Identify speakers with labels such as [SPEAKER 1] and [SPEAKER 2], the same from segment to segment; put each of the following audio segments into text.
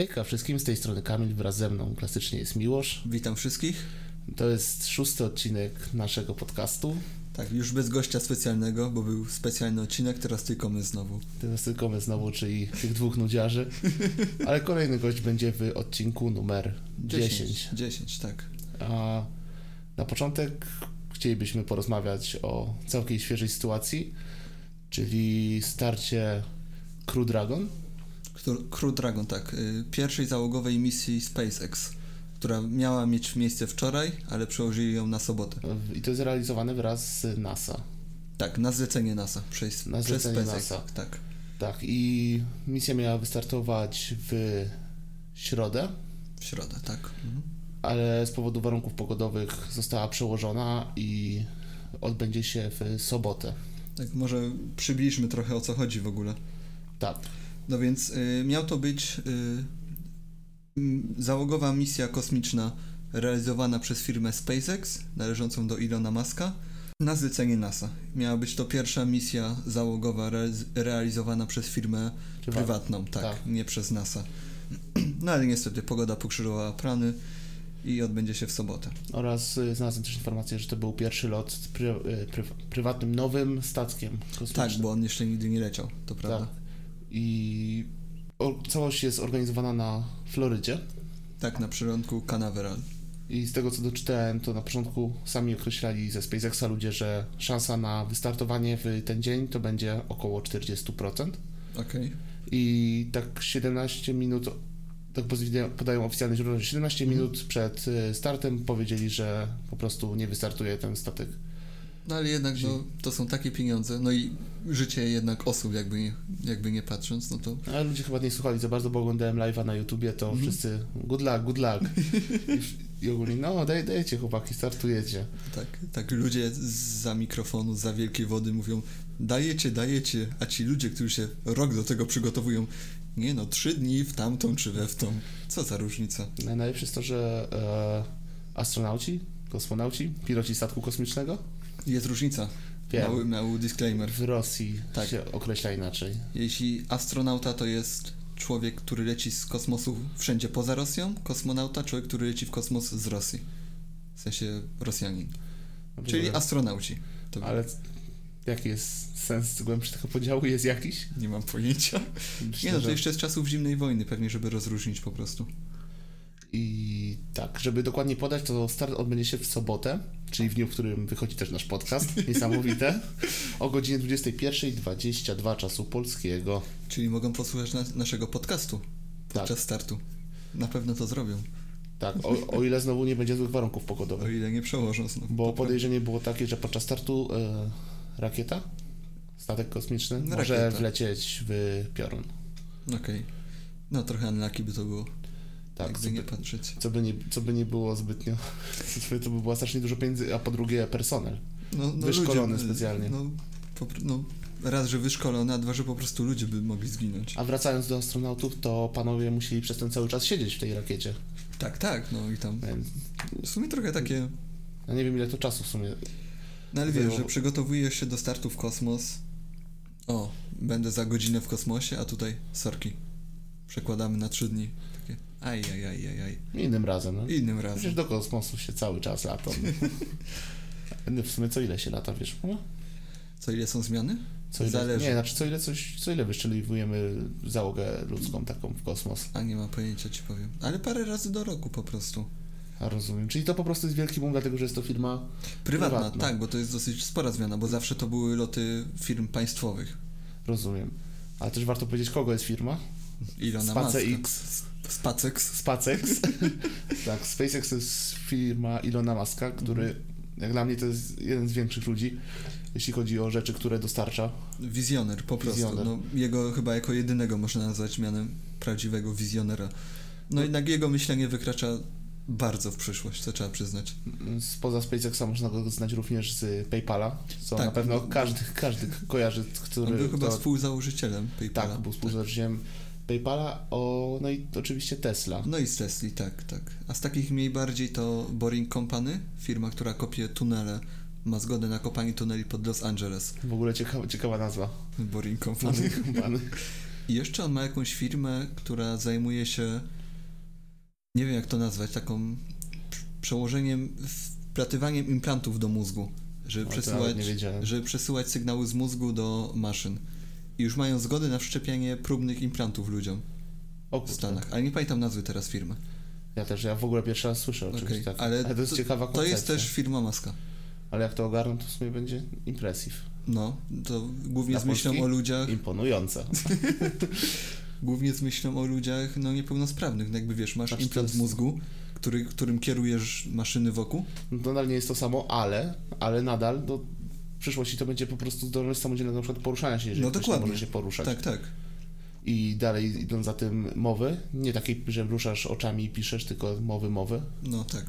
[SPEAKER 1] Hejka wszystkim, z tej strony Kamil, wraz ze mną klasycznie jest Miłosz.
[SPEAKER 2] Witam wszystkich.
[SPEAKER 1] To jest szósty odcinek naszego podcastu.
[SPEAKER 2] Tak, już bez gościa specjalnego, bo był specjalny odcinek, teraz tylko my znowu.
[SPEAKER 1] Teraz tylko my znowu, czyli tych dwóch nudziarzy. Ale kolejny gość będzie w odcinku numer 10.
[SPEAKER 2] 10, 10, tak.
[SPEAKER 1] A na początek chcielibyśmy porozmawiać o całkiem świeżej sytuacji, czyli starcie Crew Dragon.
[SPEAKER 2] Któr- Crew Dragon, tak. y, Pierwszej załogowej misji SpaceX, która miała mieć miejsce wczoraj, ale przełożyli ją na sobotę.
[SPEAKER 1] I to jest realizowane wraz z NASA.
[SPEAKER 2] Tak, na zlecenie NASA. Przez,
[SPEAKER 1] Na
[SPEAKER 2] przez
[SPEAKER 1] zlecenie
[SPEAKER 2] SpaceX,
[SPEAKER 1] NASA.
[SPEAKER 2] Tak.
[SPEAKER 1] Tak, i misja miała wystartować w środę.
[SPEAKER 2] W środę, tak. Mhm.
[SPEAKER 1] ale z powodu warunków pogodowych została przełożona i odbędzie się w sobotę.
[SPEAKER 2] Tak, może przybliżmy trochę o co chodzi w ogóle.
[SPEAKER 1] Tak,
[SPEAKER 2] No więc y, miał to być y, mm, załogowa misja kosmiczna realizowana przez firmę SpaceX, należącą do Ilona Muska, na zlecenie NASA. Miała być to pierwsza misja załogowa realiz- realizowana przez firmę
[SPEAKER 1] Prywatną.
[SPEAKER 2] prywatną, tak,
[SPEAKER 1] Tak.
[SPEAKER 2] nie przez NASA. No ale niestety pogoda pokrzyżowała plany i odbędzie się w sobotę.
[SPEAKER 1] oraz y, znalazłem też informację, że to był pierwszy lot z pry, y, pry, prywatnym nowym statkiem kosmicznym.
[SPEAKER 2] Tak, bo on jeszcze nigdy nie leciał, to prawda.
[SPEAKER 1] Tak. I o, całość jest organizowana na Florydzie.
[SPEAKER 2] Tak, na przylądku Canaveral.
[SPEAKER 1] I z tego co doczytałem, to na początku sami określali ze SpaceXa ludzie, że szansa na wystartowanie w ten dzień to będzie około 40%.
[SPEAKER 2] Okej.
[SPEAKER 1] i tak 17 minut, tak podają- podają oficjalne źródła, że 17
[SPEAKER 2] Mhm.
[SPEAKER 1] minut przed y, startem powiedzieli, że po prostu nie wystartuje ten statek.
[SPEAKER 2] No ale jednak no, to są takie pieniądze, no i życie jednak osób, jakby nie, jakby nie patrząc, no to
[SPEAKER 1] Ale ludzie chyba nie słuchali za bardzo, bo oglądałem live'a na YouTubie, to
[SPEAKER 2] Mhm.
[SPEAKER 1] wszyscy good luck, good luck. I, i ogólnie, no daj, dajcie chłopaki, startujecie.
[SPEAKER 2] tak, tak ludzie za mikrofonu, za wielkiej wody mówią dajecie, dajecie, a ci ludzie, którzy się rok do tego przygotowują, nie no, trzy dni w tamtą czy we w tą, co za różnica.
[SPEAKER 1] Naj- No, Najlepsze jest to, że e, astronauci, kosmonauci, piloci statku kosmicznego
[SPEAKER 2] Jest różnica,
[SPEAKER 1] Wiem.
[SPEAKER 2] mały, mały disclaimer.
[SPEAKER 1] w Rosji
[SPEAKER 2] Tak.
[SPEAKER 1] się określa inaczej.
[SPEAKER 2] Jeśli astronauta to jest człowiek, który leci z kosmosu wszędzie poza Rosją, kosmonauta człowiek, który leci w kosmos z Rosji, w sensie Rosjanin, czyli astronauci. To
[SPEAKER 1] Ale c- jaki jest sens głębszy tego podziału? Jest jakiś?
[SPEAKER 2] Nie mam pojęcia. Nie
[SPEAKER 1] Myślę,
[SPEAKER 2] no, to
[SPEAKER 1] że-
[SPEAKER 2] jeszcze z czasów zimnej wojny, pewnie, żeby rozróżnić po prostu.
[SPEAKER 1] I tak, żeby dokładnie podać, to start odbędzie się w sobotę, czyli w dniu, w którym wychodzi też nasz podcast. Niesamowite. O godzinie 21.22 czasu polskiego.
[SPEAKER 2] Czyli mogą posłuchać na, naszego podcastu
[SPEAKER 1] Tak,
[SPEAKER 2] podczas startu. Na pewno to zrobią,
[SPEAKER 1] tak. O, o ile znowu nie będzie złych warunków
[SPEAKER 2] o
[SPEAKER 1] pogodowych.
[SPEAKER 2] ile nie przełożą znowu.
[SPEAKER 1] Bo podejrzenie było takie, że podczas startu e, rakieta, statek kosmiczny,
[SPEAKER 2] No,
[SPEAKER 1] może
[SPEAKER 2] rakieta.
[SPEAKER 1] wlecieć w piorun.
[SPEAKER 2] Okej. No trochę unlucky by to było,
[SPEAKER 1] Tak,
[SPEAKER 2] jakby
[SPEAKER 1] co
[SPEAKER 2] nie
[SPEAKER 1] by,
[SPEAKER 2] patrzeć.
[SPEAKER 1] co, by nie, co by nie było zbytnio. To by było strasznie dużo pieniędzy, a po drugie personel.
[SPEAKER 2] No, no,
[SPEAKER 1] Wyszkolony
[SPEAKER 2] ludzie by-
[SPEAKER 1] specjalnie.
[SPEAKER 2] No, po, pr- no, raz, że wyszkolony, a dwa, że po prostu ludzie by mogli zginąć.
[SPEAKER 1] A wracając do astronautów, to panowie musieli przez ten cały czas siedzieć w tej rakiecie.
[SPEAKER 2] Tak, tak, no i tam.
[SPEAKER 1] Więc
[SPEAKER 2] W sumie trochę takie...
[SPEAKER 1] Ja nie wiem ile to czasu w sumie.
[SPEAKER 2] No ale wiesz,
[SPEAKER 1] Było-
[SPEAKER 2] że przygotowujesz się do startu w kosmos. O, będę za godzinę w kosmosie, a tutaj sorki. Przekładamy na trzy dni. Takie aj, aj, aj, aj, aj.
[SPEAKER 1] Innym razem. No.
[SPEAKER 2] Innym
[SPEAKER 1] Przecież
[SPEAKER 2] razem.
[SPEAKER 1] do kosmosu się cały czas lata. No. W sumie co ile się lata, wiesz? No?
[SPEAKER 2] Co ile są zmiany?
[SPEAKER 1] Co ile,
[SPEAKER 2] Zależy.
[SPEAKER 1] Nie, znaczy co ile, coś, co ile wyszczeliwujemy załogę ludzką taką w kosmos.
[SPEAKER 2] A nie ma pojęcia, ci powiem. Ale parę razy do roku po prostu.
[SPEAKER 1] A Rozumiem. Czyli to po prostu jest wielki boom, dlatego że jest to firma...
[SPEAKER 2] Prywatna,
[SPEAKER 1] Prywatna.
[SPEAKER 2] tak, bo to jest dosyć spora zmiana, bo zawsze to były loty firm państwowych.
[SPEAKER 1] Rozumiem. Ale też warto powiedzieć, kogo jest firma?
[SPEAKER 2] Ilona
[SPEAKER 1] SpaceX.
[SPEAKER 2] Muska. SpaceX.
[SPEAKER 1] SpaceX. tak, SpaceX to jest firma Ilona Muska, który
[SPEAKER 2] Mhm.
[SPEAKER 1] jak dla mnie to jest jeden z większych ludzi, jeśli chodzi o rzeczy, które dostarcza.
[SPEAKER 2] Wizjoner po prostu.
[SPEAKER 1] Wizjoner.
[SPEAKER 2] No, jego chyba jako jedynego można nazwać mianem prawdziwego wizjonera. No jednak jego myślenie wykracza bardzo w przyszłość, co trzeba przyznać.
[SPEAKER 1] Spoza SpaceXa można go znać również z PayPala, co
[SPEAKER 2] Tak.
[SPEAKER 1] na pewno każdy, każdy kojarzy, który...
[SPEAKER 2] On był chyba
[SPEAKER 1] kto-
[SPEAKER 2] współzałożycielem PayPala.
[SPEAKER 1] Tak, był współzałożycielem PayPala, o, no i oczywiście Tesla.
[SPEAKER 2] No i z Tesli, tak, tak. A z takich mniej bardziej to Boring Company, firma, która kopie tunele, ma zgodę na kopanie tuneli pod Los Angeles.
[SPEAKER 1] W ogóle ciekawa, ciekawa nazwa.
[SPEAKER 2] Boring Company.
[SPEAKER 1] Pan-
[SPEAKER 2] I I jeszcze on ma jakąś firmę, która zajmuje się, nie wiem jak to nazwać, taką przełożeniem, wplatywaniem implantów do mózgu, żeby
[SPEAKER 1] O, to
[SPEAKER 2] przesyłać,
[SPEAKER 1] nawet nie wiedziałem.
[SPEAKER 2] żeby przesyłać sygnały z mózgu do maszyn. I już mają zgodę na wszczepianie próbnych implantów ludziom
[SPEAKER 1] O
[SPEAKER 2] w
[SPEAKER 1] kurde.
[SPEAKER 2] Stanach, ale nie pamiętam nazwy teraz firmy.
[SPEAKER 1] Ja też, ja w ogóle pierwszy raz słyszę o czymś
[SPEAKER 2] Okej,
[SPEAKER 1] takim.
[SPEAKER 2] ale
[SPEAKER 1] Ale, to jest ciekawa
[SPEAKER 2] To
[SPEAKER 1] koncepcja.
[SPEAKER 2] jest też firma Maska.
[SPEAKER 1] Ale jak to ogarną, to w sumie będzie impresiv.
[SPEAKER 2] No, to głównie
[SPEAKER 1] Dla
[SPEAKER 2] z myślą
[SPEAKER 1] Polski?
[SPEAKER 2] o ludziach,
[SPEAKER 1] Imponujące.
[SPEAKER 2] głównie z myślą o ludziach no niepełnosprawnych. No jakby wiesz, masz
[SPEAKER 1] Znaczy, to
[SPEAKER 2] implant
[SPEAKER 1] jest-
[SPEAKER 2] mózgu, który, którym kierujesz maszyny wokół.
[SPEAKER 1] No, nadal nie jest to samo, ale, ale nadal do w przyszłości to będzie po prostu zdolność samodzielnego na przykład poruszania się, jeżeli
[SPEAKER 2] No
[SPEAKER 1] ktoś nie
[SPEAKER 2] dokładnie.
[SPEAKER 1] może się poruszać.
[SPEAKER 2] Tak, tak.
[SPEAKER 1] I dalej idą za tym mowy, nie takiej, że ruszasz oczami i piszesz, tylko mowy, mowy,
[SPEAKER 2] No tak,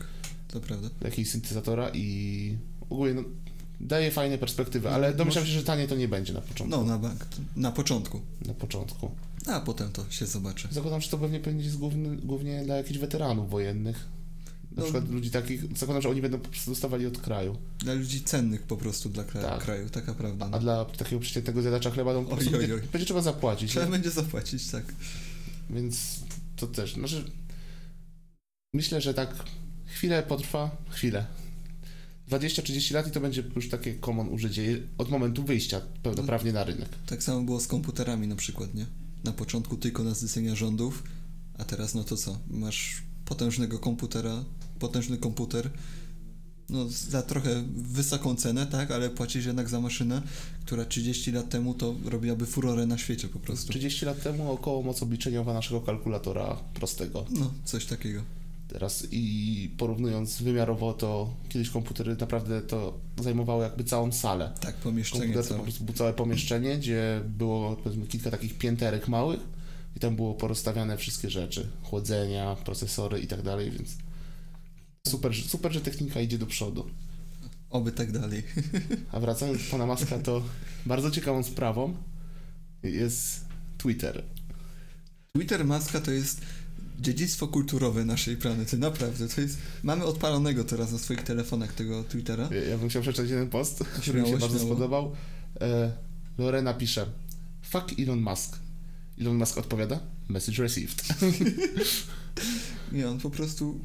[SPEAKER 2] to prawda.
[SPEAKER 1] jakiegoś syntezatora i ogólnie no, daje fajne perspektywy, ale domyślam się, że tanie to nie będzie na początku.
[SPEAKER 2] No, na bank. Na początku.
[SPEAKER 1] Na początku.
[SPEAKER 2] A potem to się zobaczy.
[SPEAKER 1] Zakładam, że to pewnie będzie z główny, głównie dla jakichś weteranów wojennych. Na
[SPEAKER 2] No.
[SPEAKER 1] przykład ludzi takich, zakładam, że oni będą po prostu dostawali od kraju.
[SPEAKER 2] Dla ludzi cennych po prostu dla kra-
[SPEAKER 1] Tak.
[SPEAKER 2] kraju, taka prawda.
[SPEAKER 1] A
[SPEAKER 2] No.
[SPEAKER 1] dla takiego przeciętnego zjadacza chleba to po
[SPEAKER 2] Oj,
[SPEAKER 1] prostu
[SPEAKER 2] oj,
[SPEAKER 1] będzie,
[SPEAKER 2] oj.
[SPEAKER 1] będzie trzeba zapłacić.
[SPEAKER 2] Trzeba
[SPEAKER 1] nie?
[SPEAKER 2] będzie zapłacić, tak.
[SPEAKER 1] Więc to też, znaczy myślę, że tak chwilę potrwa, chwilę. 20-30 lat i to będzie już takie common użycie od momentu wyjścia pełnoprawnie na rynek.
[SPEAKER 2] Tak samo było z komputerami na przykład, nie? Na początku tylko na zlecenia rządów, a teraz no to co? Masz potężnego komputera, potężny komputer, no za trochę wysoką cenę, tak? Ale płacisz jednak za maszynę, która 30 lat temu to robiłaby furorę na świecie po prostu.
[SPEAKER 1] 30 lat temu około moc obliczeniowa naszego kalkulatora prostego.
[SPEAKER 2] No, coś takiego.
[SPEAKER 1] Teraz i porównując wymiarowo to kiedyś komputery naprawdę to zajmowały jakby całą salę.
[SPEAKER 2] Tak, pomieszczenie
[SPEAKER 1] Komputer to po
[SPEAKER 2] całe.
[SPEAKER 1] prostu było całe pomieszczenie, gdzie było powiedzmy kilka takich pięterek małych i tam było porozstawiane wszystkie rzeczy, chłodzenia, procesory i tak dalej, więc super, że- super, że technika idzie do przodu.
[SPEAKER 2] Oby tak dalej.
[SPEAKER 1] A wracając do pana Maska, to bardzo ciekawą sprawą jest Twitter.
[SPEAKER 2] Twitter Maska to jest dziedzictwo kulturowe naszej planety, naprawdę. To jest, mamy odpalonego teraz na swoich telefonach tego Twittera.
[SPEAKER 1] Ja- Ja bym chciał przeczytać jeden post, który mi się
[SPEAKER 2] Śmiało,
[SPEAKER 1] bardzo
[SPEAKER 2] śmiało.
[SPEAKER 1] spodobał. E, Lorena pisze, fuck Elon Musk. Elon Musk odpowiada, message received.
[SPEAKER 2] Nie, on po prostu.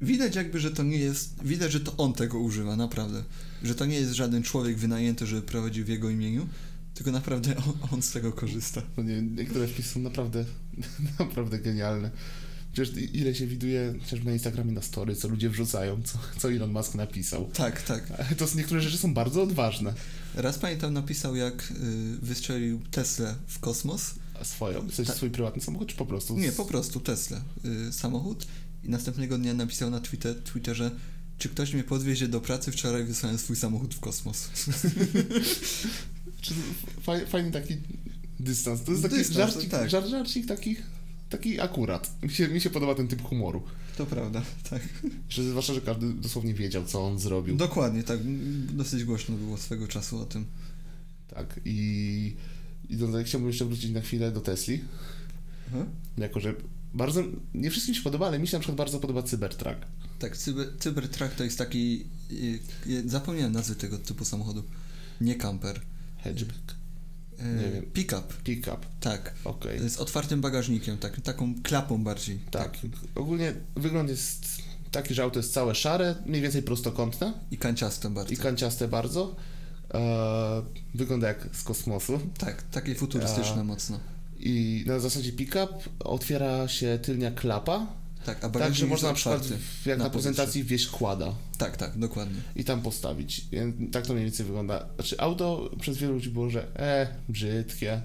[SPEAKER 2] Widać jakby, że to nie jest. Widać, że to on tego używa, naprawdę. Że to nie jest żaden człowiek wynajęty, żeby prowadził w jego imieniu, tylko naprawdę on, on z tego korzysta.
[SPEAKER 1] No nie, niektóre wpisy są naprawdę, naprawdę genialne. Przecież i- ile się widuje chociażby na Instagramie na story, co ludzie wrzucają, co, co Elon Musk napisał.
[SPEAKER 2] Tak, tak.
[SPEAKER 1] Ale to są- niektóre rzeczy są bardzo odważne.
[SPEAKER 2] Raz pamiętam napisał, jak y, wystrzelił Tesla w kosmos.
[SPEAKER 1] A Swoją, w sensie
[SPEAKER 2] Tak.
[SPEAKER 1] swój prywatny samochód, czy po prostu?
[SPEAKER 2] Nie, po prostu Tesla, y, samochód. I następnego dnia napisał na Twitter, Twitterze, czy ktoś mnie podwiezie do pracy, wczoraj wysłałem swój samochód w kosmos.
[SPEAKER 1] Czy faj, fajny taki dystans. To jest taki
[SPEAKER 2] Dystans,
[SPEAKER 1] żarcik,
[SPEAKER 2] tak.
[SPEAKER 1] żar, żarcik taki, taki akurat. Mi się, mi się podoba ten typ humoru.
[SPEAKER 2] To prawda, tak.
[SPEAKER 1] Że zwłaszcza, że każdy dosłownie wiedział, co on zrobił.
[SPEAKER 2] Dokładnie, tak. Dosyć głośno było swego czasu o tym.
[SPEAKER 1] Tak. I idąc dalej, chciałbym jeszcze wrócić na chwilę do Tesli.
[SPEAKER 2] Aha.
[SPEAKER 1] Jako, że bardzo, nie wszystkim się podoba, ale mi się na przykład bardzo podoba Cybertruck.
[SPEAKER 2] Tak, cyber, Cybertruck to jest taki. y, y, Zapomniałem nazwy tego typu samochodu. Nie camper.
[SPEAKER 1] Hatchback.
[SPEAKER 2] E,
[SPEAKER 1] Nie wiem.
[SPEAKER 2] Pickup,
[SPEAKER 1] Pickup.
[SPEAKER 2] tak.
[SPEAKER 1] Okej.
[SPEAKER 2] Z otwartym bagażnikiem, tak, taką klapą bardziej.
[SPEAKER 1] Tak. Ogólnie wygląd jest taki, że auto jest całe szare, mniej więcej prostokątne
[SPEAKER 2] I kanciastą
[SPEAKER 1] i
[SPEAKER 2] bardziej.
[SPEAKER 1] kanciaste bardzo. Eee, wygląda jak z kosmosu.
[SPEAKER 2] tak, takie futurystyczne mocno.
[SPEAKER 1] I na zasadzie pick-up otwiera się tylnia klapa,
[SPEAKER 2] Tak, a
[SPEAKER 1] tak,
[SPEAKER 2] bagażnik
[SPEAKER 1] że
[SPEAKER 2] jest
[SPEAKER 1] można na przykład,
[SPEAKER 2] otwarty
[SPEAKER 1] w- jak na,
[SPEAKER 2] powietrze.
[SPEAKER 1] prezentacji wieś kłada
[SPEAKER 2] Tak, tak, dokładnie.
[SPEAKER 1] i tam postawić. I Tak to mniej więcej wygląda. Znaczy auto przez wielu ludzi było, że e, brzydkie,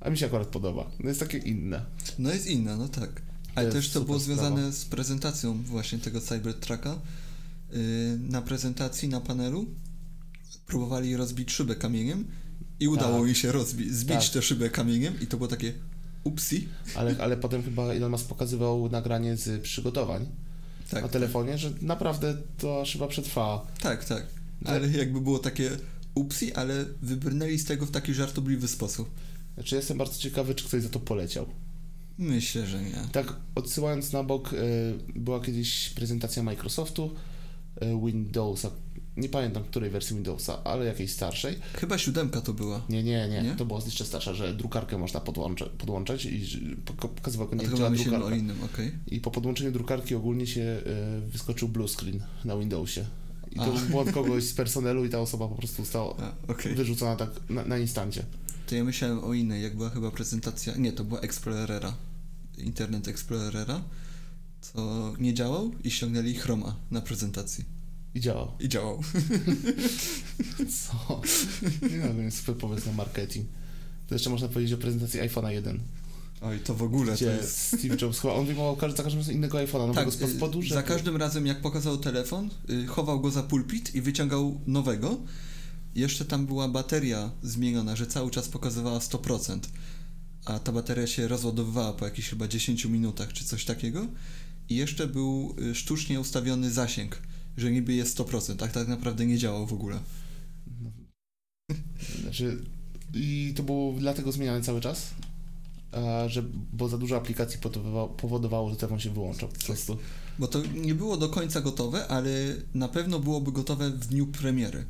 [SPEAKER 1] a mi się akurat podoba. No jest takie inne.
[SPEAKER 2] No jest inna, no tak. Ale
[SPEAKER 1] jest
[SPEAKER 2] też to było
[SPEAKER 1] super
[SPEAKER 2] związane z prezentacją właśnie tego Cybertrucka. Yy, na prezentacji na panelu próbowali rozbić szybę kamieniem i udało
[SPEAKER 1] Tak.
[SPEAKER 2] im się rozbić, zbić
[SPEAKER 1] Tak.
[SPEAKER 2] tę szybę kamieniem i to było takie upsi.
[SPEAKER 1] Ale, ale potem chyba Elon Musk pokazywał nagranie z przygotowań
[SPEAKER 2] Tak,
[SPEAKER 1] na telefonie, że naprawdę to szyba przetrwała.
[SPEAKER 2] tak, tak. Ale jakby było takie upsi, ale wybrnęli z tego w taki żartobliwy sposób.
[SPEAKER 1] Znaczy jestem bardzo ciekawy, czy ktoś za to poleciał.
[SPEAKER 2] Myślę, że nie.
[SPEAKER 1] Tak e, odsyłając na bok, y, była kiedyś prezentacja Microsoftu, y, e, Windowsa Nie pamiętam której wersji Windowsa, ale jakiejś starszej.
[SPEAKER 2] Chyba siódemka to była.
[SPEAKER 1] Nie, nie, nie,
[SPEAKER 2] Nie?
[SPEAKER 1] To była jeszcze starsza, że drukarkę można podłącze, podłączać i że- pok- pokazywał
[SPEAKER 2] A to
[SPEAKER 1] jak
[SPEAKER 2] chyba
[SPEAKER 1] działa
[SPEAKER 2] myślimy o
[SPEAKER 1] drukarka.
[SPEAKER 2] innym, okej.
[SPEAKER 1] I po podłączeniu drukarki ogólnie się e, wyskoczył blue screen na Windowsie. I to
[SPEAKER 2] A.
[SPEAKER 1] był błąd kogoś z personelu i ta osoba po prostu została
[SPEAKER 2] A, okej.
[SPEAKER 1] wyrzucona tak na, na instancie.
[SPEAKER 2] To ja myślałem o innej, jak była chyba prezentacja. Nie, to była Explorera. Internet Explorera. Co nie działał i ściągnęli Chroma na prezentacji.
[SPEAKER 1] I działał.
[SPEAKER 2] I działał.
[SPEAKER 1] Co? Nie no, więc super pomysł na marketing. To jeszcze można powiedzieć o prezentacji iPhone'a 1,
[SPEAKER 2] Oj, to w ogóle
[SPEAKER 1] gdzie
[SPEAKER 2] to jest.
[SPEAKER 1] Steve Jobs chyba, on wyjmował każdy, za każdym razem innego iPhone'a, nowego spod
[SPEAKER 2] y,
[SPEAKER 1] spodu,
[SPEAKER 2] za każdym razem jak pokazał telefon, y, chował go za pulpit i wyciągał nowego. Jeszcze tam była bateria zmieniona, że cały czas pokazywała 100%, a ta bateria się rozładowywała po jakichś chyba 10 minutach czy coś takiego. I jeszcze był y, sztucznie ustawiony zasięg, że niby jest 100%, tak tak naprawdę nie działał w ogóle.
[SPEAKER 1] No. Znaczy, I to było dlatego zmieniane cały czas, a, że, bo za dużo aplikacji powodowało, powodowało, że telefon się wyłączał po prostu.
[SPEAKER 2] Bo to nie było do końca gotowe, ale na pewno byłoby gotowe w dniu premiery.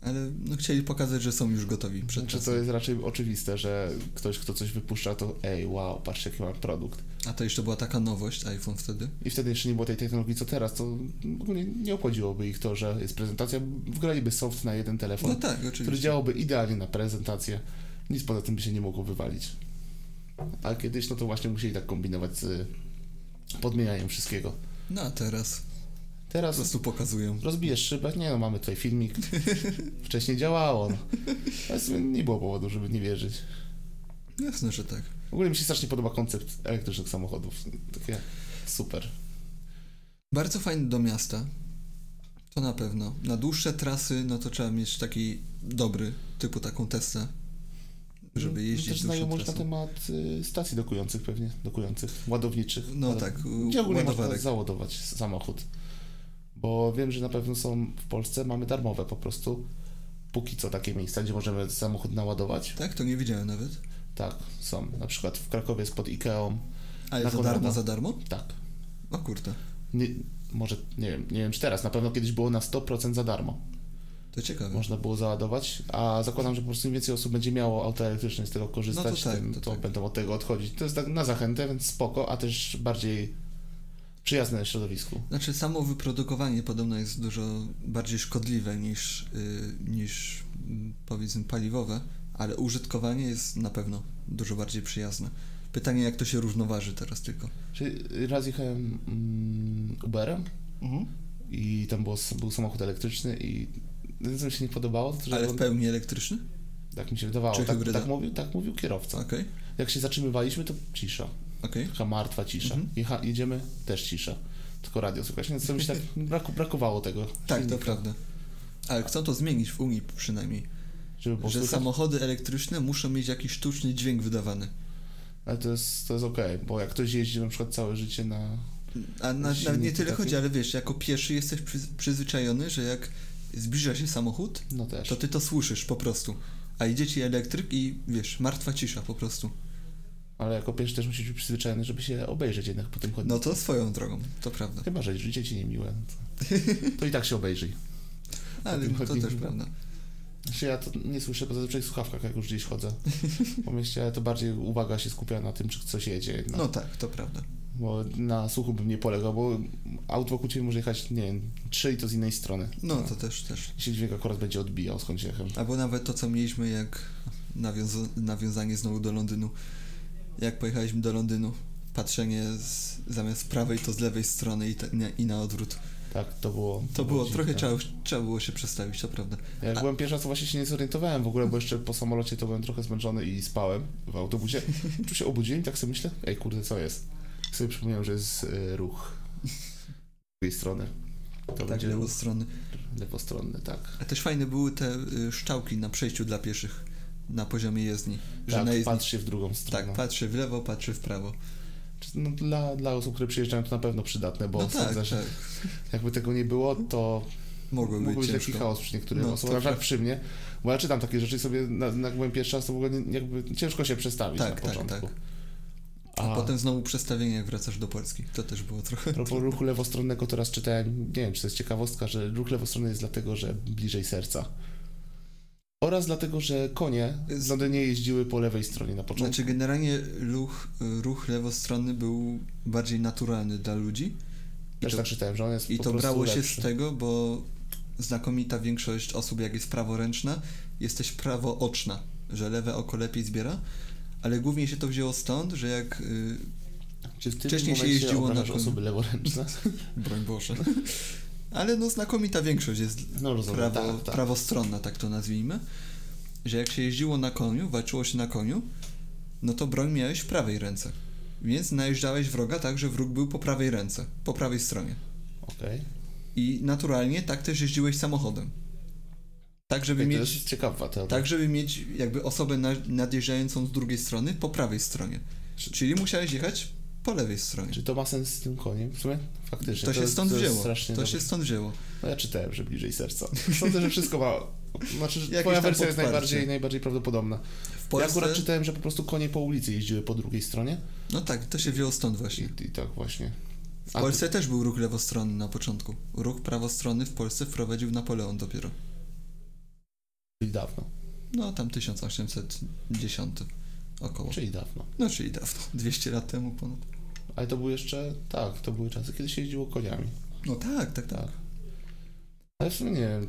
[SPEAKER 2] Ale no, chcieli pokazać, że są już gotowi przed
[SPEAKER 1] Znaczy,
[SPEAKER 2] czasem.
[SPEAKER 1] to jest raczej oczywiste, że ktoś, kto coś wypuszcza, to ej, wow, patrzcie jaki mam produkt.
[SPEAKER 2] A to jeszcze była taka nowość iPhone wtedy.
[SPEAKER 1] I wtedy jeszcze nie było tej technologii, co teraz, to ogólnie nie obchodziłoby ich to, że jest prezentacja, wgraliby soft na jeden telefon.
[SPEAKER 2] No tak,
[SPEAKER 1] który
[SPEAKER 2] oczywiście.
[SPEAKER 1] działałby idealnie na prezentację. Nic poza tym by się nie mogło wywalić. A kiedyś, no to właśnie musieli tak kombinować z y, podmienianiem wszystkiego.
[SPEAKER 2] No a teraz po
[SPEAKER 1] Teraz
[SPEAKER 2] prostu pokazują.
[SPEAKER 1] rozbijesz szybę, nie no, mamy tutaj filmik. Wcześniej działało, no. Ale w sumie nie było powodu, żeby nie wierzyć.
[SPEAKER 2] Jasne, że tak.
[SPEAKER 1] W ogóle mi się strasznie podoba koncept elektrycznych samochodów. Takie super.
[SPEAKER 2] Bardzo fajny do miasta. To na pewno. Na dłuższe trasy, no to trzeba mieć taki dobry, typu taką Tesla, żeby
[SPEAKER 1] No, Też
[SPEAKER 2] jeździć dłuższą
[SPEAKER 1] znajomość na
[SPEAKER 2] trasą.
[SPEAKER 1] temat y, stacji dokujących pewnie, dokujących, ładowniczych.
[SPEAKER 2] No
[SPEAKER 1] Ale-
[SPEAKER 2] tak,
[SPEAKER 1] Gdzie ogólnie można
[SPEAKER 2] ładowarek.
[SPEAKER 1] załadować samochód? Bo wiem, że na pewno są w Polsce, mamy darmowe po prostu. Póki co takie miejsca, gdzie możemy samochód naładować.
[SPEAKER 2] Tak, to nie widziałem nawet.
[SPEAKER 1] Tak, są. Na przykład w Krakowie jest pod Ikeą.
[SPEAKER 2] Ale
[SPEAKER 1] Na
[SPEAKER 2] za
[SPEAKER 1] Konrada.
[SPEAKER 2] darmo, za darmo?
[SPEAKER 1] Tak.
[SPEAKER 2] O kurde,
[SPEAKER 1] Nie, może, nie wiem, nie wiem czy teraz, na pewno kiedyś było na 100% za darmo.
[SPEAKER 2] to ciekawe.
[SPEAKER 1] Można było załadować, a zakładam, że po prostu im więcej osób będzie miało auto elektryczne i z tego korzystać,
[SPEAKER 2] tak,
[SPEAKER 1] tym,
[SPEAKER 2] to
[SPEAKER 1] to,
[SPEAKER 2] tak.
[SPEAKER 1] będą od tego odchodzić. To jest tak na zachętę, więc spoko, a też bardziej przyjazne środowisku.
[SPEAKER 2] Znaczy samo wyprodukowanie podobno jest dużo bardziej szkodliwe niż, y, niż mm, powiedzmy paliwowe, ale użytkowanie jest na pewno dużo bardziej przyjazne. Pytanie jak to się równoważy teraz tylko.
[SPEAKER 1] Czy raz jechałem mm, Uberem Mhm. i tam było, był samochód elektryczny i nic mi się nie podobało, to, że
[SPEAKER 2] Ale
[SPEAKER 1] on,
[SPEAKER 2] w pełni elektryczny?
[SPEAKER 1] tak mi się wydawało,
[SPEAKER 2] czy
[SPEAKER 1] tak,
[SPEAKER 2] hybryda?
[SPEAKER 1] tak, mówił, tak mówił kierowca.
[SPEAKER 2] Okej,
[SPEAKER 1] Jak się zatrzymywaliśmy, to cisza,
[SPEAKER 2] okej.
[SPEAKER 1] taka martwa cisza.
[SPEAKER 2] Mhm.
[SPEAKER 1] Jecha, jedziemy, też cisza, tylko radio słychać, więc to mi się tak braku, brakowało tego,
[SPEAKER 2] Tak, to prawda. Ale chcą to zmienić w Unii przynajmniej,
[SPEAKER 1] żeby było
[SPEAKER 2] że
[SPEAKER 1] słychać.
[SPEAKER 2] samochody elektryczne muszą mieć jakiś sztuczny dźwięk wydawany.
[SPEAKER 1] Ale to jest, to jest okej, bo jak ktoś jeździ na przykład całe życie na...
[SPEAKER 2] A na, nawet nie
[SPEAKER 1] Silniki
[SPEAKER 2] tyle
[SPEAKER 1] takie?
[SPEAKER 2] chodzi, ale wiesz, jako pieszy jesteś przyz- przyzwyczajony, że jak zbliża się samochód,
[SPEAKER 1] no też.
[SPEAKER 2] To ty to słyszysz po prostu. A idzie ci elektryk i wiesz, martwa cisza po prostu.
[SPEAKER 1] Ale jako pierwszy też musisz być przyzwyczajony, żeby się obejrzeć jednak po tym chodniku.
[SPEAKER 2] No to swoją drogą, to prawda.
[SPEAKER 1] Chyba, że życie ci niemiłe, no to, to i tak się obejrzyj.
[SPEAKER 2] Ale
[SPEAKER 1] tym
[SPEAKER 2] to
[SPEAKER 1] chodniku.
[SPEAKER 2] też prawda.
[SPEAKER 1] Znaczy ja to nie słyszę, bo zazwyczaj w słuchawkach, jak już gdzieś chodzę po mieście, ale to bardziej uwaga się skupia na tym, czy coś jedzie jednak.
[SPEAKER 2] No tak, to prawda.
[SPEAKER 1] Bo na słuchu bym nie polegał, bo auto wokół ciebie może jechać, nie wiem, trzy i to z innej strony.
[SPEAKER 2] No to też, też.
[SPEAKER 1] I się dźwięk akurat będzie odbijał, skąd się Tak, jechał.
[SPEAKER 2] Albo nawet to, co mieliśmy jak nawiąza- nawiązanie znowu do Londynu. Jak pojechaliśmy do Londynu, patrzenie z, zamiast prawej to z lewej strony i, te, nie, i na odwrót.
[SPEAKER 1] Tak, to było...
[SPEAKER 2] To było
[SPEAKER 1] dziwne.
[SPEAKER 2] trochę, trzeba, trzeba było się przestawić, to prawda. Tak
[SPEAKER 1] Jak byłem pierwszy raz, to właśnie się nie zorientowałem w ogóle, bo jeszcze po samolocie to byłem trochę zmęczony i spałem w autobusie. Tu się obudziłem i tak sobie myślę, ej kurde, co jest? I sobie przypomniałem, że jest y, ruch z drugiej strony. To
[SPEAKER 2] Tak,
[SPEAKER 1] będzie
[SPEAKER 2] lewą
[SPEAKER 1] ruch
[SPEAKER 2] stronę.
[SPEAKER 1] lewostronny, tak.
[SPEAKER 2] A też fajne były te y, szczałki na przejściu dla pieszych na poziomie jezdni. Że
[SPEAKER 1] tak,
[SPEAKER 2] na jezdni
[SPEAKER 1] patrz się w drugą stronę.
[SPEAKER 2] Tak, patrzy w lewo, patrzy w prawo.
[SPEAKER 1] No, dla, dla osób, które przyjeżdżają, to na pewno przydatne, bo
[SPEAKER 2] no tak,
[SPEAKER 1] sądzę, że
[SPEAKER 2] tak.
[SPEAKER 1] jakby tego nie było, to
[SPEAKER 2] Mogło
[SPEAKER 1] mógłby
[SPEAKER 2] być
[SPEAKER 1] być taki
[SPEAKER 2] ciężko.
[SPEAKER 1] chaos przy niektórych
[SPEAKER 2] No,
[SPEAKER 1] osobach.
[SPEAKER 2] to
[SPEAKER 1] Na przykład przy mnie, bo ja czytam takie rzeczy i sobie, na, na, jak byłem pierwszy raz, to w ogóle nie- jakby ciężko się przestawić
[SPEAKER 2] Tak,
[SPEAKER 1] na
[SPEAKER 2] tak,
[SPEAKER 1] początku.
[SPEAKER 2] tak. A, potem znowu przestawienie, jak wracasz do Polski. To też było trochę.
[SPEAKER 1] Propos ruchu lewostronnego, teraz czytałem, nie wiem, czy to jest ciekawostka, że ruch lewostronny jest dlatego, że bliżej serca. Oraz dlatego, że konie
[SPEAKER 2] Z-
[SPEAKER 1] z nie jeździły po lewej stronie na początku.
[SPEAKER 2] Znaczy, generalnie ruch, ruch lewostronny był bardziej naturalny dla ludzi.
[SPEAKER 1] Też
[SPEAKER 2] to-
[SPEAKER 1] tak czytałem, że on jest
[SPEAKER 2] I
[SPEAKER 1] po
[SPEAKER 2] to
[SPEAKER 1] prostu
[SPEAKER 2] brało się
[SPEAKER 1] lepszy.
[SPEAKER 2] z tego, bo znakomita większość osób, jak jest praworęczna, jesteś prawooczna, że lewe oko lepiej zbiera, ale głównie się to wzięło stąd, że jak... Yy,
[SPEAKER 1] Czy w tym
[SPEAKER 2] Wcześniej się
[SPEAKER 1] momencie
[SPEAKER 2] jeździło na
[SPEAKER 1] obrażasz
[SPEAKER 2] koniu.
[SPEAKER 1] osoby leworęczne?
[SPEAKER 2] broń Boże. ale no znakomita większość jest
[SPEAKER 1] No rozumiem,
[SPEAKER 2] prawo,
[SPEAKER 1] tak, tak.
[SPEAKER 2] prawostronna, tak to nazwijmy, że jak się jeździło na koniu, walczyło się na koniu, no to broń miałeś w prawej ręce. Więc najeżdżałeś wroga tak, że wróg był po prawej ręce, po prawej stronie.
[SPEAKER 1] Okej.
[SPEAKER 2] I naturalnie tak też jeździłeś samochodem. Tak, żeby
[SPEAKER 1] Okay. To
[SPEAKER 2] mieć
[SPEAKER 1] jest ciekawa teoria.
[SPEAKER 2] Tak, żeby mieć jakby osobę na, nadjeżdżającą z drugiej strony po prawej stronie. Czyli musiałeś jechać po lewej stronie.
[SPEAKER 1] Czy to ma sens z tym koniem? W sumie? Faktycznie.
[SPEAKER 2] To się
[SPEAKER 1] jest-
[SPEAKER 2] stąd
[SPEAKER 1] to jest
[SPEAKER 2] wzięło.
[SPEAKER 1] Strasznie
[SPEAKER 2] To
[SPEAKER 1] dobre.
[SPEAKER 2] się stąd wzięło.
[SPEAKER 1] No ja czytałem, że bliżej serca. Sądzę, że wszystko ma... Znaczy, że
[SPEAKER 2] Jakieś
[SPEAKER 1] twoja
[SPEAKER 2] tam
[SPEAKER 1] wersja jest
[SPEAKER 2] podparcie.
[SPEAKER 1] najbardziej, najbardziej prawdopodobna.
[SPEAKER 2] W
[SPEAKER 1] Ja
[SPEAKER 2] Polsce,
[SPEAKER 1] akurat czytałem, że po prostu konie po ulicy jeździły po drugiej stronie.
[SPEAKER 2] No tak, to się wzięło stąd właśnie.
[SPEAKER 1] I, i tak właśnie.
[SPEAKER 2] W
[SPEAKER 1] A
[SPEAKER 2] Polsce też był ruch lewostronny na początku. Ruch prawostronny w Polsce wprowadził Napoleon dopiero.
[SPEAKER 1] Czyli dawno.
[SPEAKER 2] No tam 1810 około.
[SPEAKER 1] Czyli dawno.
[SPEAKER 2] No czyli dawno, 200 lat temu ponad.
[SPEAKER 1] Ale to były jeszcze... Tak, to były czasy, kiedy się jeździło koniami.
[SPEAKER 2] No tak, tak, tak.
[SPEAKER 1] Ale w sumie nie wiem.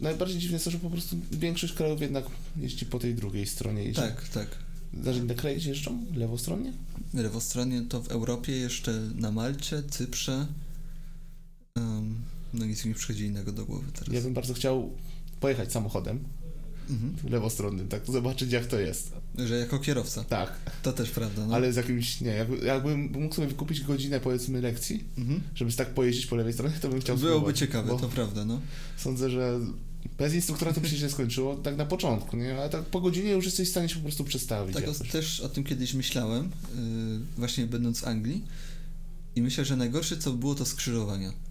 [SPEAKER 1] Najbardziej dziwne jest to, że po prostu większość krajów jednak jeździ po tej drugiej stronie. Jeździ.
[SPEAKER 2] Tak, tak.
[SPEAKER 1] Znaczy inne kraje jeżdżą lewostronnie?
[SPEAKER 2] Lewostronnie to w Europie, jeszcze na Malcie, Cyprze. Ym, no nic mi nie przychodzi innego do głowy teraz.
[SPEAKER 1] Ja bym bardzo chciał pojechać samochodem
[SPEAKER 2] Mhm.
[SPEAKER 1] lewostronnym, tak zobaczyć jak to jest.
[SPEAKER 2] Że jako kierowca.
[SPEAKER 1] Tak,
[SPEAKER 2] To też prawda. No.
[SPEAKER 1] ale z jakimś, nie, jakby, jakbym mógł sobie wykupić godzinę powiedzmy lekcji,
[SPEAKER 2] Mhm.
[SPEAKER 1] żeby tak pojeździć po lewej stronie, to bym chciał
[SPEAKER 2] Byłoby
[SPEAKER 1] spróbować,
[SPEAKER 2] ciekawe,
[SPEAKER 1] bo
[SPEAKER 2] to prawda, no.
[SPEAKER 1] Sądzę, że bez instruktora to by się nie skończyło, tak na początku, nie? Ale tak po godzinie już jesteś w stanie się po prostu przestawić.
[SPEAKER 2] Tak o,
[SPEAKER 1] jakoś.
[SPEAKER 2] też o tym kiedyś myślałem, yy, właśnie będąc w Anglii. I myślę, że najgorsze co było to skrzyżowania.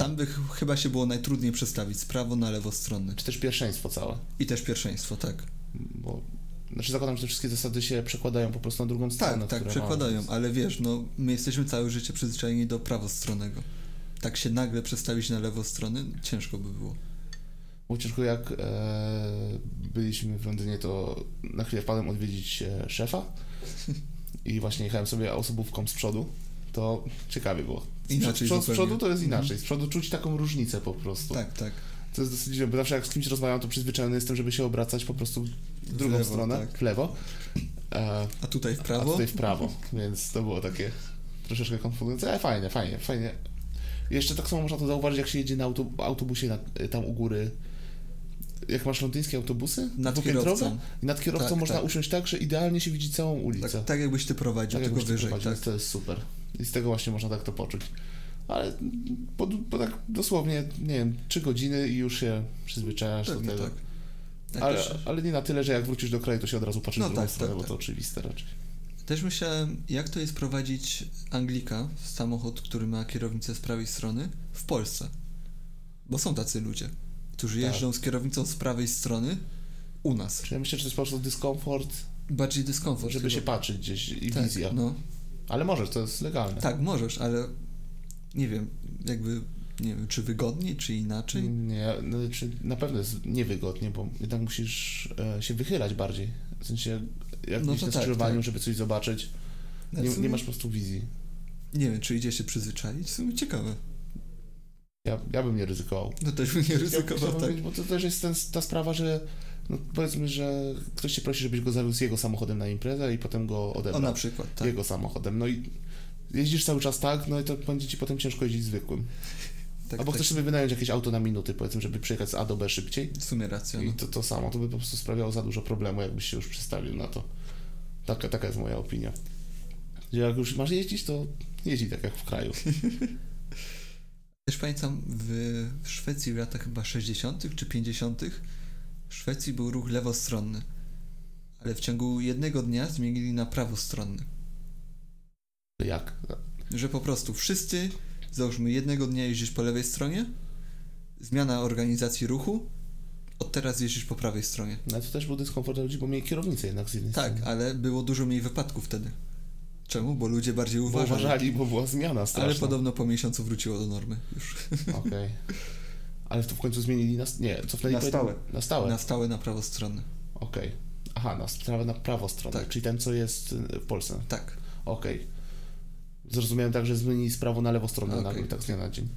[SPEAKER 2] Tam by ch- chyba się było najtrudniej przestawić z prawo na lewostronny.
[SPEAKER 1] Czy też pierwszeństwo całe,
[SPEAKER 2] I też pierwszeństwo, tak.
[SPEAKER 1] bo... Znaczy zakładam, że te wszystkie zasady się przekładają po prostu na drugą stronę.
[SPEAKER 2] Tak, tak,
[SPEAKER 1] która
[SPEAKER 2] przekładają,
[SPEAKER 1] Ma,
[SPEAKER 2] ale wiesz, no my jesteśmy całe życie przyzwyczajeni do prawostronnego. Tak się nagle przestawić na lewą stronę, ciężko by było.
[SPEAKER 1] Bo ciężko jak e, byliśmy w Londynie, to na chwilę wpadłem odwiedzić e, szefa i właśnie jechałem sobie osobówką z przodu, to ciekawie było. Z
[SPEAKER 2] Inaczej
[SPEAKER 1] przodu, z
[SPEAKER 2] zupełnie. Mhm.
[SPEAKER 1] przodu to jest inaczej, z przodu czuć taką różnicę po prostu.
[SPEAKER 2] Tak, tak.
[SPEAKER 1] To jest dosyć dziwne, bo zawsze jak z kimś rozmawiam, to przyzwyczajony jestem, żeby się obracać po prostu w drugą
[SPEAKER 2] lewo,
[SPEAKER 1] stronę,
[SPEAKER 2] tak.
[SPEAKER 1] w lewo, e,
[SPEAKER 2] A tutaj w
[SPEAKER 1] a
[SPEAKER 2] prawo?
[SPEAKER 1] tutaj w prawo, więc to było takie troszeczkę konfundujące, ale fajne, fajnie, fajnie. Jeszcze tak samo można to zauważyć, jak się jedzie na autu, autobusie na, tam u góry. Jak masz londyńskie autobusy?
[SPEAKER 2] Nad
[SPEAKER 1] dwupiętrowe,
[SPEAKER 2] kierowcą.
[SPEAKER 1] i Nad kierowcą
[SPEAKER 2] Tak,
[SPEAKER 1] można
[SPEAKER 2] tak.
[SPEAKER 1] usiąść tak, że idealnie się widzi całą ulicę.
[SPEAKER 2] Tak, tak jakbyś ty prowadził, tylko
[SPEAKER 1] No, jakbyś ty
[SPEAKER 2] wyżej.
[SPEAKER 1] prowadził,
[SPEAKER 2] Tak.
[SPEAKER 1] więc To jest super. I z tego właśnie można tak to poczuć. Ale po, po tak dosłownie, nie wiem, trzy godziny i już się przyzwyczajasz
[SPEAKER 2] Pewnie
[SPEAKER 1] do tego.
[SPEAKER 2] tak. tak
[SPEAKER 1] ale,
[SPEAKER 2] też,
[SPEAKER 1] ale nie na tyle, że jak wrócisz do kraju, to się od razu patrzysz
[SPEAKER 2] No
[SPEAKER 1] w drugą
[SPEAKER 2] tak,
[SPEAKER 1] stronę,
[SPEAKER 2] tak,
[SPEAKER 1] bo
[SPEAKER 2] tak.
[SPEAKER 1] to oczywiste raczej.
[SPEAKER 2] też myślałem, jak to jest prowadzić Anglika, samochód, który ma kierownicę z prawej strony, w Polsce. Bo są tacy ludzie, którzy
[SPEAKER 1] Tak.
[SPEAKER 2] jeżdżą z kierownicą z prawej strony u nas.
[SPEAKER 1] Czyli ja myślę, że to jest po prostu dyskomfort,
[SPEAKER 2] Bardziej dyskomfort.
[SPEAKER 1] żeby się
[SPEAKER 2] chyba.
[SPEAKER 1] patrzeć gdzieś i
[SPEAKER 2] tak,
[SPEAKER 1] wizja.
[SPEAKER 2] no.
[SPEAKER 1] Ale możesz, to jest legalne.
[SPEAKER 2] Tak, możesz, ale nie wiem, jakby, nie wiem, czy wygodniej, czy inaczej.
[SPEAKER 1] Nie, no, znaczy na pewno jest niewygodnie, bo jednak musisz e, się wychylać bardziej. W sensie, jak
[SPEAKER 2] No
[SPEAKER 1] no gdzieś
[SPEAKER 2] to
[SPEAKER 1] na
[SPEAKER 2] tak,
[SPEAKER 1] skrzyżowaniu,
[SPEAKER 2] tak.
[SPEAKER 1] żeby coś zobaczyć,
[SPEAKER 2] Ale
[SPEAKER 1] nie,
[SPEAKER 2] w sumie-
[SPEAKER 1] nie masz po prostu wizji.
[SPEAKER 2] nie wiem, czy idzie się przyzwyczaić, w sumie ciekawe.
[SPEAKER 1] Ja, ja bym nie ryzykował.
[SPEAKER 2] No też bym nie ryzykował,
[SPEAKER 1] Chciałbym
[SPEAKER 2] tak.
[SPEAKER 1] powiedzieć, Bo to też jest ten, ta sprawa, że no, powiedzmy, że ktoś cię prosi, żebyś go zawiózł jego samochodem na imprezę i potem go
[SPEAKER 2] O,
[SPEAKER 1] odebrał
[SPEAKER 2] na przykład, tak.
[SPEAKER 1] jego samochodem. No i jeździsz cały czas tak, no i to będzie ci potem ciężko jeździć zwykłym.
[SPEAKER 2] tak
[SPEAKER 1] Albo
[SPEAKER 2] tak.
[SPEAKER 1] chcesz sobie wynająć jakieś auto na minuty, powiedzmy, żeby przyjechać z A do B szybciej.
[SPEAKER 2] W sumie racja,
[SPEAKER 1] I
[SPEAKER 2] no.
[SPEAKER 1] to, to samo, to by po prostu sprawiało za dużo problemu, jakbyś się już przestawił na to. Taka, taka jest moja opinia. Że jak już masz jeździć, to jeździ tak jak w kraju.
[SPEAKER 2] Też pamiętam, w, w Szwecji w latach chyba 60. czy 50. w Szwecji był ruch lewostronny, ale w ciągu jednego dnia zmienili na prawostronny.
[SPEAKER 1] Jak?
[SPEAKER 2] że po prostu wszyscy, załóżmy jednego dnia jeździsz po lewej stronie, zmiana organizacji ruchu, od teraz jeździsz po prawej stronie.
[SPEAKER 1] No to też był dyskomfort dla ludzi, bo mieli kierownicę jednak z jednej
[SPEAKER 2] Tak,
[SPEAKER 1] strony.
[SPEAKER 2] ale było dużo mniej wypadków wtedy. Czemu? Bo ludzie bardziej
[SPEAKER 1] Bo
[SPEAKER 2] uważali.
[SPEAKER 1] uważali, bo była zmiana
[SPEAKER 2] ale
[SPEAKER 1] straszna.
[SPEAKER 2] podobno po miesiącu wróciło do normy już.
[SPEAKER 1] Okej. Ale to w końcu zmienili nas. Nie, cofnęli
[SPEAKER 2] Na
[SPEAKER 1] No po-
[SPEAKER 2] stałe.
[SPEAKER 1] Na stałe.
[SPEAKER 2] Na stałe na prawą stronę.
[SPEAKER 1] Okej. Aha, na, strawę na prawo stronę,
[SPEAKER 2] Tak.
[SPEAKER 1] czyli ten, co jest y, w Polsce.
[SPEAKER 2] Tak.
[SPEAKER 1] Okej. Zrozumiałem tak, że zmienili z prawo na lewo stronę
[SPEAKER 2] Okej.
[SPEAKER 1] nagle, tak z dnia na dzień.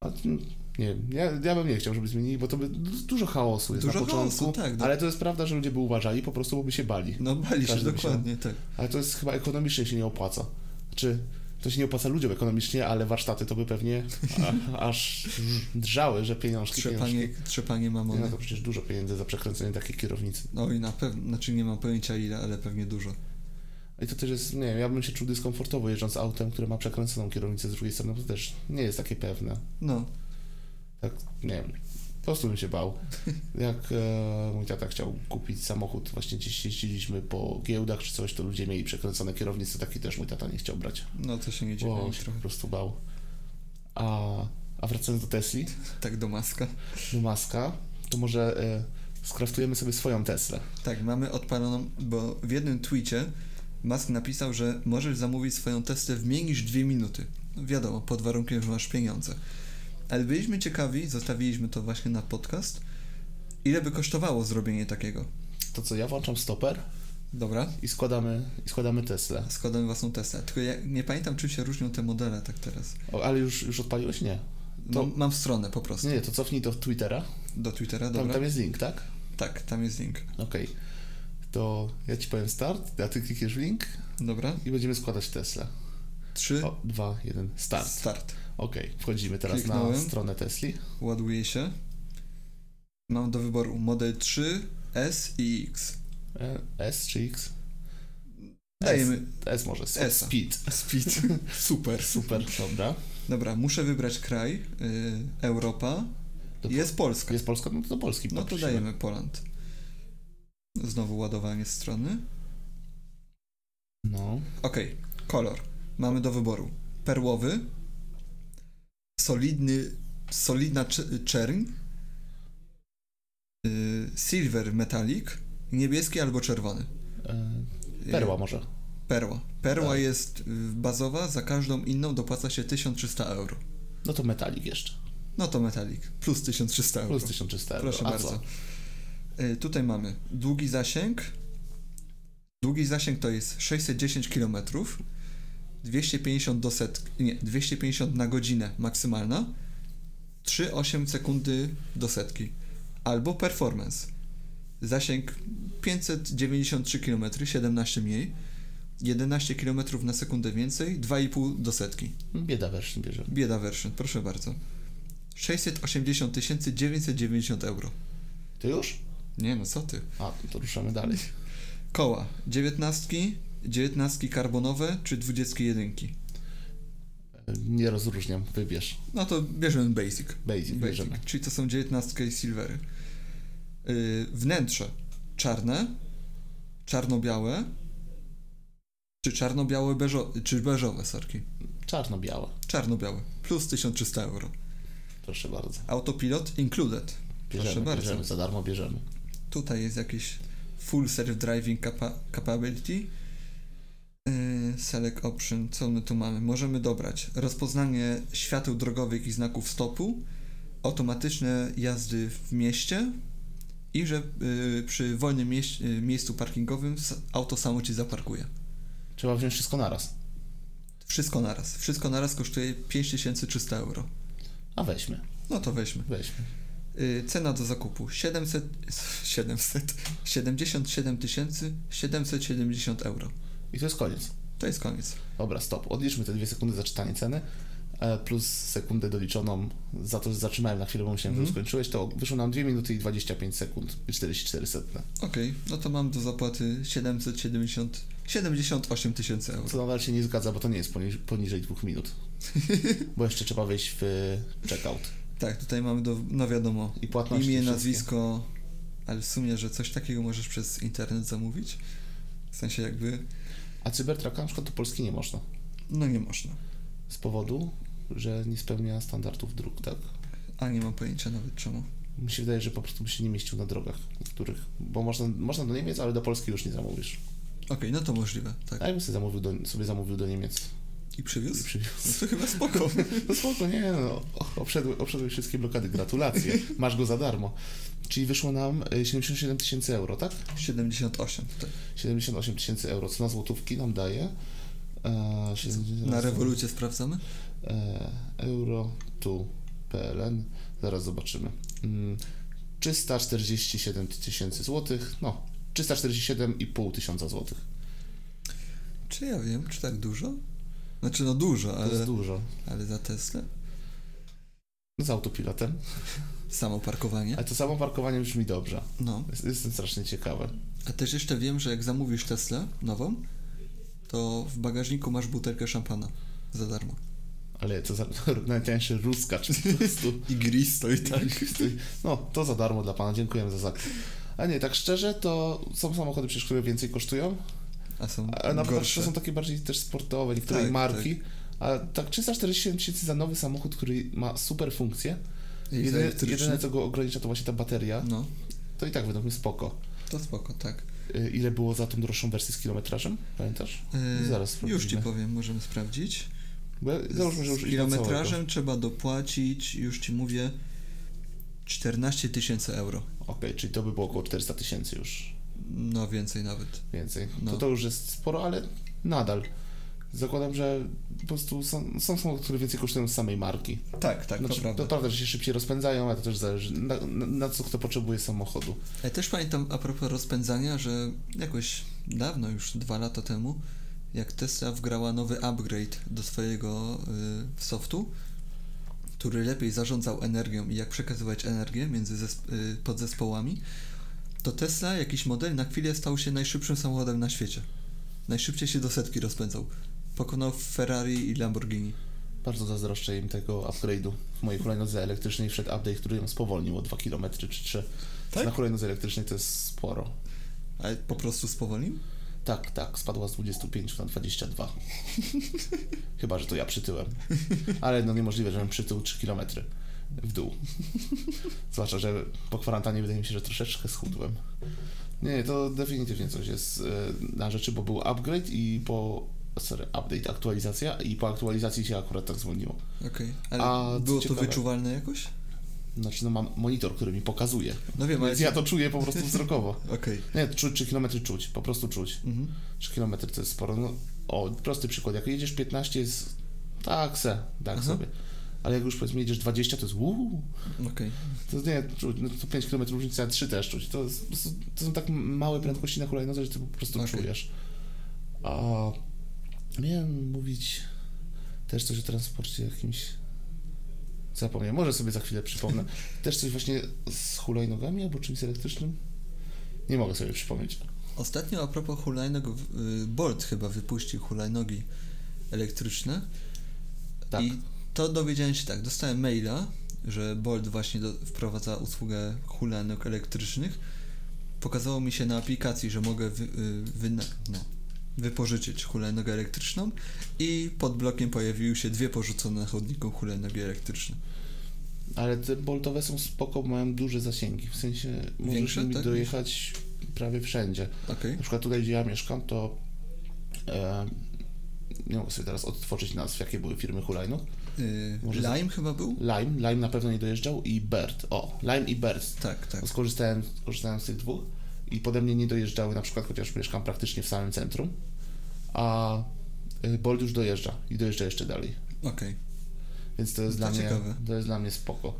[SPEAKER 1] A, mm, nie wiem, ja, ja bym nie chciał, żeby zmienili, bo to by du- dużo chaosu jest
[SPEAKER 2] Dużo
[SPEAKER 1] na początku.
[SPEAKER 2] chaosu, tak, no.
[SPEAKER 1] Ale to jest prawda, że ludzie by uważali, po prostu bo by się bali.
[SPEAKER 2] No bali się,
[SPEAKER 1] Każdy by się-
[SPEAKER 2] dokładnie, tak.
[SPEAKER 1] Ale to jest chyba ekonomicznie się nie opłaca. Czy to się nie opłaca ludziom ekonomicznie, ale warsztaty to by pewnie a, aż drżały, że pieniążki,
[SPEAKER 2] Trzepanie,
[SPEAKER 1] pieniążki.
[SPEAKER 2] trzepanie
[SPEAKER 1] Nie, no
[SPEAKER 2] mamony.
[SPEAKER 1] to przecież dużo pieniędzy za przekręcenie takiej kierownicy.
[SPEAKER 2] No i na pewno, znaczy nie mam pojęcia ile, ale pewnie dużo.
[SPEAKER 1] I to też jest, nie wiem, ja bym się czuł dyskomfortowo jeżdżąc autem, które ma przekręconą kierownicę z drugiej strony, bo to też nie jest takie pewne.
[SPEAKER 2] No,
[SPEAKER 1] Tak, nie wiem, po prostu bym się bał. Jak e, mój tata chciał kupić samochód, właśnie gdzieś jeździliśmy po giełdach czy coś, to ludzie mieli przekręcone kierownice, taki też mój tata nie chciał brać,
[SPEAKER 2] no to się nie dziwię
[SPEAKER 1] bo
[SPEAKER 2] mi
[SPEAKER 1] się po
[SPEAKER 2] trochę.
[SPEAKER 1] prostu bał. A, a wracając do Tesli,
[SPEAKER 2] Tak do maska.
[SPEAKER 1] do Maska, to może e, skraftujemy sobie swoją Teslę.
[SPEAKER 2] Tak, mamy odpaloną, bo w jednym tweetie Musk napisał, że możesz zamówić swoją testę w mniej niż dwie minuty. No wiadomo, pod warunkiem, że masz pieniądze. Ale byliśmy ciekawi, zostawiliśmy to właśnie na podcast, ile by kosztowało zrobienie takiego.
[SPEAKER 1] To co, ja włączam stoper
[SPEAKER 2] Dobra,
[SPEAKER 1] i składamy, i składamy Teslę.
[SPEAKER 2] składam własną testę. Tylko ja nie pamiętam, czym się różnią te modele tak teraz.
[SPEAKER 1] O, ale już, już odpaliłeś? Nie.
[SPEAKER 2] No,
[SPEAKER 1] To-
[SPEAKER 2] Mam stronę po prostu.
[SPEAKER 1] No Nie, nie, to cofnij do Twittera.
[SPEAKER 2] Do Twittera,
[SPEAKER 1] Tam,
[SPEAKER 2] dobra?
[SPEAKER 1] tam jest link, tak?
[SPEAKER 2] Tak, tam jest link.
[SPEAKER 1] Okej. To ja ci powiem start, a ty klikniesz w link
[SPEAKER 2] Dobra,
[SPEAKER 1] i będziemy składać Tesla.
[SPEAKER 2] trzy,
[SPEAKER 1] O, dwa, jeden, start.
[SPEAKER 2] start.
[SPEAKER 1] Okej, wchodzimy teraz na
[SPEAKER 2] Kliknąłem.
[SPEAKER 1] stronę Tesli.
[SPEAKER 2] Ładuje się. Mam do wyboru model 3, S i X.
[SPEAKER 1] E, S czy X?
[SPEAKER 2] Dajemy
[SPEAKER 1] S, S może. S.
[SPEAKER 2] S.
[SPEAKER 1] Speed.
[SPEAKER 2] Speed. Super.
[SPEAKER 1] Super, dobra.
[SPEAKER 2] Dobra, muszę wybrać kraj. y, Europa.
[SPEAKER 1] To
[SPEAKER 2] Jest Polska.
[SPEAKER 1] Jest Polska, no to do Polski
[SPEAKER 2] No to
[SPEAKER 1] poprosimy.
[SPEAKER 2] dajemy Poland. Znowu ładowanie strony.
[SPEAKER 1] No.
[SPEAKER 2] Okej, kolor. Mamy do wyboru. Perłowy. Solidny, solidna cz- czerń. y, Silver metalik. Niebieski albo czerwony.
[SPEAKER 1] E,
[SPEAKER 2] Y,
[SPEAKER 1] perła może.
[SPEAKER 2] Perła. Perła
[SPEAKER 1] Tak.
[SPEAKER 2] jest y, bazowa, za każdą inną dopłaca się 1300 euro.
[SPEAKER 1] No to metalik jeszcze.
[SPEAKER 2] No to metalik. Plus 1300 euro.
[SPEAKER 1] Plus 1300 euro.
[SPEAKER 2] Proszę
[SPEAKER 1] a
[SPEAKER 2] bardzo.
[SPEAKER 1] Co?
[SPEAKER 2] Y, Tutaj mamy długi zasięg. Długi zasięg to jest 610 km. 250 do setki, nie, 250 na godzinę maksymalna. 3,8 sekundy do setki. Albo performance. Zasięg 593 km, 17 mniej. 11 km na sekundę więcej, 2,5 do setki.
[SPEAKER 1] Bieda wersji bierze.
[SPEAKER 2] Bieda version, proszę bardzo. 680 990 euro.
[SPEAKER 1] To już?
[SPEAKER 2] Nie no, co ty?
[SPEAKER 1] A, to ruszamy dalej.
[SPEAKER 2] Koła. Dziewiętnastki, dziewiętnastki karbonowe czy dwudziestki jedynki?
[SPEAKER 1] E, Nie rozróżniam, wybierz.
[SPEAKER 2] No to bierzemy basic.
[SPEAKER 1] Basic, bierzemy.
[SPEAKER 2] Czyli to są dziewiętnastki i silvery. Yy, wnętrze. Czarne, czarno-białe czy czarno-białe beżo- czy beżowe sorki?
[SPEAKER 1] Czarno-białe.
[SPEAKER 2] Czarno-białe. Plus 1300 euro.
[SPEAKER 1] Proszę bardzo.
[SPEAKER 2] Autopilot included.
[SPEAKER 1] Bierzemy,
[SPEAKER 2] Proszę bardzo.
[SPEAKER 1] bierzemy, za darmo bierzemy.
[SPEAKER 2] Tutaj jest jakiś full self driving capa- capability. Yy, Select option, co my tu mamy? Możemy dobrać rozpoznanie świateł drogowych i znaków stopu, automatyczne jazdy w mieście i że yy, przy wolnym mieś- yy, miejscu parkingowym s- auto samo ci zaparkuje.
[SPEAKER 1] Trzeba wziąć wszystko naraz.
[SPEAKER 2] Wszystko naraz. Wszystko naraz kosztuje 5300 euro.
[SPEAKER 1] A weźmy,
[SPEAKER 2] No to weźmy.
[SPEAKER 1] weźmy.
[SPEAKER 2] Yy, Cena do zakupu 700, 700 77 770 euro.
[SPEAKER 1] I to jest koniec.
[SPEAKER 2] To jest koniec.
[SPEAKER 1] Dobra, stop. Odliczmy te dwie sekundy za czytanie ceny, e, plus sekundę doliczoną za to, że zatrzymałem na chwilę, bo myślałem, że
[SPEAKER 2] Mhm.
[SPEAKER 1] już skończyłeś, to wyszło nam 2 minuty i 25 sekund i 44 setne.
[SPEAKER 2] Okej, no to mam do zapłaty 770 78 tysięcy euro.
[SPEAKER 1] Co nadal się nie zgadza, bo to nie jest poni- poniżej 2 minut. Bo jeszcze trzeba wejść w e, checkout.
[SPEAKER 2] Tak, tutaj mamy do, no wiadomo,
[SPEAKER 1] I płatności
[SPEAKER 2] imię,
[SPEAKER 1] wszystkie.
[SPEAKER 2] nazwisko, ale w sumie, że coś takiego możesz przez internet zamówić. W sensie jakby,
[SPEAKER 1] A Cybertrucka na przykład do Polski nie można.
[SPEAKER 2] no nie można.
[SPEAKER 1] Z powodu, że nie spełnia standardów dróg, tak?
[SPEAKER 2] A nie mam pojęcia nawet czemu.
[SPEAKER 1] Mi się wydaje, że po prostu by się nie mieścił na drogach, w których. Bo można, można do Niemiec, ale do Polski już nie zamówisz.
[SPEAKER 2] Okej, no to możliwe, tak.
[SPEAKER 1] A ja bym sobie zamówił do, sobie zamówił do Niemiec
[SPEAKER 2] I
[SPEAKER 1] i
[SPEAKER 2] przywiózł?
[SPEAKER 1] przywiózł.
[SPEAKER 2] No to chyba spoko.
[SPEAKER 1] No spoko, nie no, obszedły, obszedły wszystkie blokady, gratulacje, masz go za darmo. Czyli wyszło nam y, 77 tysięcy euro, tak?
[SPEAKER 2] 78 tutaj.
[SPEAKER 1] 78 tysięcy euro, co na złotówki nam daje. E, 70
[SPEAKER 2] Na rewolucie sprawdzamy?
[SPEAKER 1] E, euro tu PLN, zaraz zobaczymy. Mm, 347 tysięcy złotych, no 347,5 tysiąca złotych.
[SPEAKER 2] Czy ja wiem, czy tak dużo? Znaczy no dużo,
[SPEAKER 1] To jest
[SPEAKER 2] ale,
[SPEAKER 1] dużo.
[SPEAKER 2] ale za Tesla?
[SPEAKER 1] No, Z autopilotem.
[SPEAKER 2] Samo parkowanie?
[SPEAKER 1] Ale to samo parkowanie brzmi dobrze.
[SPEAKER 2] No.
[SPEAKER 1] Jest- Jestem strasznie ciekawy.
[SPEAKER 2] A też jeszcze wiem, że jak zamówisz Teslę nową, to w bagażniku masz butelkę szampana za darmo.
[SPEAKER 1] Ale to za, najtańszy ruskacz po prostu.
[SPEAKER 2] I gris to i tak.
[SPEAKER 1] No, to za darmo dla pana, dziękujemy za zakup. A nie, tak szczerze, to są samochody przecież, które więcej kosztują,
[SPEAKER 2] A są
[SPEAKER 1] a na przykład
[SPEAKER 2] gorsze.
[SPEAKER 1] są takie bardziej też sportowe, niektóre
[SPEAKER 2] Tak,
[SPEAKER 1] marki. A tak 347 tysięcy za nowy samochód, który ma super funkcję.
[SPEAKER 2] I
[SPEAKER 1] Jedyne,
[SPEAKER 2] elektryczne.
[SPEAKER 1] jedyne, co go ogranicza, to właśnie ta bateria.
[SPEAKER 2] No,
[SPEAKER 1] To i tak według mnie spoko.
[SPEAKER 2] to spoko, tak.
[SPEAKER 1] Y, Ile było za tą droższą wersję z kilometrażem? Pamiętasz?
[SPEAKER 2] Yy,
[SPEAKER 1] Zaraz
[SPEAKER 2] Już ci
[SPEAKER 1] sprawdzimy.
[SPEAKER 2] powiem, możemy sprawdzić.
[SPEAKER 1] Bo ja- Załóżmy, że już
[SPEAKER 2] Z
[SPEAKER 1] idę całego.
[SPEAKER 2] kilometrażem trzeba dopłacić, już ci mówię, 14 tysięcy euro.
[SPEAKER 1] Okej, czyli to by było około 400 tysięcy już.
[SPEAKER 2] No więcej nawet.
[SPEAKER 1] więcej.
[SPEAKER 2] No.
[SPEAKER 1] To to już jest sporo, ale nadal. Zakładam, że po prostu są, są samochody, które więcej kosztują z samej marki.
[SPEAKER 2] Tak, tak,
[SPEAKER 1] Znaczy,
[SPEAKER 2] to prawda.
[SPEAKER 1] prawda, że się szybciej rozpędzają, ale to też zależy na, na, na co kto potrzebuje samochodu.
[SPEAKER 2] Ja też pamiętam a propos rozpędzania, że jakoś dawno, już dwa lata temu, jak Tesla wgrała nowy upgrade do swojego y, softu, który lepiej zarządzał energią i jak przekazywać energię między zesp- y, podzespołami, to Tesla, jakiś model, na chwilę stał się najszybszym samochodem na świecie. Najszybciej się do setki rozpędzał. Pokonał Ferrari i Lamborghini.
[SPEAKER 1] Bardzo zazdroszczę im tego upgrade'u. W mojej hulajnodze elektrycznej wszedł update, który ją spowolnił o 2 km czy 3.
[SPEAKER 2] Tak?
[SPEAKER 1] Na hulajnodze elektrycznej to jest sporo.
[SPEAKER 2] Ale po prostu spowolnił?
[SPEAKER 1] Tak, tak, spadła z 25 na 22. Chyba, że to ja przytyłem. Ale no niemożliwe, żebym przytył 3 km w dół. Zwłaszcza, że po kwarantannie wydaje mi się, że troszeczkę schudłem. Nie, to definitywnie coś jest e, na rzeczy, bo był upgrade i po... Sorry, update, aktualizacja i po aktualizacji się akurat tak zwolniło.
[SPEAKER 2] Okej. Ale
[SPEAKER 1] A, co
[SPEAKER 2] było to
[SPEAKER 1] ciekawe-
[SPEAKER 2] wyczuwalne jakoś?
[SPEAKER 1] Znaczy, no mam monitor, który mi pokazuje.
[SPEAKER 2] No wiem, ale...
[SPEAKER 1] Więc ja to czuję po prostu wzrokowo.
[SPEAKER 2] Okej.
[SPEAKER 1] Nie, czuć 3 km czuć, po prostu czuć.
[SPEAKER 2] Mhm.
[SPEAKER 1] 3 km to jest sporo. No, o, prosty przykład. Jak jedziesz 15, jest tak se, tak
[SPEAKER 2] Aha.
[SPEAKER 1] sobie. Ale jak już powiedzmy jedziesz 20, to jest uuu,
[SPEAKER 2] Okej.
[SPEAKER 1] to nie, czuć, no to 5 km różnicy, a 3 też czuć. To, jest, po prostu- to są tak małe prędkości na hulajnodze, że ty po prostu
[SPEAKER 2] Okej.
[SPEAKER 1] czujesz. A miałem mówić też coś o transporcie jakimś. Zapomniałem, może sobie za chwilę przypomnę. Też coś właśnie z hulajnogami albo czymś elektrycznym? Nie mogę sobie przypomnieć.
[SPEAKER 2] Ostatnio a propos hulajnog, w- y, Bolt chyba wypuścił hulajnogi elektryczne.
[SPEAKER 1] Tak.
[SPEAKER 2] I to dowiedziałem się tak, dostałem maila, że Bolt właśnie do, wprowadza usługę hulajnog elektrycznych. Pokazało mi się na aplikacji, że mogę wy, y, wyna, no, wypożyczyć hulajnogę elektryczną i pod blokiem pojawiły się dwie porzucone na chodniku hulajnogi elektryczne.
[SPEAKER 1] Ale te boltowe są spoko, bo mają duże zasięgi. W sensie możesz
[SPEAKER 2] Większe,
[SPEAKER 1] nimi
[SPEAKER 2] tak?
[SPEAKER 1] dojechać prawie wszędzie.
[SPEAKER 2] Okej,
[SPEAKER 1] Na przykład tutaj, gdzie ja mieszkam, to e, nie mogę sobie teraz odtworzyć nazw, jakie były firmy hulajnóg.
[SPEAKER 2] Y,
[SPEAKER 1] Może za-
[SPEAKER 2] Lime chyba był?
[SPEAKER 1] Lime, Lime na pewno nie dojeżdżał i Bird. O, Lime i Bird.
[SPEAKER 2] Tak, tak.
[SPEAKER 1] Skorzystałem, skorzystałem z tych dwóch i pode mnie nie dojeżdżały, na przykład chociaż mieszkam praktycznie w samym centrum, a y, Bolt już dojeżdża i dojeżdża jeszcze dalej.
[SPEAKER 2] Okej.
[SPEAKER 1] Więc to jest,
[SPEAKER 2] To
[SPEAKER 1] dla mnie,
[SPEAKER 2] ciekawe.
[SPEAKER 1] to jest dla mnie spoko.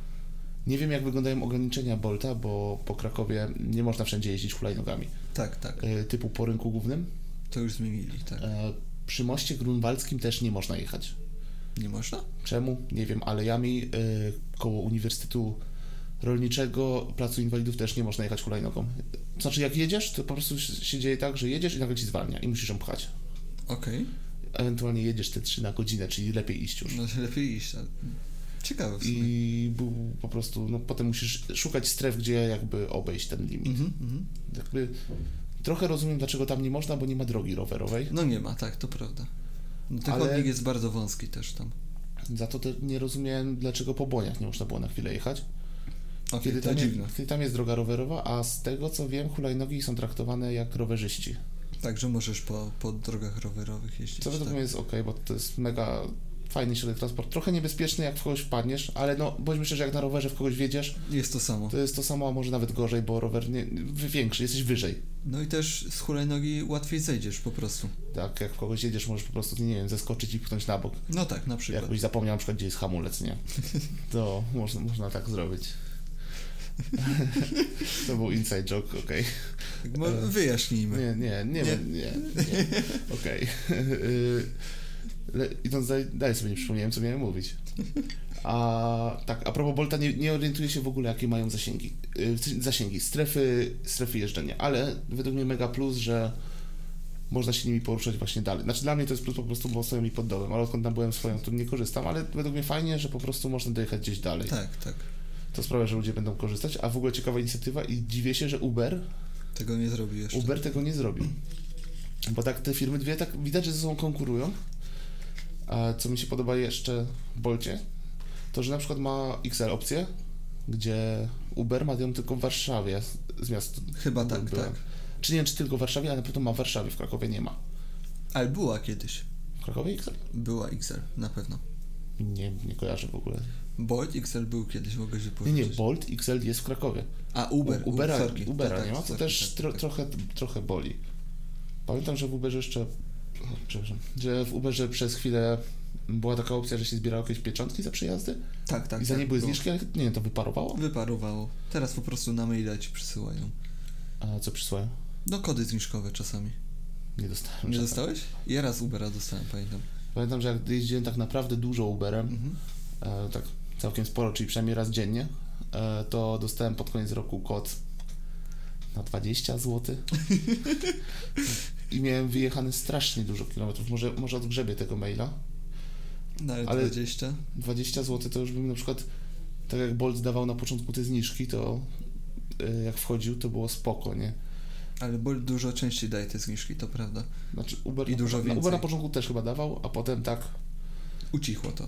[SPEAKER 1] Nie wiem, jak wyglądają ograniczenia Bolta, bo po Krakowie nie można wszędzie jeździć hulajnogami.
[SPEAKER 2] Tak, tak.
[SPEAKER 1] Y, Typu po rynku głównym.
[SPEAKER 2] To już zmienili, tak.
[SPEAKER 1] E, Przy moście grunwaldzkim też nie można jechać.
[SPEAKER 2] Nie można?
[SPEAKER 1] Czemu? Nie wiem, alejami y, koło Uniwersytetu Rolniczego, Placu Inwalidów też nie można jechać hulajnogą. Znaczy, jak jedziesz, to po prostu się dzieje tak, że jedziesz i nagle ci zwalnia i musisz ją pchać.
[SPEAKER 2] Okej.
[SPEAKER 1] Ewentualnie jedziesz te 3 na godzinę, czyli lepiej iść już.
[SPEAKER 2] No to lepiej iść. ale- Ciekawe w sumie.
[SPEAKER 1] I był po prostu, no potem musisz szukać stref, gdzie jakby obejść ten limit.
[SPEAKER 2] Mhm, mhm.
[SPEAKER 1] Jakby, trochę rozumiem, dlaczego tam nie można, bo nie ma drogi rowerowej.
[SPEAKER 2] No nie ma, tak, to prawda. No, ten
[SPEAKER 1] Ale-
[SPEAKER 2] chodnik jest bardzo wąski też tam.
[SPEAKER 1] Za to te, nie rozumiałem, dlaczego po boniach nie można było na chwilę jechać.
[SPEAKER 2] Okej,
[SPEAKER 1] Kiedy
[SPEAKER 2] to
[SPEAKER 1] tam,
[SPEAKER 2] dziwne.
[SPEAKER 1] jest, kiedy tam jest droga rowerowa, a z tego co wiem, hulajnogi są traktowane jak rowerzyści.
[SPEAKER 2] Także możesz po, po drogach rowerowych jeździć.
[SPEAKER 1] Co według
[SPEAKER 2] tak.
[SPEAKER 1] mnie jest ok, bo to jest mega fajny środek transportu. Trochę niebezpieczny, jak w kogoś wpadniesz, ale no, bądźmy szczerzy, jak na rowerze w kogoś wjedziesz,
[SPEAKER 2] Jest to samo.
[SPEAKER 1] to jest to samo, a może nawet gorzej, bo rower nie, większy, jesteś wyżej.
[SPEAKER 2] No i też z hulajnogi łatwiej zejdziesz po prostu.
[SPEAKER 1] Tak, jak w kogoś jedziesz, możesz po prostu, nie wiem, zeskoczyć i pchnąć na bok.
[SPEAKER 2] No tak, na przykład.
[SPEAKER 1] Jakbyś zapomniał na przykład, gdzie jest hamulec, nie? To można, można tak zrobić. to był inside joke, okej.
[SPEAKER 2] Tak, mo- Wyjaśnijmy.
[SPEAKER 1] e- Nie, nie, nie, nie, nie, nie. okej. Y, le- Idąc dalej, dalej sobie nie przypomniałem, co miałem mówić. A tak, a propos Bolta, nie, nie orientuję się w ogóle, jakie mają zasięgi, y, w- zasięgi strefy, strefy jeżdżenia, ale według mnie mega plus, że można się nimi poruszać właśnie dalej. Znaczy dla mnie to jest plus po prostu, bo stoją mi pod domem, ale odkąd tam byłem swoją, to nie korzystam, ale według mnie fajnie, że po prostu można dojechać gdzieś dalej.
[SPEAKER 2] Tak, tak.
[SPEAKER 1] To sprawia, że ludzie będą korzystać, a w ogóle ciekawa inicjatywa i dziwię się, że Uber
[SPEAKER 2] Tego nie zrobił jeszcze.
[SPEAKER 1] Uber tego nie zrobił. Bo tak te firmy dwie tak widać, że ze sobą konkurują. A co mi się podoba jeszcze w Bolcie, to że na przykład ma XL opcję, gdzie Uber ma ją tylko w Warszawie z miast.
[SPEAKER 2] Chyba tak,
[SPEAKER 1] byłem.
[SPEAKER 2] tak.
[SPEAKER 1] Czy nie wiem, czy tylko w Warszawie, ale na pewno ma w Warszawie, w Krakowie nie ma.
[SPEAKER 2] Ale była kiedyś.
[SPEAKER 1] W Krakowie XL?
[SPEAKER 2] Była XL, na pewno.
[SPEAKER 1] Nie, nie kojarzę w ogóle.
[SPEAKER 2] Bolt XL był kiedyś, mogę się
[SPEAKER 1] Nie,
[SPEAKER 2] powiedzieć.
[SPEAKER 1] nie, Bolt XL jest w Krakowie.
[SPEAKER 2] A Uber.
[SPEAKER 1] U- Ubera,
[SPEAKER 2] sorry.
[SPEAKER 1] Ubera
[SPEAKER 2] Tak,
[SPEAKER 1] nie ma, no,
[SPEAKER 2] tak,
[SPEAKER 1] to
[SPEAKER 2] sorry,
[SPEAKER 1] też
[SPEAKER 2] tak,
[SPEAKER 1] tro,
[SPEAKER 2] tak.
[SPEAKER 1] Trochę, trochę boli. Pamiętam, że w Uberze jeszcze, o, przepraszam, że w Uberze przez chwilę była taka opcja, że się zbierało jakieś pieczątki za przejazdy
[SPEAKER 2] Tak, tak.
[SPEAKER 1] i za
[SPEAKER 2] tak,
[SPEAKER 1] nie były
[SPEAKER 2] było.
[SPEAKER 1] zniżki, ale nie wiem, to wyparowało?
[SPEAKER 2] Wyparowało. Teraz po prostu na maila ci przysyłają.
[SPEAKER 1] A co przysłałem?
[SPEAKER 2] No kody zniżkowe czasami.
[SPEAKER 1] Nie dostałem.
[SPEAKER 2] Nie
[SPEAKER 1] żadnego.
[SPEAKER 2] dostałeś? Ja raz Ubera dostałem, pamiętam. Mhm.
[SPEAKER 1] Pamiętam, że jak jeździłem tak naprawdę dużo Uberem, e, tak całkiem sporo, czyli przynajmniej raz dziennie, e, to dostałem pod koniec roku kod na 20 zł. I miałem wyjechane strasznie dużo kilometrów. Może, może odgrzebię tego maila.
[SPEAKER 2] Nawet
[SPEAKER 1] Ale-
[SPEAKER 2] 20.
[SPEAKER 1] 20 zł to już bym na przykład, tak jak Bolt dawał na początku te zniżki, to y, jak wchodził, to było spoko, nie?
[SPEAKER 2] Ale Bolt dużo częściej daje te zniżki, to prawda.
[SPEAKER 1] Znaczy Uber,
[SPEAKER 2] I dużo
[SPEAKER 1] na, Uber
[SPEAKER 2] więcej.
[SPEAKER 1] na początku też chyba dawał, a potem tak
[SPEAKER 2] Ucichło to.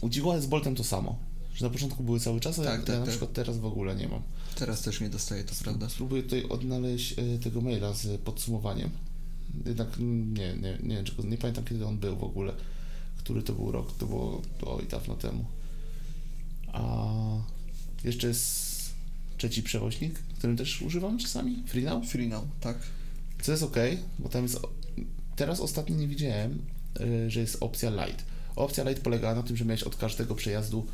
[SPEAKER 1] udziło, ale z Boltem to samo. Że na początku były cały czas, a
[SPEAKER 2] Tak,
[SPEAKER 1] ja,
[SPEAKER 2] tak,
[SPEAKER 1] ja na
[SPEAKER 2] tak.
[SPEAKER 1] przykład teraz w ogóle nie mam.
[SPEAKER 2] Teraz też nie dostaję, to prawda.
[SPEAKER 1] Spróbuję tutaj odnaleźć y, tego maila z podsumowaniem. Jednak mm, nie, nie, nie wiem, czego, nie pamiętam kiedy on był w ogóle. Który to był rok, to było oj dawno temu. A jeszcze jest trzeci przewoźnik, którym też używam czasami, Freenow.
[SPEAKER 2] Free now, tak.
[SPEAKER 1] Co jest ok, bo tam jest. Teraz ostatnio nie widziałem, y, że jest opcja light. Opcja light polegała na tym, że miałeś od każdego przejazdu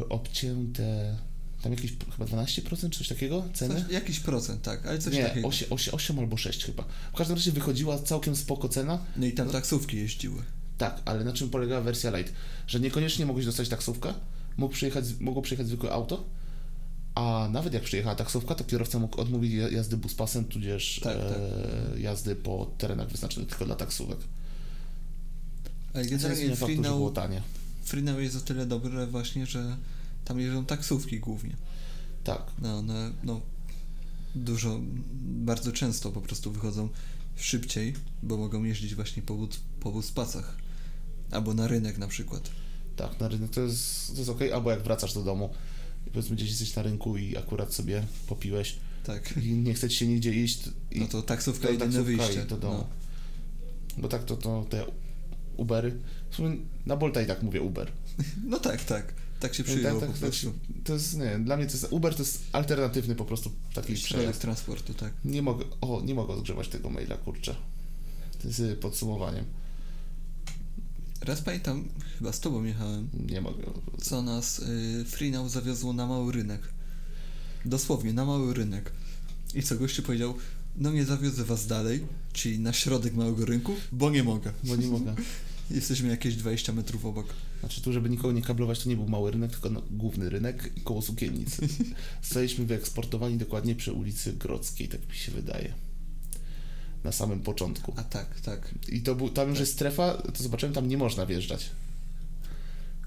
[SPEAKER 1] y, obcięte. Tam jakieś p- chyba 12% czy coś takiego ceny?
[SPEAKER 2] Coś, jakiś procent, tak, ale coś
[SPEAKER 1] nie,
[SPEAKER 2] takiego.
[SPEAKER 1] 8, 8, albo 6 chyba. W każdym razie wychodziła całkiem spoko cena.
[SPEAKER 2] No i tam taksówki jeździły.
[SPEAKER 1] Tak, ale na czym polegała wersja light? Że niekoniecznie mogłeś dostać taksówkę, mógł przyjechać, mogło przyjechać zwykłe auto, a nawet jak przyjechała taksówka, to kierowca mógł odmówić ja- jazdy buspasem, tudzież
[SPEAKER 2] Tak, tak.
[SPEAKER 1] E, jazdy po terenach wyznaczonych tylko dla taksówek.
[SPEAKER 2] Ale
[SPEAKER 1] Generalnie
[SPEAKER 2] generalnie
[SPEAKER 1] nie
[SPEAKER 2] free
[SPEAKER 1] faktu, że było tak. tanie.
[SPEAKER 2] now, free now jest o tyle dobre właśnie, że tam jeżdżą taksówki głównie.
[SPEAKER 1] Tak,
[SPEAKER 2] No, one, no, dużo, bardzo często po prostu wychodzą szybciej, bo mogą jeździć właśnie po, wóz- po buspacach. Albo na rynek na przykład.
[SPEAKER 1] tak, na rynek to jest, to jest okej, albo jak wracasz do domu, i powiedzmy gdzieś jesteś na rynku i akurat sobie popiłeś
[SPEAKER 2] Tak.
[SPEAKER 1] i nie chcesz się nigdzie iść i
[SPEAKER 2] No to taksówka jedyne wyjście.
[SPEAKER 1] i do domu.
[SPEAKER 2] No.
[SPEAKER 1] Bo tak to, to te Ubery, w sumie na Bolta i tak mówię Uber.
[SPEAKER 2] no tak, tak. Tak się
[SPEAKER 1] No i
[SPEAKER 2] przyjęło
[SPEAKER 1] tak,
[SPEAKER 2] po
[SPEAKER 1] tak, tak,
[SPEAKER 2] prostu.
[SPEAKER 1] to jest, nie wiem, dla mnie to jest, Uber to jest alternatywny po prostu taki
[SPEAKER 2] Środek
[SPEAKER 1] przejazd.
[SPEAKER 2] transportu, tak.
[SPEAKER 1] Nie mogę, o, nie mogę odgrzewać tego maila, kurczę. Z podsumowaniem.
[SPEAKER 2] Raz pamiętam, chyba z tobą jechałem,
[SPEAKER 1] Nie mogę.
[SPEAKER 2] co nas y, Freenow zawiozło na mały rynek. Dosłownie, na mały rynek. I co gościu powiedział, no nie zawiozę was dalej, czyli na środek małego rynku, bo nie mogę.
[SPEAKER 1] Bo nie mogę.
[SPEAKER 2] Jesteśmy jakieś 20 metrów obok.
[SPEAKER 1] Znaczy tu, żeby nikogo nie kablować, to nie był mały rynek, tylko no, główny rynek i koło sukiennicy. Zostaliśmy wyeksportowani dokładnie przy ulicy Grodzkiej, tak mi się wydaje. Na samym początku.
[SPEAKER 2] A tak, tak.
[SPEAKER 1] I to był, tam już jest strefa, to zobaczyłem, tam nie można wjeżdżać.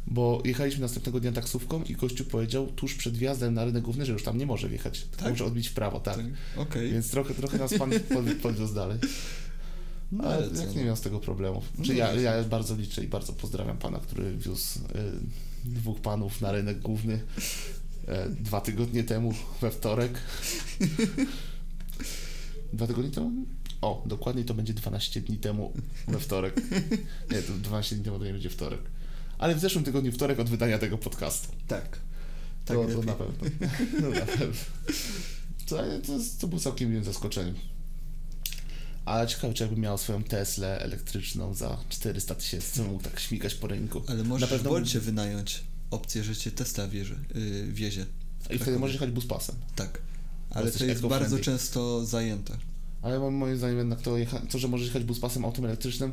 [SPEAKER 1] Bo jechaliśmy następnego dnia taksówką i gościu powiedział tuż przed wjazdem na rynek główny, że już tam nie może wjechać. tylko
[SPEAKER 2] Tak?
[SPEAKER 1] Muszę odbić w prawo, tak.
[SPEAKER 2] tak. Okej.
[SPEAKER 1] Więc trochę, trochę nas pan pod- podwiózł dalej.
[SPEAKER 2] No
[SPEAKER 1] Ale
[SPEAKER 2] co,
[SPEAKER 1] jak
[SPEAKER 2] no.
[SPEAKER 1] nie miał z tego problemów.
[SPEAKER 2] No
[SPEAKER 1] Czy ja,
[SPEAKER 2] właśnie.
[SPEAKER 1] ja bardzo liczę i bardzo pozdrawiam pana, który wiózł y, dwóch panów na rynek główny y, dwa tygodnie temu we wtorek. Dwa tygodnie temu? O, dokładnie to będzie 12 dni temu we wtorek. Nie, to 12 dni temu to nie będzie wtorek. Ale w zeszłym tygodniu wtorek od wydania tego podcastu.
[SPEAKER 2] Tak.
[SPEAKER 1] To,
[SPEAKER 2] Tak
[SPEAKER 1] to
[SPEAKER 2] lepiej.
[SPEAKER 1] na pewno. No, na pewno. To, to, jest- to było całkiem miłym zaskoczeniem. A ciekawe, czy jakbym miał swoją Teslę elektryczną za 400 tysięcy, mógł tak śmigać po rynku.
[SPEAKER 2] Ale możesz
[SPEAKER 1] pewno
[SPEAKER 2] w Bolcie wynająć opcję, że cię Tesla wiezie. Yy, wiezie.
[SPEAKER 1] I wtedy możesz jechać buspasem.
[SPEAKER 2] Tak. Ale to
[SPEAKER 1] jesteś
[SPEAKER 2] jest
[SPEAKER 1] eco-friendly.
[SPEAKER 2] bardzo często zajęte.
[SPEAKER 1] Ale mo- moim zdaniem jednak to, jecha- to że możesz jechać buspasem, autem elektrycznym,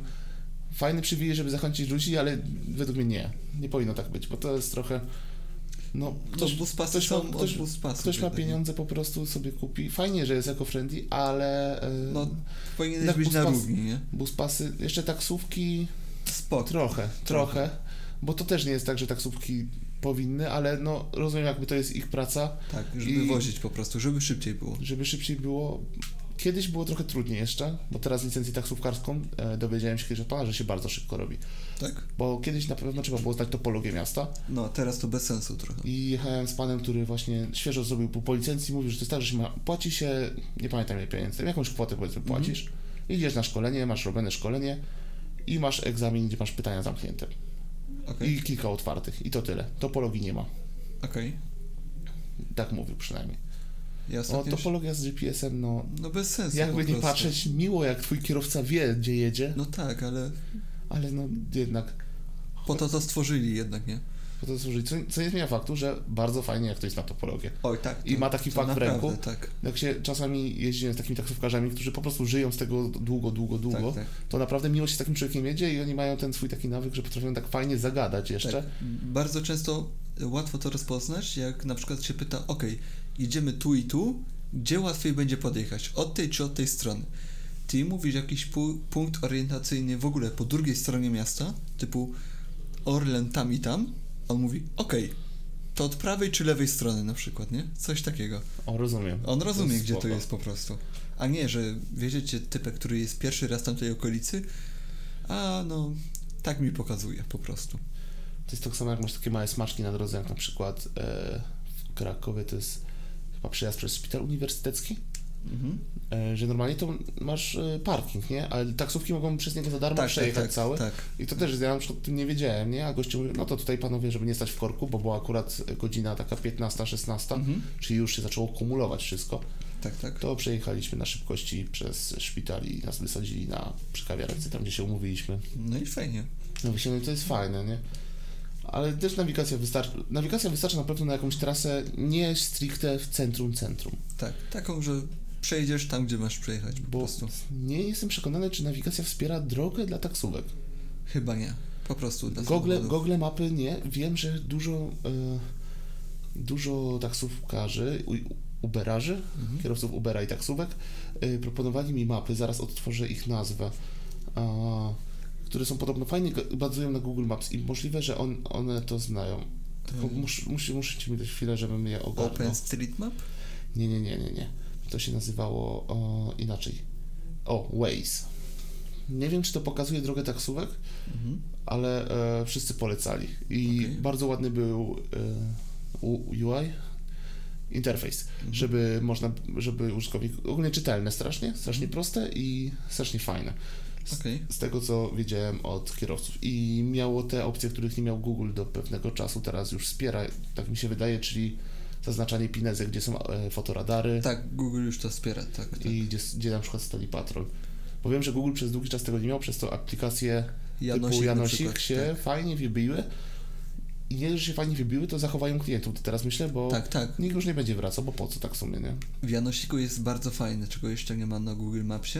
[SPEAKER 1] fajny przywilej, żeby zachęcić ludzi, ale według mnie nie. Nie powinno tak być, bo to jest trochę... No,
[SPEAKER 2] To
[SPEAKER 1] ktoś,
[SPEAKER 2] bus pasy
[SPEAKER 1] ktoś
[SPEAKER 2] są
[SPEAKER 1] ma-
[SPEAKER 2] od
[SPEAKER 1] ktoś-
[SPEAKER 2] bus pasów.
[SPEAKER 1] ktoś ma
[SPEAKER 2] jednak, nie?
[SPEAKER 1] pieniądze, po prostu sobie kupi. Fajnie, że jest eco-friendly, ale... Yy,
[SPEAKER 2] No, powinieneś
[SPEAKER 1] Tak,
[SPEAKER 2] być
[SPEAKER 1] bus
[SPEAKER 2] na
[SPEAKER 1] pas-
[SPEAKER 2] równi, nie?
[SPEAKER 1] Buspasy, jeszcze taksówki
[SPEAKER 2] Spot.
[SPEAKER 1] trochę, trochę, bo to też nie jest tak, że taksówki powinny, ale no rozumiem jakby to jest ich praca,
[SPEAKER 2] Tak, żeby
[SPEAKER 1] I-
[SPEAKER 2] wozić po prostu, żeby szybciej było.
[SPEAKER 1] żeby szybciej było. Kiedyś było trochę trudniej jeszcze, bo teraz licencję taksówkarską e, dowiedziałem się kiedyś od pana, że się bardzo szybko robi,
[SPEAKER 2] Tak?
[SPEAKER 1] bo kiedyś na pewno trzeba było znać topologię miasta
[SPEAKER 2] No, teraz to bez sensu trochę.
[SPEAKER 1] i jechałem z panem, który właśnie świeżo zrobił po- po licencji, mówił, że to jest tak, że się ma, płaci się, nie pamiętam ile pieniędzy, tam jakąś kwotę powiedzmy płacisz, idziesz na szkolenie, masz robione szkolenie i masz egzamin, gdzie masz pytania zamknięte.
[SPEAKER 2] Okej.
[SPEAKER 1] I kilka otwartych. I to tyle. Topologii nie ma.
[SPEAKER 2] Okej.
[SPEAKER 1] Tak mówił przynajmniej.
[SPEAKER 2] Ja
[SPEAKER 1] O,
[SPEAKER 2] ostatnio... się-
[SPEAKER 1] topologia z GPS-em, no...
[SPEAKER 2] No bez sensu po
[SPEAKER 1] Jakby nie
[SPEAKER 2] prostu.
[SPEAKER 1] patrzeć, miło jak twój kierowca wie, gdzie jedzie,
[SPEAKER 2] No tak, ale
[SPEAKER 1] ale no jednak
[SPEAKER 2] po to to stworzyli jednak, nie?
[SPEAKER 1] po to służy. Co, co nie zmienia faktu, że bardzo fajnie jak ktoś zna topologię.
[SPEAKER 2] Oj, tak.
[SPEAKER 1] I
[SPEAKER 2] to-
[SPEAKER 1] ma taki
[SPEAKER 2] to
[SPEAKER 1] fakt w
[SPEAKER 2] naprawdę,
[SPEAKER 1] ręku.
[SPEAKER 2] tak.
[SPEAKER 1] Jak się czasami jeździłem z takimi taksówkarzami, którzy po prostu żyją z tego długo, długo, długo,
[SPEAKER 2] Tak, tak.
[SPEAKER 1] to naprawdę miło się z takim człowiekiem jedzie i oni mają ten swój taki nawyk, że potrafią tak fajnie zagadać jeszcze.
[SPEAKER 2] Tak. Bardzo często łatwo to rozpoznać, jak na przykład się pyta, ok, idziemy tu i tu, gdzie łatwiej będzie podjechać? Od tej czy od tej strony? Ty mówisz jakiś pu- punkt orientacyjny w ogóle po drugiej stronie miasta, typu Orlen tam i tam. On mówi, ok, to od prawej czy lewej strony na przykład, nie? Coś takiego.
[SPEAKER 1] O, rozumiem.
[SPEAKER 2] On rozumie,
[SPEAKER 1] jest
[SPEAKER 2] gdzie to
[SPEAKER 1] spoko.
[SPEAKER 2] jest po prostu. A nie, że wiecie, typek, który jest pierwszy raz w tamtej okolicy, a no, tak mi pokazuje po prostu.
[SPEAKER 1] To jest tak samo jak masz takie małe smaczki na drodze, jak na przykład e, w Krakowie to jest chyba przejazd przez szpital uniwersytecki,
[SPEAKER 2] Mhm.
[SPEAKER 1] e, że normalnie to masz e, parking, nie? Ale taksówki mogą przez niego za darmo przejechać cały.
[SPEAKER 2] Tak,
[SPEAKER 1] I to też ja na przykład o tym nie wiedziałem, nie? A gościu mówił, no to tutaj panowie, żeby nie stać w korku, bo była akurat godzina taka 15-16,
[SPEAKER 2] Mhm.
[SPEAKER 1] czyli już się zaczęło kumulować wszystko,
[SPEAKER 2] tak, tak.
[SPEAKER 1] to przejechaliśmy na szybkości przez szpital i nas wysadzili na przy kawiarence, tam gdzie się umówiliśmy.
[SPEAKER 2] No i fajnie.
[SPEAKER 1] No właśnie, no to jest fajne, nie? Ale też nawigacja wystarczy. Nawigacja wystarczy na pewno na jakąś trasę nie stricte w centrum centrum,
[SPEAKER 2] Tak, taką, że przejdziesz tam, gdzie masz przejechać po
[SPEAKER 1] bo
[SPEAKER 2] prostu.
[SPEAKER 1] nie jestem przekonany, czy nawigacja wspiera drogę dla taksówek.
[SPEAKER 2] Chyba nie. Po prostu dla
[SPEAKER 1] Google,
[SPEAKER 2] samochodów.
[SPEAKER 1] Google mapy nie. Wiem, że dużo e, dużo taksówkarzy, u- uberarzy,
[SPEAKER 2] Mhm.
[SPEAKER 1] kierowców Ubera i taksówek e, proponowali mi mapy, zaraz odtworzę ich nazwę, a, które są podobno fajnie go- bazują na Google Maps i możliwe, że on, one to znają. Tylko no.
[SPEAKER 2] Mm.
[SPEAKER 1] mus, musi, musicie mi dać chwilę, żebym je ogarnął.
[SPEAKER 2] OpenStreetMap?
[SPEAKER 1] Nie, nie, nie, nie, nie. To się nazywało o, inaczej. O, Waze. Nie wiem, czy to pokazuje drogę taksówek,
[SPEAKER 2] Mhm.
[SPEAKER 1] ale e, wszyscy polecali. I
[SPEAKER 2] Okej.
[SPEAKER 1] bardzo ładny był e, U- UI, interfejs,
[SPEAKER 2] Mhm.
[SPEAKER 1] żeby można, żeby użytkownik, ogólnie czytelne strasznie,
[SPEAKER 2] Mhm.
[SPEAKER 1] strasznie proste i strasznie fajne. Z,
[SPEAKER 2] Okej.
[SPEAKER 1] z tego, co wiedziałem od kierowców. I miało te opcje, których nie miał Google do pewnego czasu, teraz już wspiera, tak mi się wydaje, czyli zaznaczanie pinezek, gdzie są e, fotoradary
[SPEAKER 2] Tak, Google już to wspiera, tak. tak.
[SPEAKER 1] i gdzie, gdzie na przykład stoi patrol. Bo wiem, że Google przez długi czas tego nie miał, przez to aplikacje typu
[SPEAKER 2] na
[SPEAKER 1] Janosik
[SPEAKER 2] przykład, tak.
[SPEAKER 1] się fajnie wybiły. I nie, że się fajnie wybiły, to zachowają klientów. To teraz myślę, bo
[SPEAKER 2] Tak, tak. tak.
[SPEAKER 1] nikt już nie będzie wracał, bo po co tak w sumie, nie?
[SPEAKER 2] W Janosiku jest bardzo fajne, czego jeszcze nie ma na Google Mapsie,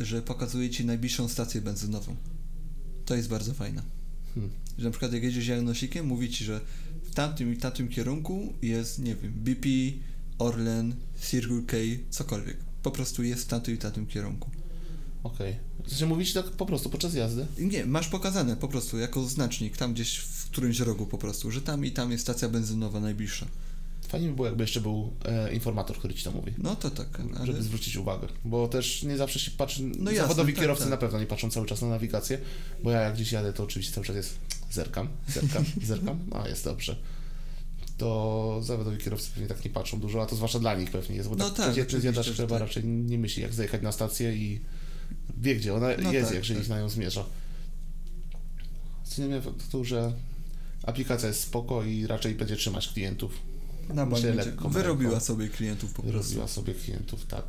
[SPEAKER 2] że pokazuje ci najbliższą stację benzynową. To jest bardzo fajne.
[SPEAKER 1] Hmm.
[SPEAKER 2] Że na przykład jak jedziesz Janosikiem, mówi ci, że w tamtym i tamtym kierunku jest, nie wiem, BP, Orlen, Circle K, cokolwiek. Po prostu jest w tamtym i tamtym kierunku.
[SPEAKER 1] Okej. Okay. Znaczy mówić tak po prostu podczas jazdy?
[SPEAKER 2] Nie, masz pokazane po prostu jako znacznik tam gdzieś w którymś rogu po prostu, że tam i tam jest stacja benzynowa najbliższa.
[SPEAKER 1] Fajnie by było, jakby jeszcze był e, informator, który ci to mówi.
[SPEAKER 2] No to tak, ale...
[SPEAKER 1] Żeby zwrócić uwagę, bo też nie zawsze się patrzy, no
[SPEAKER 2] jasne,
[SPEAKER 1] zawodowi
[SPEAKER 2] tak,
[SPEAKER 1] kierowcy
[SPEAKER 2] tak.
[SPEAKER 1] na pewno nie patrzą cały czas na nawigację, bo ja jak gdzieś jadę, to oczywiście cały czas jest zerkam, zerkam, zerkam, a jest no, dobrze. to zawodowi kierowcy pewnie tak nie patrzą dużo, a to zwłaszcza dla nich pewnie jest, bo
[SPEAKER 2] No
[SPEAKER 1] tak,
[SPEAKER 2] tak,
[SPEAKER 1] przecież czy zjadasz
[SPEAKER 2] oczywiście, że
[SPEAKER 1] chleba
[SPEAKER 2] tak.
[SPEAKER 1] raczej nie myśli, jak zajechać na stację i wie, gdzie ona
[SPEAKER 2] No
[SPEAKER 1] jest,
[SPEAKER 2] tak,
[SPEAKER 1] jak się
[SPEAKER 2] tak.
[SPEAKER 1] na nią zmierza. Ceniamy faktu, że aplikacja jest spoko i raczej będzie trzymać klientów.
[SPEAKER 2] Na
[SPEAKER 1] Myślę,
[SPEAKER 2] bank
[SPEAKER 1] lekko,
[SPEAKER 2] wyrobiła
[SPEAKER 1] lekko.
[SPEAKER 2] sobie klientów po prostu
[SPEAKER 1] Robiła sobie klientów, tak.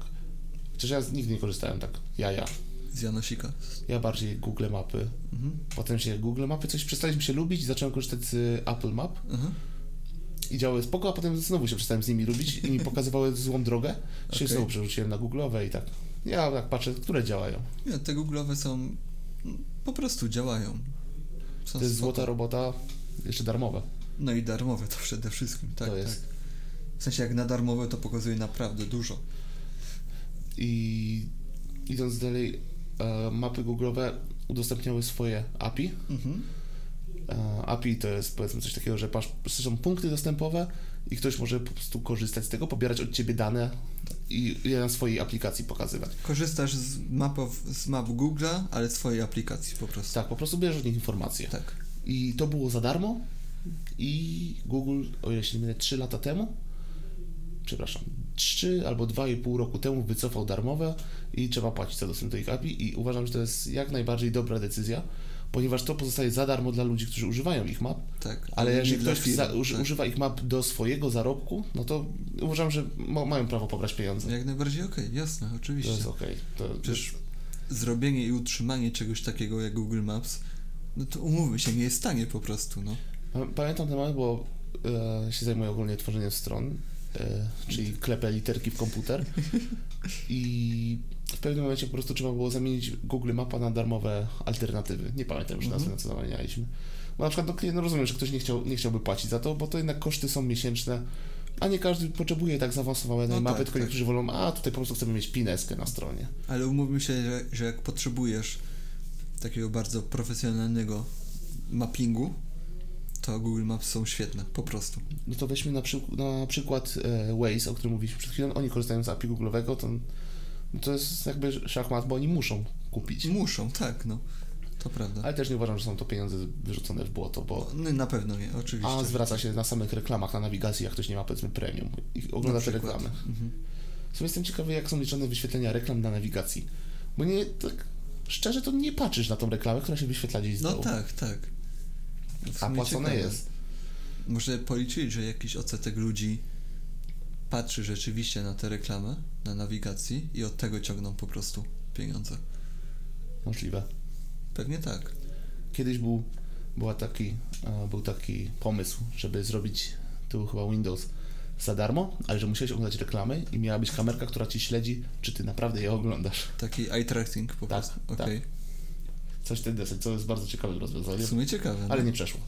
[SPEAKER 1] Chociaż ja z- nigdy nie korzystałem tak. Ja, ja.
[SPEAKER 2] z Janosika.
[SPEAKER 1] Ja bardziej Google Mapy.
[SPEAKER 2] Mhm.
[SPEAKER 1] Potem się Google Mapy coś przestaliśmy się lubić i zacząłem korzystać z y, Apple Map
[SPEAKER 2] Aha.
[SPEAKER 1] i działały spoko, a potem znowu się przestałem z nimi lubić i mi pokazywały złą drogę. Czyli
[SPEAKER 2] Okej.
[SPEAKER 1] znowu przerzuciłem na Google'owe i tak. Ja tak patrzę, które działają.
[SPEAKER 2] Nie, te Google'owe są... po prostu działają. Są
[SPEAKER 1] To jest
[SPEAKER 2] No spoko.
[SPEAKER 1] złota robota, jeszcze darmowe.
[SPEAKER 2] No i darmowe to przede wszystkim, tak,
[SPEAKER 1] To jest.
[SPEAKER 2] tak. W sensie jak na darmowe to pokazuje naprawdę dużo.
[SPEAKER 1] I idąc dalej, e, mapy Google'owe udostępniały swoje API.
[SPEAKER 2] Mhm.
[SPEAKER 1] E, API to jest powiedzmy coś takiego, że masz, są punkty dostępowe i ktoś może po prostu korzystać z tego, pobierać od ciebie dane i je na swojej aplikacji pokazywać.
[SPEAKER 2] Korzystasz z, mapów, z map Google'a, ale swojej aplikacji po prostu.
[SPEAKER 1] Tak, po prostu bierzesz od nich informacje.
[SPEAKER 2] Tak.
[SPEAKER 1] I to było za darmo. I Google, o ile się nie mylę, 3 lata temu, przepraszam, 3 albo 2,5 roku temu wycofał darmowe i trzeba płacić za dostęp do ich API. I uważam, że to jest jak najbardziej dobra decyzja, ponieważ to pozostaje za darmo dla ludzi, którzy używają ich map.
[SPEAKER 2] tak.
[SPEAKER 1] Ale
[SPEAKER 2] nie
[SPEAKER 1] jeżeli
[SPEAKER 2] dla
[SPEAKER 1] ktoś
[SPEAKER 2] firm,
[SPEAKER 1] za, uży-
[SPEAKER 2] tak.
[SPEAKER 1] używa ich map do swojego zarobku, no to uważam, że ma, mają prawo pobrać pieniądze.
[SPEAKER 2] Jak najbardziej okej, jasne,
[SPEAKER 1] To
[SPEAKER 2] oczywiście.
[SPEAKER 1] jest okej. To
[SPEAKER 2] Przecież zrobienie i utrzymanie czegoś takiego jak Google Maps, no to umówmy się, nie jest tanie po prostu, no.
[SPEAKER 1] Pa- Pamiętam ten moment, bo e, się zajmuję ogólnie tworzeniem stron, e, czyli klepę literki w komputer i w pewnym momencie po prostu trzeba było zamienić Google Mapa na darmowe alternatywy. Nie pamiętam już nazwy,
[SPEAKER 2] Mhm.
[SPEAKER 1] na co zamienialiśmy. Bo na przykład, no, klient- no rozumiem, że ktoś nie, chciał, nie chciałby płacić za to, bo to jednak koszty są miesięczne, a nie każdy potrzebuje tak zaawansowanej
[SPEAKER 2] No
[SPEAKER 1] mapy,
[SPEAKER 2] tak,
[SPEAKER 1] tylko
[SPEAKER 2] tak.
[SPEAKER 1] niektórzy wolą, a tutaj po prostu chcemy mieć pineskę na stronie.
[SPEAKER 2] Ale umówmy się, że, że jak potrzebujesz takiego bardzo profesjonalnego mappingu, to Google Maps są świetne, po prostu.
[SPEAKER 1] No to weźmy na, przy, na przykład e, Waze, o którym mówiliśmy przed chwilą. Oni korzystają z API Google'owego, to, no to jest jakby szachmat, bo oni muszą kupić.
[SPEAKER 2] Muszą, tak, no. To prawda.
[SPEAKER 1] Ale też nie uważam, że są to pieniądze wyrzucone w błoto, bo
[SPEAKER 2] No, na pewno nie, oczywiście.
[SPEAKER 1] a zwraca się na samych reklamach, na nawigacji, jak ktoś nie ma powiedzmy premium i ogląda te
[SPEAKER 2] przykład.
[SPEAKER 1] reklamy.
[SPEAKER 2] Mhm.
[SPEAKER 1] W sumie jestem ciekawy, jak są liczone wyświetlenia reklam na nawigacji. Bo nie, tak szczerze to nie patrzysz na tą reklamę, która się wyświetla gdzieś z
[SPEAKER 2] No
[SPEAKER 1] dołu.
[SPEAKER 2] tak, tak. W
[SPEAKER 1] A
[SPEAKER 2] sumie
[SPEAKER 1] płacone
[SPEAKER 2] ciekawe.
[SPEAKER 1] jest.
[SPEAKER 2] Może policzyli, że jakiś odsetek ludzi patrzy rzeczywiście na tę reklamę, na nawigacji i od tego ciągną po prostu pieniądze.
[SPEAKER 1] Możliwe.
[SPEAKER 2] Pewnie tak.
[SPEAKER 1] Kiedyś był, była taki, e, był taki pomysł, żeby zrobić, to był chyba Windows, za darmo, ale że musiałeś oglądać reklamy i miała być kamerka, która ci śledzi, czy ty naprawdę je oglądasz.
[SPEAKER 2] Taki eye tracking po
[SPEAKER 1] Tak,
[SPEAKER 2] prostu.
[SPEAKER 1] tak.
[SPEAKER 2] Okej.
[SPEAKER 1] Coś ten deseń, co jest bardzo ciekawym rozwiązaniem,
[SPEAKER 2] W sumie ciekawe.
[SPEAKER 1] ale
[SPEAKER 2] no.
[SPEAKER 1] nie przeszło.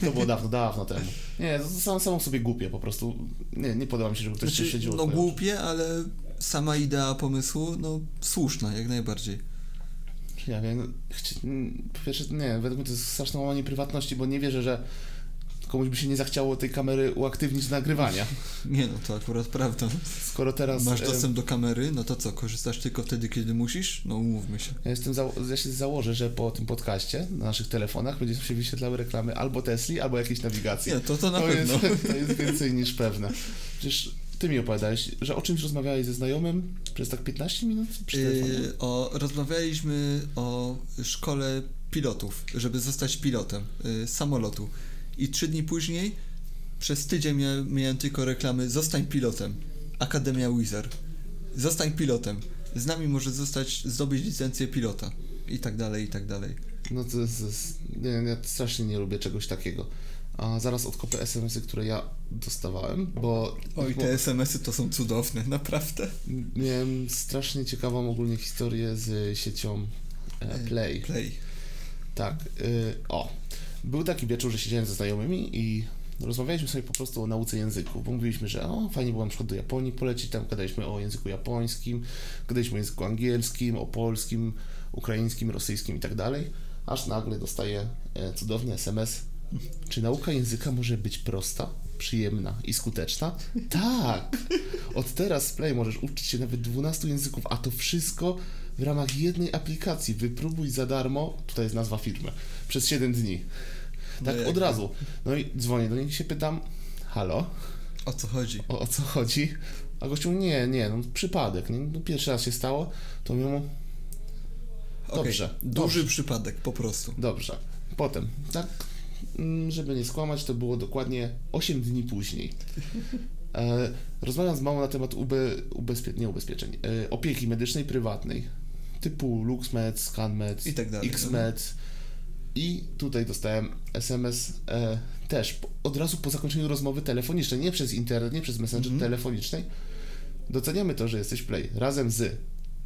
[SPEAKER 1] To było dawno, dawno temu. Nie, to sam, samo w sobie głupie po prostu. Nie, nie podoba mi się, żeby ktoś się
[SPEAKER 2] znaczy,
[SPEAKER 1] śledził.
[SPEAKER 2] no
[SPEAKER 1] twoją-
[SPEAKER 2] głupie, ale sama idea pomysłu, no słuszna jak najbardziej.
[SPEAKER 1] Ja wiem, no, chci- mm, po pierwsze, nie, według mnie to jest straszne łamanie prywatności, bo nie wierzę, że komuś by się nie zachciało tej kamery uaktywnić z nagrywania.
[SPEAKER 2] Nie no, to akurat prawda.
[SPEAKER 1] Skoro teraz... e,
[SPEAKER 2] Masz
[SPEAKER 1] em,
[SPEAKER 2] dostęp do kamery, no to co, korzystasz tylko wtedy, kiedy musisz? No umówmy się.
[SPEAKER 1] Ja, jestem za, ja się założę, że po tym podcaście na naszych telefonach będzie się wyświetlały reklamy albo Tesli, albo jakiejś nawigacji.
[SPEAKER 2] Nie, to to na
[SPEAKER 1] to,
[SPEAKER 2] pewno.
[SPEAKER 1] jest, to jest więcej niż pewne. Przecież ty mi opowiadałeś, że o czymś rozmawiałeś ze znajomym przez tak 15 minut przy telefonie.
[SPEAKER 2] Yy, o, rozmawialiśmy o szkole pilotów, żeby zostać pilotem yy, samolotu. I trzy dni później, przez tydzień mia- miałem tylko reklamy Zostań pilotem, Akademia Wizard. Zostań pilotem. Z nami może zostać, zdobyć licencję pilota. I tak dalej, i tak dalej.
[SPEAKER 1] No to jest, to jest, nie, ja strasznie nie lubię czegoś takiego. A zaraz odkopię SMS-y, które ja dostawałem, bo
[SPEAKER 2] Oj,
[SPEAKER 1] bo
[SPEAKER 2] te SMS-y y to są cudowne, naprawdę.
[SPEAKER 1] miałem strasznie ciekawą ogólnie historię z siecią e, Play.
[SPEAKER 2] Yy, Play.
[SPEAKER 1] Tak. y, o. Był taki wieczór, że siedziałem ze znajomymi i rozmawialiśmy sobie po prostu o nauce języków, bo mówiliśmy, że o, fajnie było na przykład do Japonii polecieć, tam gadaliśmy o języku japońskim, gadaliśmy o języku angielskim, o polskim, ukraińskim, rosyjskim i tak dalej, aż nagle dostaję e, cudowny SMS. Czy nauka języka może być prosta, przyjemna i skuteczna? Tak! Od teraz Play możesz uczyć się nawet 12 języków, a to wszystko w ramach jednej aplikacji. Wypróbuj za darmo, tutaj jest nazwa firmy, przez 7 dni.
[SPEAKER 2] No
[SPEAKER 1] Tak
[SPEAKER 2] jak
[SPEAKER 1] od
[SPEAKER 2] to?
[SPEAKER 1] razu. No i dzwonię do nich i się pytam, halo,
[SPEAKER 2] O co chodzi?
[SPEAKER 1] o, o co chodzi? A gościu, mówi, nie, nie, no przypadek, nie? No, pierwszy raz się stało, to mówię mu,
[SPEAKER 2] Okej,
[SPEAKER 1] Dobrze,
[SPEAKER 2] Duży
[SPEAKER 1] dobrze.
[SPEAKER 2] przypadek po prostu.
[SPEAKER 1] dobrze. Potem, tak, mm, żeby nie skłamać, to było dokładnie 8 dni później. E, rozmawiam z mamą na temat ube, ubezpie, nie ubezpieczeń, e, opieki medycznej prywatnej, typu LuxMed, ScanMed,
[SPEAKER 2] I tak dalej,
[SPEAKER 1] XMed. I tutaj dostałem SMS e, też po, od razu po zakończeniu rozmowy telefonicznej, nie przez internet, nie przez messenger telefonicznej. Doceniamy to, że jesteś Play. Razem z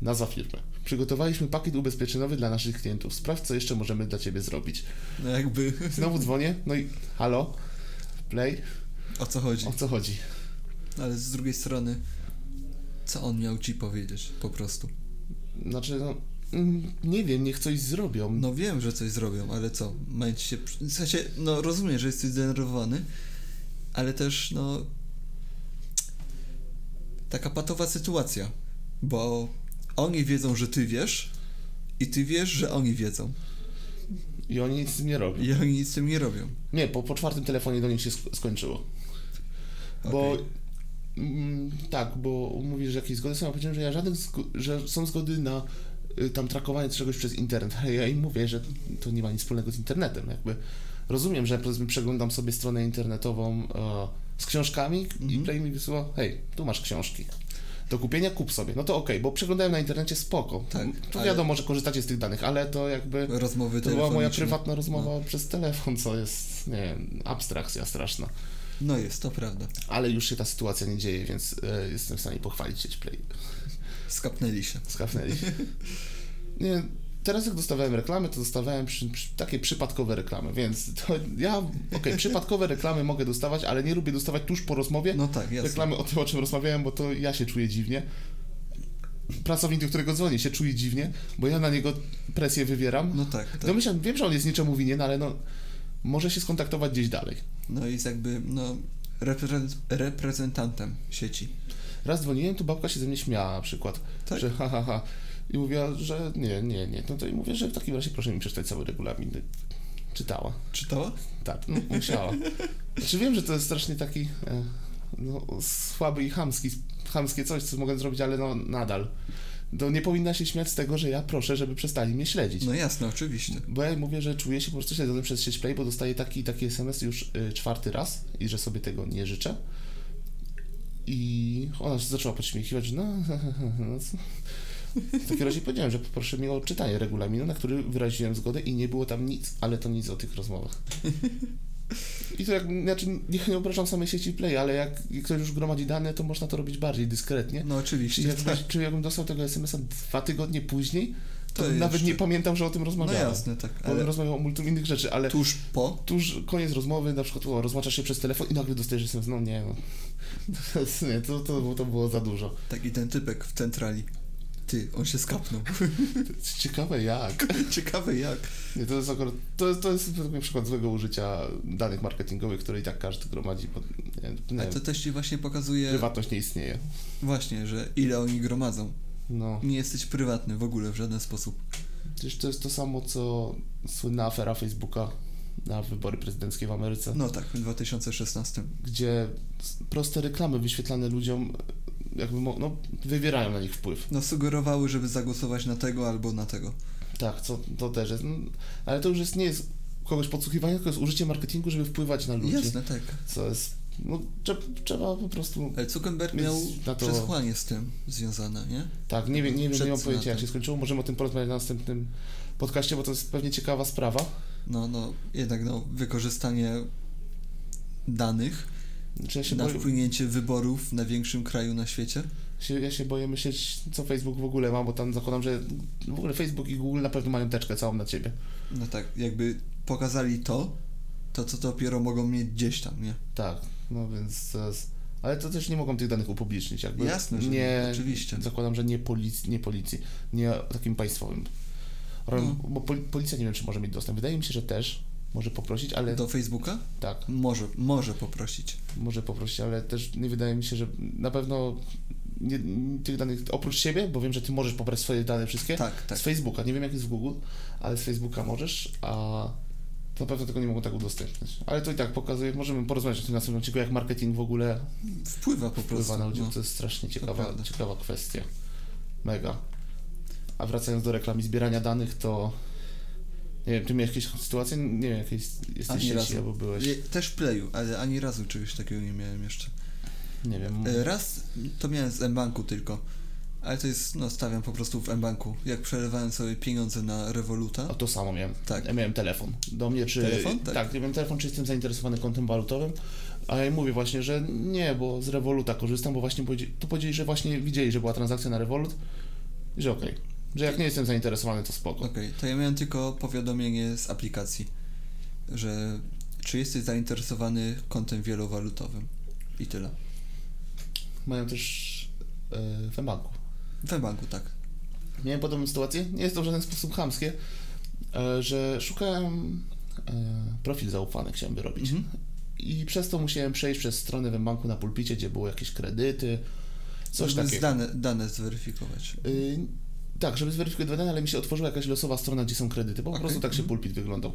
[SPEAKER 1] nazwa firmy. Przygotowaliśmy pakiet ubezpieczeniowy dla naszych klientów. Sprawdź, co jeszcze możemy dla Ciebie zrobić.
[SPEAKER 2] No jakby,
[SPEAKER 1] Znowu dzwonię, no i halo, Play,
[SPEAKER 2] o co chodzi?
[SPEAKER 1] o co chodzi?
[SPEAKER 2] Ale z drugiej strony, co on miał ci powiedzieć po prostu?
[SPEAKER 1] Znaczy, no, mm, nie wiem, niech coś zrobią. No,
[SPEAKER 2] No wiem, że coś zrobią, ale co? Mając się... przy- W sensie, no rozumiem, że jesteś zdenerwowany, ale też, no... Taka patowa sytuacja, bo oni wiedzą, że ty wiesz i ty wiesz, że oni wiedzą
[SPEAKER 1] I oni nic z tym nie robią.
[SPEAKER 2] i oni nic z tym nie robią.
[SPEAKER 1] Nie, po, po czwartym telefonie do nich się sk- skończyło. Bo
[SPEAKER 2] Okej.
[SPEAKER 1] mm, tak, bo mówisz, że jakieś zgody są, a powiedziałem, że ja żadnych, zgo- że są zgody na y, tam trakowanie czegoś przez internet, ale ja im mówię, że to nie ma nic wspólnego z internetem, jakby rozumiem, że powiedzmy przeglądam sobie stronę internetową e, z książkami
[SPEAKER 2] Mhm.
[SPEAKER 1] i Play mi wysyła, hej, tu masz książki. Do kupienia kup sobie. No to okej, bo przeglądałem na internecie spoko.
[SPEAKER 2] Tak,
[SPEAKER 1] tu
[SPEAKER 2] ale- No
[SPEAKER 1] wiadomo, że korzystacie z tych danych, ale to jakby.
[SPEAKER 2] Rozmowy
[SPEAKER 1] To była moja
[SPEAKER 2] telefoniczne.
[SPEAKER 1] prywatna rozmowa No. przez telefon, co jest, nie wiem, abstrakcja straszna.
[SPEAKER 2] No jest, to prawda.
[SPEAKER 1] Ale już się ta sytuacja nie dzieje, więc e, jestem w stanie pochwalić się Play.
[SPEAKER 2] Skapnęli się.
[SPEAKER 1] Skafnęli. nie, teraz jak dostawałem reklamy, to dostawałem przy, przy, takie przypadkowe reklamy, więc to ja, okej, przypadkowe reklamy mogę dostawać, ale nie lubię dostawać tuż po rozmowie
[SPEAKER 2] No tak, jasne.
[SPEAKER 1] reklamy o tym, o czym rozmawiałem, bo to ja się czuję dziwnie. Pracownik, do którego dzwonię, się czuje dziwnie, bo ja na niego presję wywieram.
[SPEAKER 2] No tak, tak.
[SPEAKER 1] Domyślam, wiem, że on jest niczemu winien, ale no, może się skontaktować gdzieś dalej.
[SPEAKER 2] No i jest jakby, no, reprezent- reprezentantem sieci.
[SPEAKER 1] Raz dzwoniłem, to babka się ze mnie śmiała na przykład,
[SPEAKER 2] Tak.
[SPEAKER 1] że ha, ha, ha. I mówiła, że nie, nie, nie. No to i mówię, że w takim razie proszę mi przeczytać cały regulamin. Czytała.
[SPEAKER 2] Czytała?
[SPEAKER 1] Tak, no, musiała. Znaczy wiem, że to jest strasznie taki e, no, słaby i chamski, chamskie coś, co mogę zrobić, ale no nadal. To nie powinna się śmiać z tego, że ja proszę, żeby przestali mnie śledzić.
[SPEAKER 2] No jasne, oczywiście.
[SPEAKER 1] Bo ja jej mówię, że czuję się po prostu śledzony przez sieć Play, bo dostaję taki i taki SMS już y, czwarty raz i że sobie tego nie życzę. I ona się zaczęła podśmiechiwać, że no... no co? W takim razie powiedziałem, że poproszę mnie o czytanie regulaminu, na który wyraziłem zgodę i nie było tam nic, ale to nic o tych rozmowach. I to jak, znaczy, niech nie obrażam samej sieci Play, ale jak ktoś już gromadzi dane, to można to robić bardziej dyskretnie.
[SPEAKER 2] No
[SPEAKER 1] Czy,
[SPEAKER 2] oczywiście.
[SPEAKER 1] jakbyś, czy jakbym dostał tego SMS-a dwa tygodnie później, to,
[SPEAKER 2] To
[SPEAKER 1] bym nawet
[SPEAKER 2] jeszcze-
[SPEAKER 1] nie pamiętał, że o tym
[SPEAKER 2] No
[SPEAKER 1] rozmawiałem.
[SPEAKER 2] jasne, tak.
[SPEAKER 1] Ale... On
[SPEAKER 2] Ale
[SPEAKER 1] rozmawiał o multum innych rzeczy, ale tuż,
[SPEAKER 2] tuż po,
[SPEAKER 1] koniec rozmowy, na przykład o, rozmaczasz się przez telefon i nagle dostajesz SMS, no nie, no. To jest- nie, to, to, było- to było za dużo.
[SPEAKER 2] tak i ten typek w centrali. Ty, on się skapnął.
[SPEAKER 1] Ciekawe jak.
[SPEAKER 2] Ciekawe jak.
[SPEAKER 1] Nie, to jest akurat, to, jest- to jest według mnie przykład złego użycia danych marketingowych, które i tak każdy gromadzi, bo nie, nie,
[SPEAKER 2] Ale to też ci właśnie pokazuje
[SPEAKER 1] prywatność nie istnieje.
[SPEAKER 2] właśnie, że ile oni gromadzą.
[SPEAKER 1] No,
[SPEAKER 2] Nie jesteś prywatny w ogóle w żaden sposób.
[SPEAKER 1] przecież to jest to samo, co słynna afera Facebooka na wybory prezydenckie w Ameryce.
[SPEAKER 2] No tak, w 2016.
[SPEAKER 1] Gdzie s- proste reklamy wyświetlane ludziom jakby mo- no, wywierają na nich wpływ.
[SPEAKER 2] No sugerowały, żeby zagłosować na tego albo na tego.
[SPEAKER 1] Tak, co, to też jest. No, ale to już jest, nie jest kogoś podsłuchiwanie, tylko jest użycie marketingu, żeby wpływać na ludzi.
[SPEAKER 2] Jasne, tak.
[SPEAKER 1] Co jest. No, trze- trzeba po prostu.
[SPEAKER 2] Ale Zuckerberg
[SPEAKER 1] Więc
[SPEAKER 2] miał
[SPEAKER 1] na to-
[SPEAKER 2] przesłanie z tym związane, nie?
[SPEAKER 1] Tak, nie wiem, nie wiem, nie mam
[SPEAKER 2] Przed tak.
[SPEAKER 1] pojęcia, jak
[SPEAKER 2] Senatem.
[SPEAKER 1] się skończyło. Możemy o tym porozmawiać na następnym podcaście, bo to jest pewnie ciekawa sprawa.
[SPEAKER 2] No, no, jednak no, wykorzystanie danych
[SPEAKER 1] Czy Znaczy, ja się,
[SPEAKER 2] na
[SPEAKER 1] boję,
[SPEAKER 2] wpłynięcie wyborów w największym kraju na świecie.
[SPEAKER 1] się, ja się boję myśleć, co Facebook w ogóle ma, bo tam zakładam, że w ogóle Facebook i Google na pewno mają teczkę całą na ciebie.
[SPEAKER 2] No tak, jakby pokazali to, to co dopiero mogą mieć gdzieś tam, nie?
[SPEAKER 1] Tak, no więc. To jest... Ale to też nie mogą tych danych upublicznić, jakby.
[SPEAKER 2] Jasne, że nie, oczywiście.
[SPEAKER 1] Zakładam, że nie policji, nie policji, nie takim państwowym. Ro-
[SPEAKER 2] No.
[SPEAKER 1] Bo pol, policja nie wiem, czy może mieć dostęp. Wydaje mi się, że też może poprosić, ale
[SPEAKER 2] Do Facebooka?
[SPEAKER 1] tak,
[SPEAKER 2] Może, może poprosić.
[SPEAKER 1] może poprosić, ale też nie wydaje mi się, że na pewno nie, tych danych oprócz siebie, bo wiem, że ty możesz pobrać swoje dane wszystkie.
[SPEAKER 2] Tak, tak.
[SPEAKER 1] Z Facebooka, nie wiem jak jest w Google, ale z Facebooka możesz, a To na pewno tego nie mogą tak udostępniać. Ale to i tak pokazuje, możemy porozmawiać o tym następnym odcinku, jak marketing w ogóle
[SPEAKER 2] Wpływa po prostu.
[SPEAKER 1] wpływa na ludzi.
[SPEAKER 2] no.
[SPEAKER 1] To jest strasznie ciekawa,
[SPEAKER 2] prawda.
[SPEAKER 1] ciekawa kwestia. Mega. A wracając do reklam i zbierania danych, to nie wiem, ty miałeś jakieś sytuacje? Nie wiem, jakieś
[SPEAKER 2] Ani
[SPEAKER 1] jesteś sieci
[SPEAKER 2] razu.
[SPEAKER 1] albo byłeś,
[SPEAKER 2] Je- Też w Playu, ale ani razu czegoś takiego nie miałem jeszcze.
[SPEAKER 1] nie wiem,
[SPEAKER 2] E, Raz to miałem z mBanku tylko. Ale to jest, no stawiam po prostu w mBanku. Jak przelewałem sobie pieniądze na Revoluta.
[SPEAKER 1] o to samo miałem.
[SPEAKER 2] Tak.
[SPEAKER 1] Ja miałem telefon do mnie, czy...
[SPEAKER 2] Telefon? Tak.
[SPEAKER 1] Tak. ja miałem telefon, czy jestem zainteresowany kontem walutowym, a ja im mówię właśnie, że nie, bo z Revoluta korzystam, bo właśnie powiedzi- tu powiedzieli, że właśnie widzieli, że była transakcja na Revolut i że okej, że jak nie jestem zainteresowany, to spoko.
[SPEAKER 2] Okej, to ja miałem tylko powiadomienie z aplikacji, że czy jesteś zainteresowany kontem wielowalutowym. I tyle.
[SPEAKER 1] Mają też yy, w banku.
[SPEAKER 2] W banku, tak.
[SPEAKER 1] Miałem podobną sytuację, nie jest to w żaden sposób chamskie, e, że szukałem e, profil zaufany, chciałem wyrobić.
[SPEAKER 2] Mhm.
[SPEAKER 1] I przez to musiałem przejść przez stronę w banku na pulpicie, gdzie były jakieś kredyty, coś
[SPEAKER 2] Żeby
[SPEAKER 1] takiego.
[SPEAKER 2] Dane, dane zweryfikować. E,
[SPEAKER 1] Y, tak, żeby zweryfikować dane, ale mi się otworzyła jakaś losowa strona, gdzie są kredyty, bo
[SPEAKER 2] Okej.
[SPEAKER 1] po prostu tak się
[SPEAKER 2] Mhm.
[SPEAKER 1] pulpit wyglądał.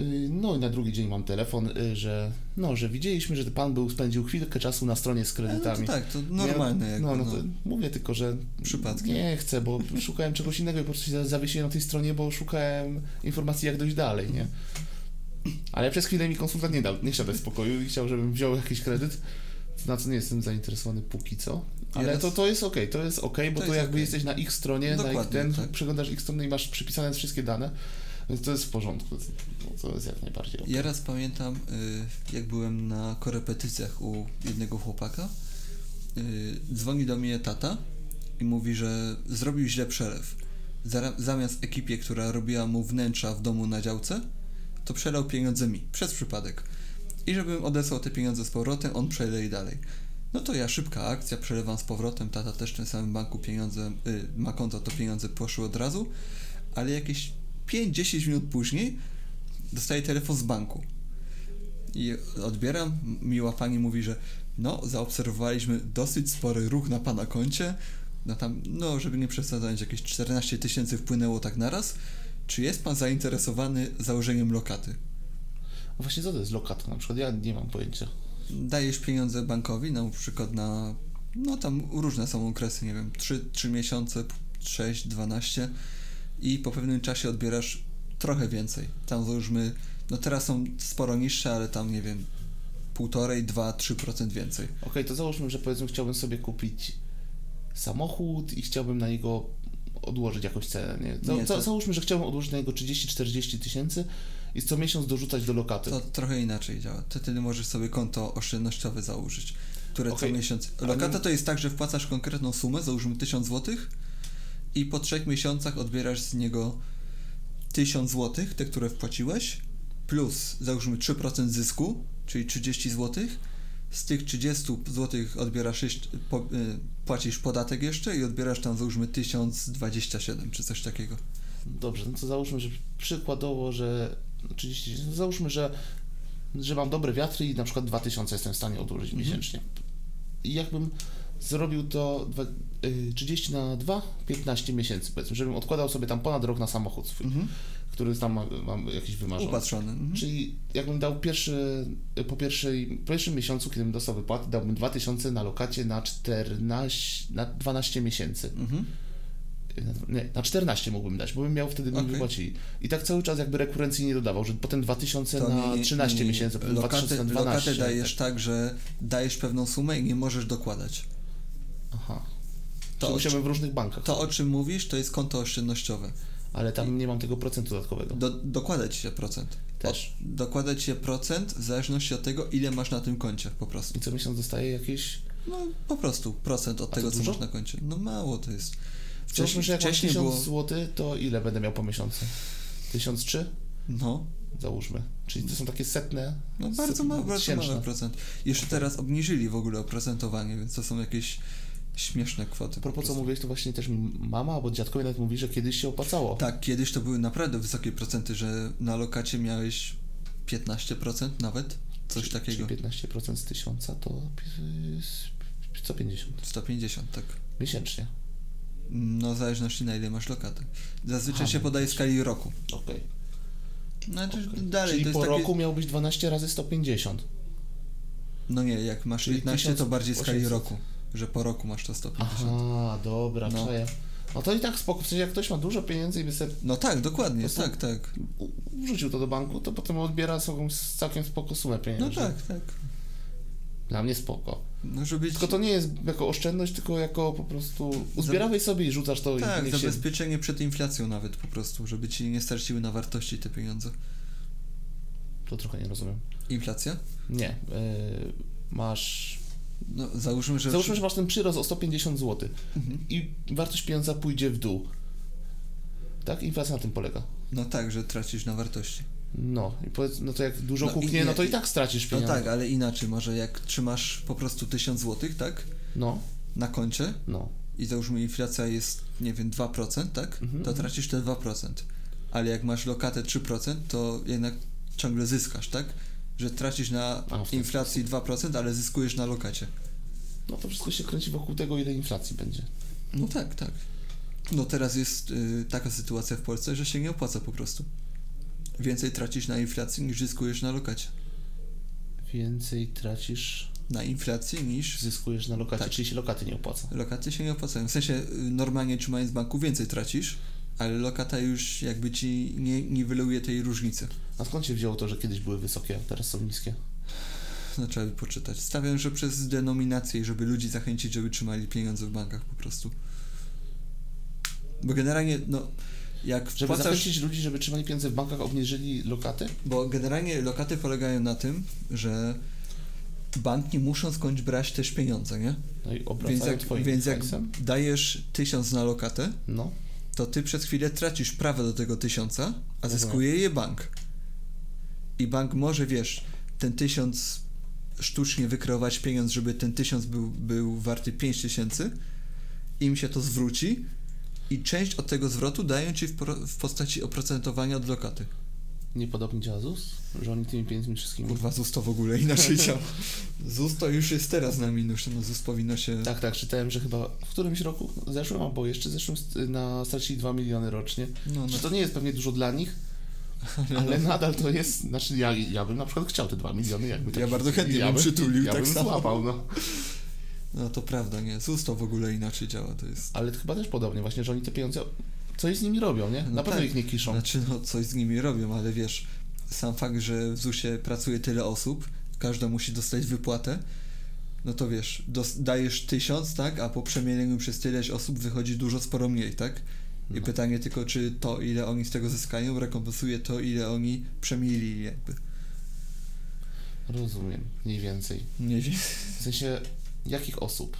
[SPEAKER 1] Y, No i na drugi dzień mam telefon, y, że no, że widzieliśmy, że pan był, spędził chwilkę czasu na stronie z
[SPEAKER 2] No to
[SPEAKER 1] kredytami.
[SPEAKER 2] tak, to normalne
[SPEAKER 1] Nie,
[SPEAKER 2] jakby.
[SPEAKER 1] No, no to mówię tylko, że
[SPEAKER 2] Przypadkiem.
[SPEAKER 1] nie chcę, bo szukałem czegoś innego i po prostu się zawiesiłem na tej stronie, bo szukałem informacji, jak dojść dalej, nie? Ale przez chwilę mi konsultant nie dał, nie chciał dać spokoju i chciał, żebym wziął jakiś kredyt, na co nie jestem zainteresowany póki co. Ale
[SPEAKER 2] Teraz-
[SPEAKER 1] to, to jest okej, to jest okej, bo
[SPEAKER 2] To
[SPEAKER 1] to,
[SPEAKER 2] jest
[SPEAKER 1] jakby
[SPEAKER 2] okej.
[SPEAKER 1] jesteś na ich stronie, na ich
[SPEAKER 2] Dokładnie,
[SPEAKER 1] ten,
[SPEAKER 2] tak.
[SPEAKER 1] przeglądasz ich stronę i masz przypisane wszystkie dane, więc to jest w porządku, to- to jest jak najbardziej okej.
[SPEAKER 2] Ja raz pamiętam, y, jak byłem na korepetycjach u jednego chłopaka, y, dzwoni do mnie tata i mówi, że zrobił źle przelew. Zara- Zamiast ekipie, która robiła mu wnętrza w domu na działce, to przelał pieniądze mi, przez przypadek. I żebym odesłał te pieniądze z powrotem, on przeleje dalej. No to ja szybka akcja, przelewam z powrotem, tata też w tym samym banku pieniądze, y, ma konto, to pieniądze poszły od razu, ale jakieś 5-10 minut później dostaję telefon z banku. I odbieram, miła pani mówi, że no, zaobserwowaliśmy dosyć spory ruch na pana koncie, no tam, no, żeby nie przesadzać, jakieś 14 tysięcy wpłynęło tak naraz. Czy jest pan zainteresowany założeniem lokaty?
[SPEAKER 1] A Właśnie co to jest lokata na przykład? Ja nie mam pojęcia.
[SPEAKER 2] dajesz pieniądze bankowi, na przykład na, no tam różne są okresy, nie wiem, 3, 3 miesiące, 6, 12 i po pewnym czasie odbierasz trochę więcej. Tam załóżmy, no teraz są sporo niższe, ale tam nie wiem, półtorej, 2, 3% więcej.
[SPEAKER 1] Okej, to załóżmy, że powiedzmy chciałbym sobie kupić samochód i chciałbym na niego odłożyć jakąś cenę. Nie? Za,
[SPEAKER 2] Nie,
[SPEAKER 1] za,
[SPEAKER 2] to-
[SPEAKER 1] Załóżmy, że chciałbym odłożyć na niego 30-40 tysięcy i co miesiąc dorzucać do lokaty.
[SPEAKER 2] To trochę inaczej działa. To wtedy możesz sobie konto oszczędnościowe założyć, które
[SPEAKER 1] Okej,
[SPEAKER 2] co miesiąc.
[SPEAKER 1] ale-
[SPEAKER 2] Lokata to jest tak, że wpłacasz konkretną sumę, załóżmy 1000 zł i po trzech miesiącach odbierasz z niego 1000 zł, te, które wpłaciłeś, plus załóżmy 3% zysku, czyli 30 zł. Z tych 30 zł odbierasz jeszcze, po, y, płacisz podatek jeszcze i odbierasz tam załóżmy 1027 czy coś takiego.
[SPEAKER 1] Dobrze, no to załóżmy, że przykładowo, że 30 tysięcy, no załóżmy, że, że mam dobre wiatry i na przykład 2000 jestem w stanie odłożyć
[SPEAKER 2] Mhm.
[SPEAKER 1] miesięcznie. I jakbym zrobił to dwa, y, 30 na 2, 15 miesięcy powiedzmy, żebym odkładał sobie tam ponad rok na samochód swój,
[SPEAKER 2] Mhm.
[SPEAKER 1] który tam mam, mam jakiś wymarzony.
[SPEAKER 2] Upatrzony. Mhm.
[SPEAKER 1] Czyli jakbym dał pierwszy, po, pierwszej, po pierwszym miesiącu, kiedy bym dostał wypłatę, dałbym 2000 na lokacie na 14, na 12 miesięcy.
[SPEAKER 2] Mhm.
[SPEAKER 1] Na- Nie, na 14 mógłbym dać, bo bym miał wtedy, bym
[SPEAKER 2] Okej.
[SPEAKER 1] wypłacili. I tak cały czas jakby rekurencji nie dodawał, że potem 2000
[SPEAKER 2] To
[SPEAKER 1] na
[SPEAKER 2] nie-
[SPEAKER 1] 13
[SPEAKER 2] nie- nie.
[SPEAKER 1] miesięcy, potem
[SPEAKER 2] Lokatę,
[SPEAKER 1] 2000 na 12.
[SPEAKER 2] lokatę dajesz tak. że dajesz pewną sumę i nie możesz dokładać.
[SPEAKER 1] Aha.
[SPEAKER 2] To
[SPEAKER 1] To
[SPEAKER 2] o,
[SPEAKER 1] musiałbym w różnych bankach.
[SPEAKER 2] to o czym mówisz, to jest konto oszczędnościowe.
[SPEAKER 1] Ale tam nie mam tego procentu dodatkowego.
[SPEAKER 2] Do, dokłada ci się procent.
[SPEAKER 1] Też.
[SPEAKER 2] O, dokłada ci się procent w zależności od tego, ile masz na tym koncie po prostu.
[SPEAKER 1] I co miesiąc dostaję jakieś...
[SPEAKER 2] No po prostu procent od
[SPEAKER 1] A to
[SPEAKER 2] tego, co
[SPEAKER 1] dużo?
[SPEAKER 2] masz na koncie. No mało to jest.
[SPEAKER 1] Wcześniej, że jak mam 1000
[SPEAKER 2] wcześniej było...
[SPEAKER 1] zł, to ile będę miał po miesiącu? 1003?
[SPEAKER 2] No,
[SPEAKER 1] załóżmy. Czyli to są takie setne.
[SPEAKER 2] no bardzo,
[SPEAKER 1] setne,
[SPEAKER 2] ma, bardzo
[SPEAKER 1] tysięczne.
[SPEAKER 2] mały procent.
[SPEAKER 1] Tak.
[SPEAKER 2] Jeszcze teraz obniżyli w ogóle oprocentowanie, więc to są jakieś śmieszne
[SPEAKER 1] A
[SPEAKER 2] kwoty. po
[SPEAKER 1] propos co
[SPEAKER 2] prostu.
[SPEAKER 1] mówiłeś, to właśnie też mi mama albo dziadkowie nawet mówili, że kiedyś się opłacało.
[SPEAKER 2] Tak, kiedyś to były naprawdę wysokie procenty, że na lokacie miałeś 15% nawet, coś
[SPEAKER 1] Czy-
[SPEAKER 2] takiego.
[SPEAKER 1] Czyli 15% z tysiąca to pi- z- 150
[SPEAKER 2] 150, tak.
[SPEAKER 1] miesięcznie.
[SPEAKER 2] No, w zależności na ile masz lokaty. Zazwyczaj
[SPEAKER 1] Aha,
[SPEAKER 2] się podaje skali roku.
[SPEAKER 1] Okej.
[SPEAKER 2] Znaczy, dalej
[SPEAKER 1] Czyli
[SPEAKER 2] to jest
[SPEAKER 1] po
[SPEAKER 2] takie...
[SPEAKER 1] roku miałbyś 12 razy 150.
[SPEAKER 2] No nie, jak masz
[SPEAKER 1] Czyli
[SPEAKER 2] 15, to bardziej w skali
[SPEAKER 1] 1800.
[SPEAKER 2] roku, że po roku masz to 150.
[SPEAKER 1] Aha, dobra,
[SPEAKER 2] No.
[SPEAKER 1] no. No to i tak spoko, w sensie jak ktoś ma dużo pieniędzy i by sobie
[SPEAKER 2] No tak, dokładnie,
[SPEAKER 1] To są-
[SPEAKER 2] tak, tak.
[SPEAKER 1] u- wrzucił to do banku, to potem odbiera sobie całkiem spoko sumę
[SPEAKER 2] No
[SPEAKER 1] pieniędzy.
[SPEAKER 2] tak, tak.
[SPEAKER 1] Dla mnie spoko.
[SPEAKER 2] No żeby
[SPEAKER 1] Tylko to nie jest jako oszczędność, tylko jako po prostu uzbierałeś sobie i rzucasz to i
[SPEAKER 2] Tak,
[SPEAKER 1] niech się...
[SPEAKER 2] zabezpieczenie przed inflacją nawet po prostu, żeby ci nie straciły na wartości te pieniądze.
[SPEAKER 1] To trochę nie rozumiem.
[SPEAKER 2] Inflacja?
[SPEAKER 1] Nie, yy, masz...
[SPEAKER 2] No załóżmy, że... Mhm.
[SPEAKER 1] Załóżmy, że masz ten przyrost o 150 zł i wartość pieniądza pójdzie w dół. Tak? Inflacja na tym polega.
[SPEAKER 2] No tak, że tracisz na wartości.
[SPEAKER 1] No, i powiedz, no to jak dużo
[SPEAKER 2] No i
[SPEAKER 1] kuchnie,
[SPEAKER 2] nie-
[SPEAKER 1] no to i tak stracisz
[SPEAKER 2] No
[SPEAKER 1] pieniądze.
[SPEAKER 2] tak, ale inaczej, może jak trzymasz po prostu 1000 zł, tak?
[SPEAKER 1] No,
[SPEAKER 2] Na koncie
[SPEAKER 1] no.
[SPEAKER 2] i załóżmy inflacja jest, nie wiem, 2%, tak?
[SPEAKER 1] Mhm.
[SPEAKER 2] To tracisz te 2%. Ale jak masz lokatę 3%, to jednak ciągle zyskasz, tak? Że tracisz na
[SPEAKER 1] A, w ten
[SPEAKER 2] inflacji 2%, ale zyskujesz na lokacie.
[SPEAKER 1] No to wszystko się kręci wokół tego, ile inflacji będzie.
[SPEAKER 2] No tak, tak. No teraz jest y, taka sytuacja w Polsce, że się nie opłaca po prostu. Więcej tracisz na inflacji niż zyskujesz na lokacie.
[SPEAKER 1] Więcej tracisz,
[SPEAKER 2] Na inflacji niż
[SPEAKER 1] zyskujesz na lokacie,
[SPEAKER 2] Tak.
[SPEAKER 1] czyli się lokaty nie opłaca.
[SPEAKER 2] lokaty się nie opłacają. W sensie y, normalnie trzymając w banku więcej tracisz, ale lokata już jakby ci nie niweluje tej różnicy.
[SPEAKER 1] A skąd się wzięło to, że kiedyś były wysokie, a teraz są niskie?
[SPEAKER 2] No trzeba by poczytać. Stawiam, że przez denominację, żeby ludzi zachęcić, żeby trzymali pieniądze w bankach po prostu. Bo generalnie, no, jak
[SPEAKER 1] Żeby
[SPEAKER 2] wpłacasz...
[SPEAKER 1] zachęcić ludzi, żeby trzymali pieniądze w bankach, obniżyli lokaty?
[SPEAKER 2] Bo generalnie lokaty polegają na tym, że banki muszą skądś brać też pieniądze, nie?
[SPEAKER 1] No i obracają
[SPEAKER 2] Więc jak,
[SPEAKER 1] twoim
[SPEAKER 2] więc jak
[SPEAKER 1] hajsem?
[SPEAKER 2] dajesz tysiąc na lokatę,
[SPEAKER 1] No,
[SPEAKER 2] to ty przez chwilę tracisz prawo do tego tysiąca,
[SPEAKER 1] Mhm.
[SPEAKER 2] a zyskuje je bank. I bank może, wiesz, ten tysiąc sztucznie wykreować pieniądz, żeby ten tysiąc był, był warty pięć tysięcy, im się to zwróci i część od tego zwrotu dają ci w, pro, w postaci oprocentowania od lokaty.
[SPEAKER 1] niepodobnie działa ZUS, że oni tymi pieniędzmi wszystkimi...
[SPEAKER 2] Kurwa, ZUS to w ogóle inaczej działa. ZUS to już jest teraz na minusie, no ZUS powinno się...
[SPEAKER 1] Tak, tak, czytałem, że chyba w którymś roku, zeszłym albo jeszcze zeszłym, st- na stracili 2 miliony rocznie.
[SPEAKER 2] No, no,
[SPEAKER 1] Że to nie jest pewnie dużo dla nich, ale nadal to jest, znaczy ja, ja bym na przykład chciał te 2 miliony, jakby tak
[SPEAKER 2] Ja bardzo chętnie
[SPEAKER 1] ja
[SPEAKER 2] bym przytulił
[SPEAKER 1] ja
[SPEAKER 2] tak
[SPEAKER 1] bym
[SPEAKER 2] samo.
[SPEAKER 1] złapał, no.
[SPEAKER 2] no to prawda, nie, ZUS to w ogóle inaczej działa, to jest...
[SPEAKER 1] Ale chyba też podobnie właśnie, że oni te pieniądze coś z nimi robią, nie? Na
[SPEAKER 2] No
[SPEAKER 1] pewno
[SPEAKER 2] tak.
[SPEAKER 1] ich nie kiszą.
[SPEAKER 2] Znaczy, no coś z nimi robią, ale wiesz, sam fakt, że w ZUS-ie pracuje tyle osób, każda musi dostać wypłatę, no to wiesz, dos- dajesz tysiąc, tak, a po przemieleniu przez tyleś osób wychodzi dużo sporo mniej, tak? I
[SPEAKER 1] No.
[SPEAKER 2] pytanie tylko, czy to, ile oni z tego zyskają, rekompensuje to, ile oni przemielili jakby.
[SPEAKER 1] Rozumiem, mniej więcej.
[SPEAKER 2] Nie wiem.
[SPEAKER 1] W sensie, jakich osób?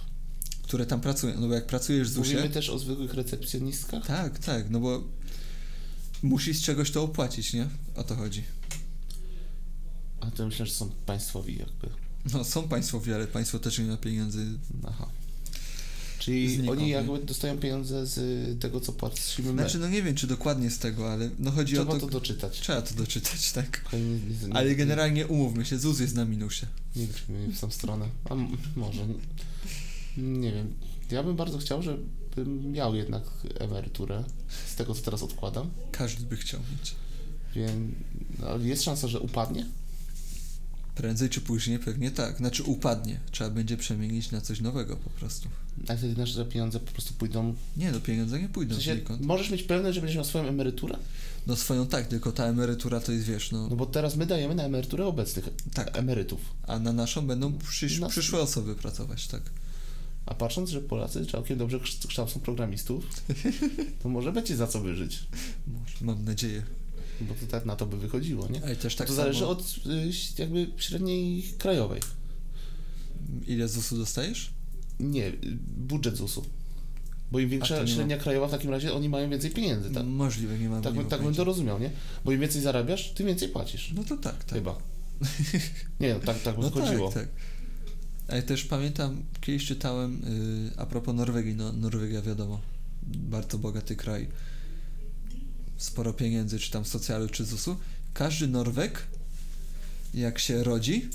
[SPEAKER 2] Które tam pracują, no bo jak pracujesz w ZUS-ie...
[SPEAKER 1] Mówimy też o zwykłych recepcjonistkach?
[SPEAKER 2] Tak, tak, no bo musi z czegoś to opłacić, nie? O to chodzi.
[SPEAKER 1] A to myślę, że są państwowi jakby.
[SPEAKER 2] No są państwowi, ale państwo też nie ma pieniędzy.
[SPEAKER 1] Aha. Czyli
[SPEAKER 2] Znikąd,
[SPEAKER 1] oni
[SPEAKER 2] nie?
[SPEAKER 1] jakby dostają pieniądze z y, tego, co płacimy my.
[SPEAKER 2] Znaczy, no nie wiem, czy dokładnie z tego, ale no chodzi
[SPEAKER 1] Trzeba
[SPEAKER 2] o
[SPEAKER 1] to,
[SPEAKER 2] to...
[SPEAKER 1] doczytać.
[SPEAKER 2] Trzeba to doczytać, tak?
[SPEAKER 1] Nie, nie, nie,
[SPEAKER 2] Ale generalnie umówmy się, ZUS jest na minusie.
[SPEAKER 1] Nie wiem, czy mnie w tą stronę. A m- może. Nie wiem. Ja bym bardzo chciał, żebym miał jednak emeryturę z tego, co teraz odkładam.
[SPEAKER 2] Każdy by chciał mieć.
[SPEAKER 1] Więc no, ale jest szansa, że upadnie?
[SPEAKER 2] Prędzej czy później pewnie tak. Znaczy upadnie. Trzeba będzie przemienić na coś nowego po prostu.
[SPEAKER 1] A wtedy nasze pieniądze po prostu pójdą.
[SPEAKER 2] Nie, no pieniądze nie
[SPEAKER 1] W
[SPEAKER 2] pójdą
[SPEAKER 1] sensie,
[SPEAKER 2] znikąd.
[SPEAKER 1] możesz mieć pewność, że będziesz miał swoją emeryturę?
[SPEAKER 2] No swoją tak, tylko ta emerytura to jest, wiesz, no...
[SPEAKER 1] No bo teraz my dajemy na emeryturę obecnych
[SPEAKER 2] Tak.
[SPEAKER 1] emerytów.
[SPEAKER 2] A na naszą będą przysz...
[SPEAKER 1] No.
[SPEAKER 2] przyszłe osoby pracować, tak.
[SPEAKER 1] A patrząc, że Polacy całkiem dobrze kształc- kształcą programistów, to może będzie za co wyżyć.
[SPEAKER 2] Może. Mam nadzieję.
[SPEAKER 1] Bo to tak na to by wychodziło, nie?
[SPEAKER 2] Ale też tak
[SPEAKER 1] to
[SPEAKER 2] samo...
[SPEAKER 1] zależy od y, jakby średniej krajowej.
[SPEAKER 2] Ile ZUS-u dostajesz?
[SPEAKER 1] Nie, y, budżet ZUS-u. Bo im
[SPEAKER 2] to
[SPEAKER 1] większa
[SPEAKER 2] nie
[SPEAKER 1] średnia krajowa, w takim razie oni mają więcej pieniędzy, tak?
[SPEAKER 2] Możliwe, nie mam
[SPEAKER 1] Tak,
[SPEAKER 2] nie
[SPEAKER 1] bym-
[SPEAKER 2] mam
[SPEAKER 1] tak bym
[SPEAKER 2] pojęcia.
[SPEAKER 1] to rozumiał, nie? Bo im więcej zarabiasz, tym więcej płacisz.
[SPEAKER 2] No to tak, tak.
[SPEAKER 1] Chyba. Nie, no, tak, tak by chodziło.
[SPEAKER 2] Tak, tak. Ale też pamiętam, kiedyś czytałem y, a propos Norwegii. No, Norwegia, wiadomo, bardzo bogaty kraj. Sporo pieniędzy, czy tam socjalu, czy ZUS-u. Każdy Norweg, jak się rodzi,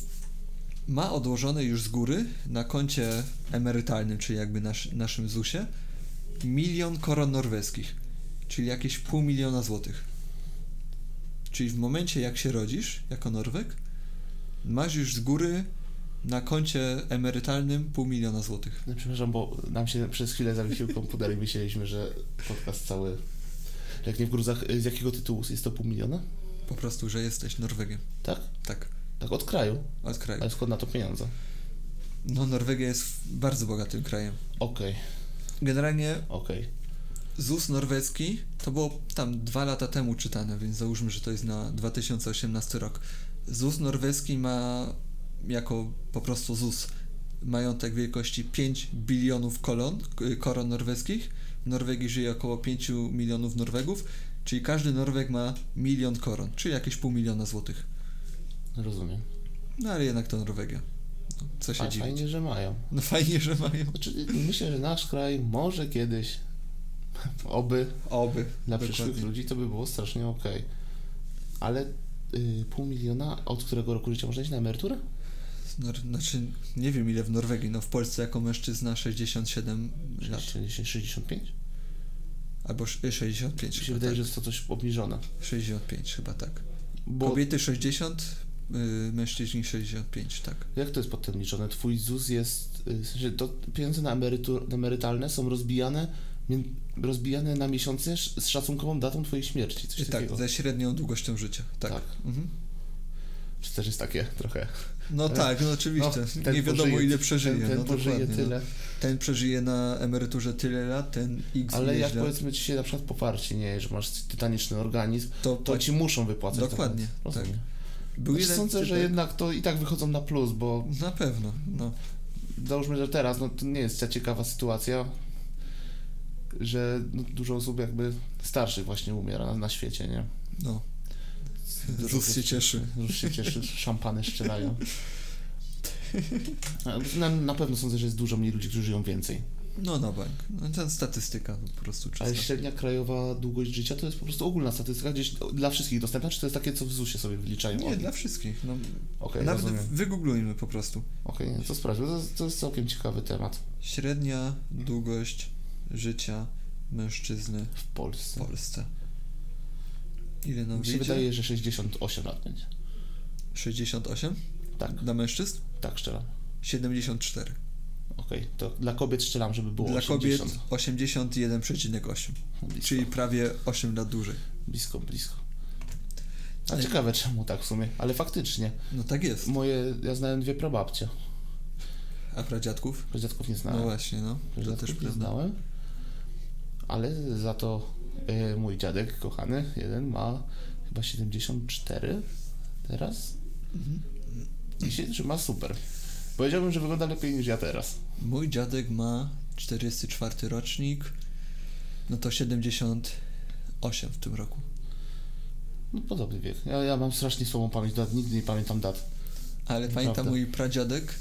[SPEAKER 2] ma odłożone już z góry na koncie emerytalnym, czyli jakby nasz, naszym ZUS-ie, milion koron norweskich, czyli jakieś pół miliona złotych. Czyli w momencie, jak się rodzisz jako Norwek, masz już z góry na koncie emerytalnym pół miliona złotych.
[SPEAKER 1] No, przepraszam, bo nam się przez chwilę zawiesił komputer i myśleliśmy, że podcast cały, jak nie w gruzach, y, z jakiego tytułu jest to pół miliona?
[SPEAKER 2] Po prostu, że jesteś Norwegiem.
[SPEAKER 1] Tak?
[SPEAKER 2] Tak,
[SPEAKER 1] Tak od kraju,
[SPEAKER 2] od kraju.
[SPEAKER 1] ale skąd na to pieniądze?
[SPEAKER 2] No, Norwegia jest bardzo bogatym krajem.
[SPEAKER 1] Okej,
[SPEAKER 2] Generalnie
[SPEAKER 1] okej.
[SPEAKER 2] ZUS norweski to było tam dwa lata temu czytane, więc załóżmy, że to jest na 2018 rok. ZUS norweski ma jako po prostu ZUS majątek wielkości 5 bilionów kolon, y, koron norweskich. W Norwegii żyje około 5 milionów Norwegów, czyli każdy Norweg ma milion koron, czyli jakieś pół miliona złotych.
[SPEAKER 1] Rozumiem.
[SPEAKER 2] No ale jednak to Norwegia. No, co się
[SPEAKER 1] A,
[SPEAKER 2] dziwić.
[SPEAKER 1] fajnie, że mają.
[SPEAKER 2] No fajnie, że mają.
[SPEAKER 1] Znaczy, myślę, że nasz kraj może kiedyś, oby,
[SPEAKER 2] Oby.
[SPEAKER 1] dla przyszłych
[SPEAKER 2] Dokładnie.
[SPEAKER 1] ludzi to by było strasznie okej. Ale y, pół miliona od którego roku życia można iść na emeryturę?
[SPEAKER 2] Nor- znaczy, nie wiem ile w Norwegii, no w Polsce jako mężczyzna 67 lat,
[SPEAKER 1] 60, 65?
[SPEAKER 2] albo sz- 65
[SPEAKER 1] Mi się
[SPEAKER 2] chyba,
[SPEAKER 1] wydaje,
[SPEAKER 2] tak.
[SPEAKER 1] że jest to coś obniżone.
[SPEAKER 2] 65 chyba, tak.
[SPEAKER 1] Bo
[SPEAKER 2] Kobiety 60, y, mężczyźni 65, tak.
[SPEAKER 1] jak to jest potem liczone? Twój ZUS jest, y, w sensie to pieniądze na emerytur, emerytalne są rozbijane, mi- rozbijane na miesiące sz- z szacunkową datą twojej śmierci, coś
[SPEAKER 2] I tak,
[SPEAKER 1] takiego.
[SPEAKER 2] ze średnią długością życia, tak.
[SPEAKER 1] Tak.
[SPEAKER 2] Mhm.
[SPEAKER 1] Czy też jest takie trochę.
[SPEAKER 2] No tak, no oczywiście,
[SPEAKER 1] No, ten
[SPEAKER 2] nie wiadomo
[SPEAKER 1] pożyje-
[SPEAKER 2] ile przeżyje.
[SPEAKER 1] ten ten
[SPEAKER 2] no,
[SPEAKER 1] pożyje
[SPEAKER 2] dokładnie,
[SPEAKER 1] tyle.
[SPEAKER 2] No. Ten przeżyje na emeryturze tyle lat, ten x
[SPEAKER 1] Ale
[SPEAKER 2] ileś
[SPEAKER 1] jak
[SPEAKER 2] lat,
[SPEAKER 1] powiedzmy ci się na przykład poparcie, nie, że masz tytaniczny organizm,
[SPEAKER 2] to,
[SPEAKER 1] to
[SPEAKER 2] to
[SPEAKER 1] ci muszą wypłacać. taką-
[SPEAKER 2] Tak. Dokładnie,
[SPEAKER 1] Rozumiem.
[SPEAKER 2] tak. był
[SPEAKER 1] Znaczy,
[SPEAKER 2] jeden
[SPEAKER 1] sądzę, że
[SPEAKER 2] typek-
[SPEAKER 1] jednak to i tak wychodzą na plus, bo
[SPEAKER 2] Na pewno, no.
[SPEAKER 1] załóżmy, że teraz no, to nie jest ta ciekawa sytuacja, że no, dużo osób jakby starszych właśnie umiera na, na świecie, nie?
[SPEAKER 2] no.
[SPEAKER 1] Dużo
[SPEAKER 2] ZUS się
[SPEAKER 1] osób-
[SPEAKER 2] cieszy.
[SPEAKER 1] Już się cieszy, szampany szczelają. A, Na, na pewno sądzę, że jest dużo mniej ludzi, którzy żyją więcej.
[SPEAKER 2] No na bank. No, ten statystyka po prostu
[SPEAKER 1] Ale
[SPEAKER 2] czysta.
[SPEAKER 1] średnia krajowa długość życia to jest po prostu ogólna statystyka gdzieś dla wszystkich dostępna, czy to jest takie, co w ZUS-ie sobie wyliczają?
[SPEAKER 2] Nie, dla wszystkich. No,
[SPEAKER 1] Okej,
[SPEAKER 2] nawet
[SPEAKER 1] rozumiem.
[SPEAKER 2] wygooglujmy po prostu.
[SPEAKER 1] Okej, nie, to sprawdźmy, to, to jest całkiem ciekawy temat
[SPEAKER 2] Średnia długość życia mężczyzny
[SPEAKER 1] w
[SPEAKER 2] w
[SPEAKER 1] Polsce.
[SPEAKER 2] Polsce. Ile nam
[SPEAKER 1] Mi się
[SPEAKER 2] wyjdzie?
[SPEAKER 1] wydaje, że 68 lat będzie.
[SPEAKER 2] 68?
[SPEAKER 1] Tak,
[SPEAKER 2] Dla mężczyzn?
[SPEAKER 1] tak szczelam.
[SPEAKER 2] 74.
[SPEAKER 1] Okej, to dla kobiet szczelam, żeby było
[SPEAKER 2] Dla
[SPEAKER 1] 80.
[SPEAKER 2] kobiet 81,8.
[SPEAKER 1] Blisko,
[SPEAKER 2] Czyli prawie 8 lat dłużej.
[SPEAKER 1] blisko, blisko. A
[SPEAKER 2] Ej.
[SPEAKER 1] ciekawe czemu tak w sumie, ale faktycznie.
[SPEAKER 2] No tak jest.
[SPEAKER 1] Moje, ja znałem dwie prababcie,
[SPEAKER 2] A pradziadków?
[SPEAKER 1] pradziadków nie
[SPEAKER 2] No
[SPEAKER 1] znałem.
[SPEAKER 2] właśnie, no. To
[SPEAKER 1] Pradziadków
[SPEAKER 2] też
[SPEAKER 1] nie
[SPEAKER 2] prawda.
[SPEAKER 1] znałem, ale za to e, mój dziadek kochany, jeden ma chyba 74 teraz
[SPEAKER 2] Mhm.
[SPEAKER 1] i się trzyma super. Powiedziałbym, że wygląda lepiej niż ja teraz.
[SPEAKER 2] Mój dziadek ma 44 rocznik, no to 78 w tym roku.
[SPEAKER 1] No podobny wiek. Ja, ja mam strasznie słabą pamięć dat, nigdy nie pamiętam dat.
[SPEAKER 2] Ale pamiętam
[SPEAKER 1] Naprawdę.
[SPEAKER 2] mój pradziadek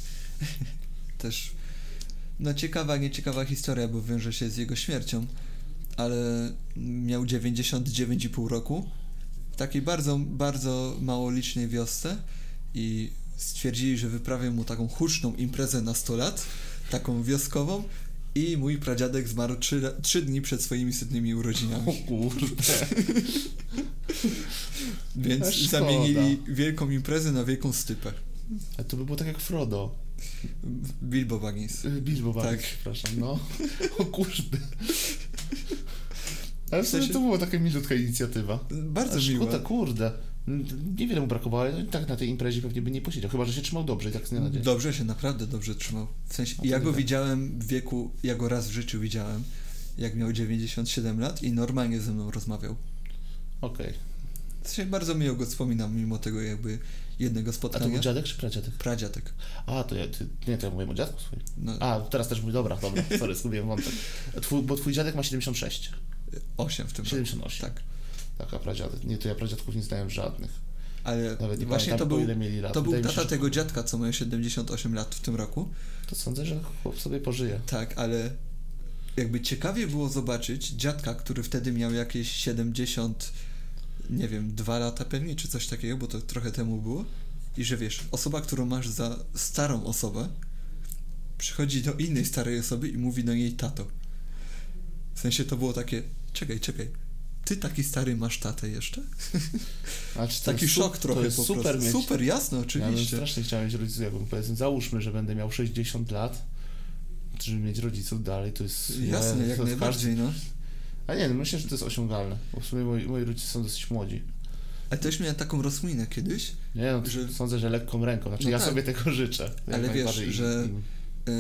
[SPEAKER 2] też. No ciekawa, nieciekawa historia, bo wiąże się z jego śmiercią, ale miał 99,5 roku w takiej bardzo, bardzo mało licznej wiosce i stwierdzili, że wyprawią mu taką huczną imprezę na 100 lat, taką wioskową i mój pradziadek zmarł 3, 3 dni przed swoimi setnymi urodzinami.
[SPEAKER 1] O kurde.
[SPEAKER 2] Więc
[SPEAKER 1] A szkoda.
[SPEAKER 2] zamienili wielką imprezę na wielką stypę.
[SPEAKER 1] A to by było tak jak Frodo.
[SPEAKER 2] Bilbo Baggins.
[SPEAKER 1] Y, Bilbo tak.
[SPEAKER 2] Tak.
[SPEAKER 1] przepraszam, no. O kurde. Ale w
[SPEAKER 2] W
[SPEAKER 1] sumie
[SPEAKER 2] sensie-
[SPEAKER 1] to była taka milutka inicjatywa.
[SPEAKER 2] Bardzo
[SPEAKER 1] A
[SPEAKER 2] miło.
[SPEAKER 1] Szkoda, kurde. Mm, Niewiele mu brakowało, ale i tak na tej imprezie pewnie by nie posiedział. Chyba, że się trzymał dobrze i tak z dnia na dzień.
[SPEAKER 2] Dobrze się, naprawdę dobrze trzymał. W sensie,
[SPEAKER 1] A to
[SPEAKER 2] ja go
[SPEAKER 1] widzę.
[SPEAKER 2] widziałem w wieku, ja go raz w życiu widziałem, jak miał 97 lat i normalnie ze mną rozmawiał.
[SPEAKER 1] Okej.
[SPEAKER 2] W sensie, bardzo miło go wspominam, mimo tego jakby jednego
[SPEAKER 1] A to był
[SPEAKER 2] spotkania.
[SPEAKER 1] dziadek czy pradziadek?
[SPEAKER 2] Pradziadek.
[SPEAKER 1] A, to ja, ty, nie, to ja mówię o dziadku swoim.
[SPEAKER 2] No,
[SPEAKER 1] A, teraz też mój, dobra, dobra, sorry, zgubiłem wątek. Twój, bo twój dziadek ma 76,
[SPEAKER 2] 8 w tym roku.
[SPEAKER 1] 78.
[SPEAKER 2] Tak.
[SPEAKER 1] Taka pradziadek. Nie, to ja pradziadków nie znałem żadnych.
[SPEAKER 2] Ale
[SPEAKER 1] Nawet nie
[SPEAKER 2] właśnie
[SPEAKER 1] pamiętam,
[SPEAKER 2] to
[SPEAKER 1] po
[SPEAKER 2] był,
[SPEAKER 1] ile mieli lat.
[SPEAKER 2] to był
[SPEAKER 1] Wydaje mi się,
[SPEAKER 2] tata
[SPEAKER 1] że-
[SPEAKER 2] tego dziadka, co ma 78 lat w tym roku.
[SPEAKER 1] To sądzę, że chłop sobie pożyje.
[SPEAKER 2] Tak, ale jakby ciekawie było zobaczyć dziadka, który wtedy miał jakieś 70, nie wiem, 2 lata pewnie, czy coś takiego, bo to trochę temu było. I że wiesz, osoba, którą masz za starą osobę, przychodzi do innej starej osoby i mówi do niej tato. W sensie to było takie, czekaj, czekaj, Ty taki stary masz tatę jeszcze?
[SPEAKER 1] A czy Znaczy, to
[SPEAKER 2] Taki
[SPEAKER 1] jest su-
[SPEAKER 2] szok trochę
[SPEAKER 1] to jest
[SPEAKER 2] po
[SPEAKER 1] super
[SPEAKER 2] prostu.
[SPEAKER 1] Mieć.
[SPEAKER 2] Super, jasne,
[SPEAKER 1] Ja bym
[SPEAKER 2] oczywiście.
[SPEAKER 1] strasznie chciał mieć rodziców, jakbym powiedzmy, załóżmy, że będę miał 60 lat, żeby mieć rodziców dalej, to jest...
[SPEAKER 2] jasne,
[SPEAKER 1] ja-
[SPEAKER 2] jak
[SPEAKER 1] to jest
[SPEAKER 2] najbardziej, no.
[SPEAKER 1] każdy- A nie, no myślę, że to jest osiągalne, bo w sumie moi, moi rodzice są dosyć młodzi.
[SPEAKER 2] Ale też miałem taką rozminę kiedyś,
[SPEAKER 1] Nie no,
[SPEAKER 2] Że-
[SPEAKER 1] sądzę, że lekką ręką, znaczy
[SPEAKER 2] No
[SPEAKER 1] ja
[SPEAKER 2] tak.
[SPEAKER 1] sobie tego życzę. jak
[SPEAKER 2] Ale wiesz,
[SPEAKER 1] najbardziej im-
[SPEAKER 2] że-
[SPEAKER 1] im.
[SPEAKER 2] yy,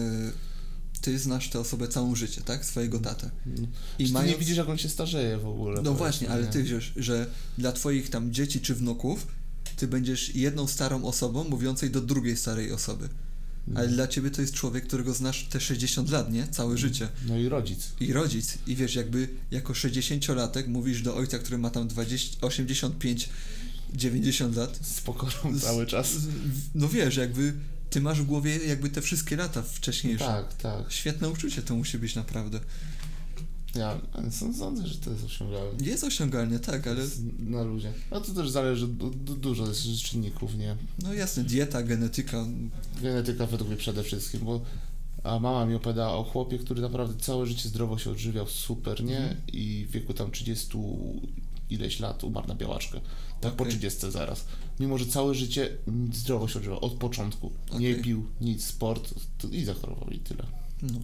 [SPEAKER 2] ty znasz tę osobę całe życie, tak? Swojego tatę.
[SPEAKER 1] Czy ty nie
[SPEAKER 2] mając-
[SPEAKER 1] widzisz, jak on się starzeje w ogóle.
[SPEAKER 2] No
[SPEAKER 1] powiedzmy,
[SPEAKER 2] właśnie, ale
[SPEAKER 1] nie?
[SPEAKER 2] ty wiesz, że dla twoich tam dzieci czy wnuków ty będziesz jedną starą osobą mówiącej do drugiej starej osoby.
[SPEAKER 1] Mhm.
[SPEAKER 2] Ale dla ciebie to jest człowiek, którego znasz te 60 lat, nie? Całe życie.
[SPEAKER 1] No i rodzic.
[SPEAKER 2] I rodzic. I wiesz, jakby jako 60-latek mówisz do ojca, który ma tam 20, 85, 90 lat.
[SPEAKER 1] Z pokorą cały czas.
[SPEAKER 2] Z- No wiesz, jakby ty masz w głowie jakby te wszystkie lata wcześniejsze.
[SPEAKER 1] Tak, tak.
[SPEAKER 2] Świetne uczucie to musi być naprawdę.
[SPEAKER 1] Ja sądzę, sądzę, że to jest osiągalne.
[SPEAKER 2] Jest osiągalnie, tak, ale
[SPEAKER 1] Na ludzie. A No to też zależy, du- du- dużo jest czynników, nie?
[SPEAKER 2] no jasne, dieta, genetyka,
[SPEAKER 1] Genetyka według mnie przede wszystkim, bo a mama mi opowiadała o chłopie, który naprawdę całe życie zdrowo się odżywiał, super, nie?
[SPEAKER 2] Mhm.
[SPEAKER 1] I w wieku tam 30 ileś lat umarł na białaczkę. Tak po
[SPEAKER 2] Okej.
[SPEAKER 1] 30 zaraz. Mimo, że całe życie mm, zdrowo się odżywiał, od początku. Nie
[SPEAKER 2] Okej.
[SPEAKER 1] pił, nic, sport to i zachorował i tyle.
[SPEAKER 2] No.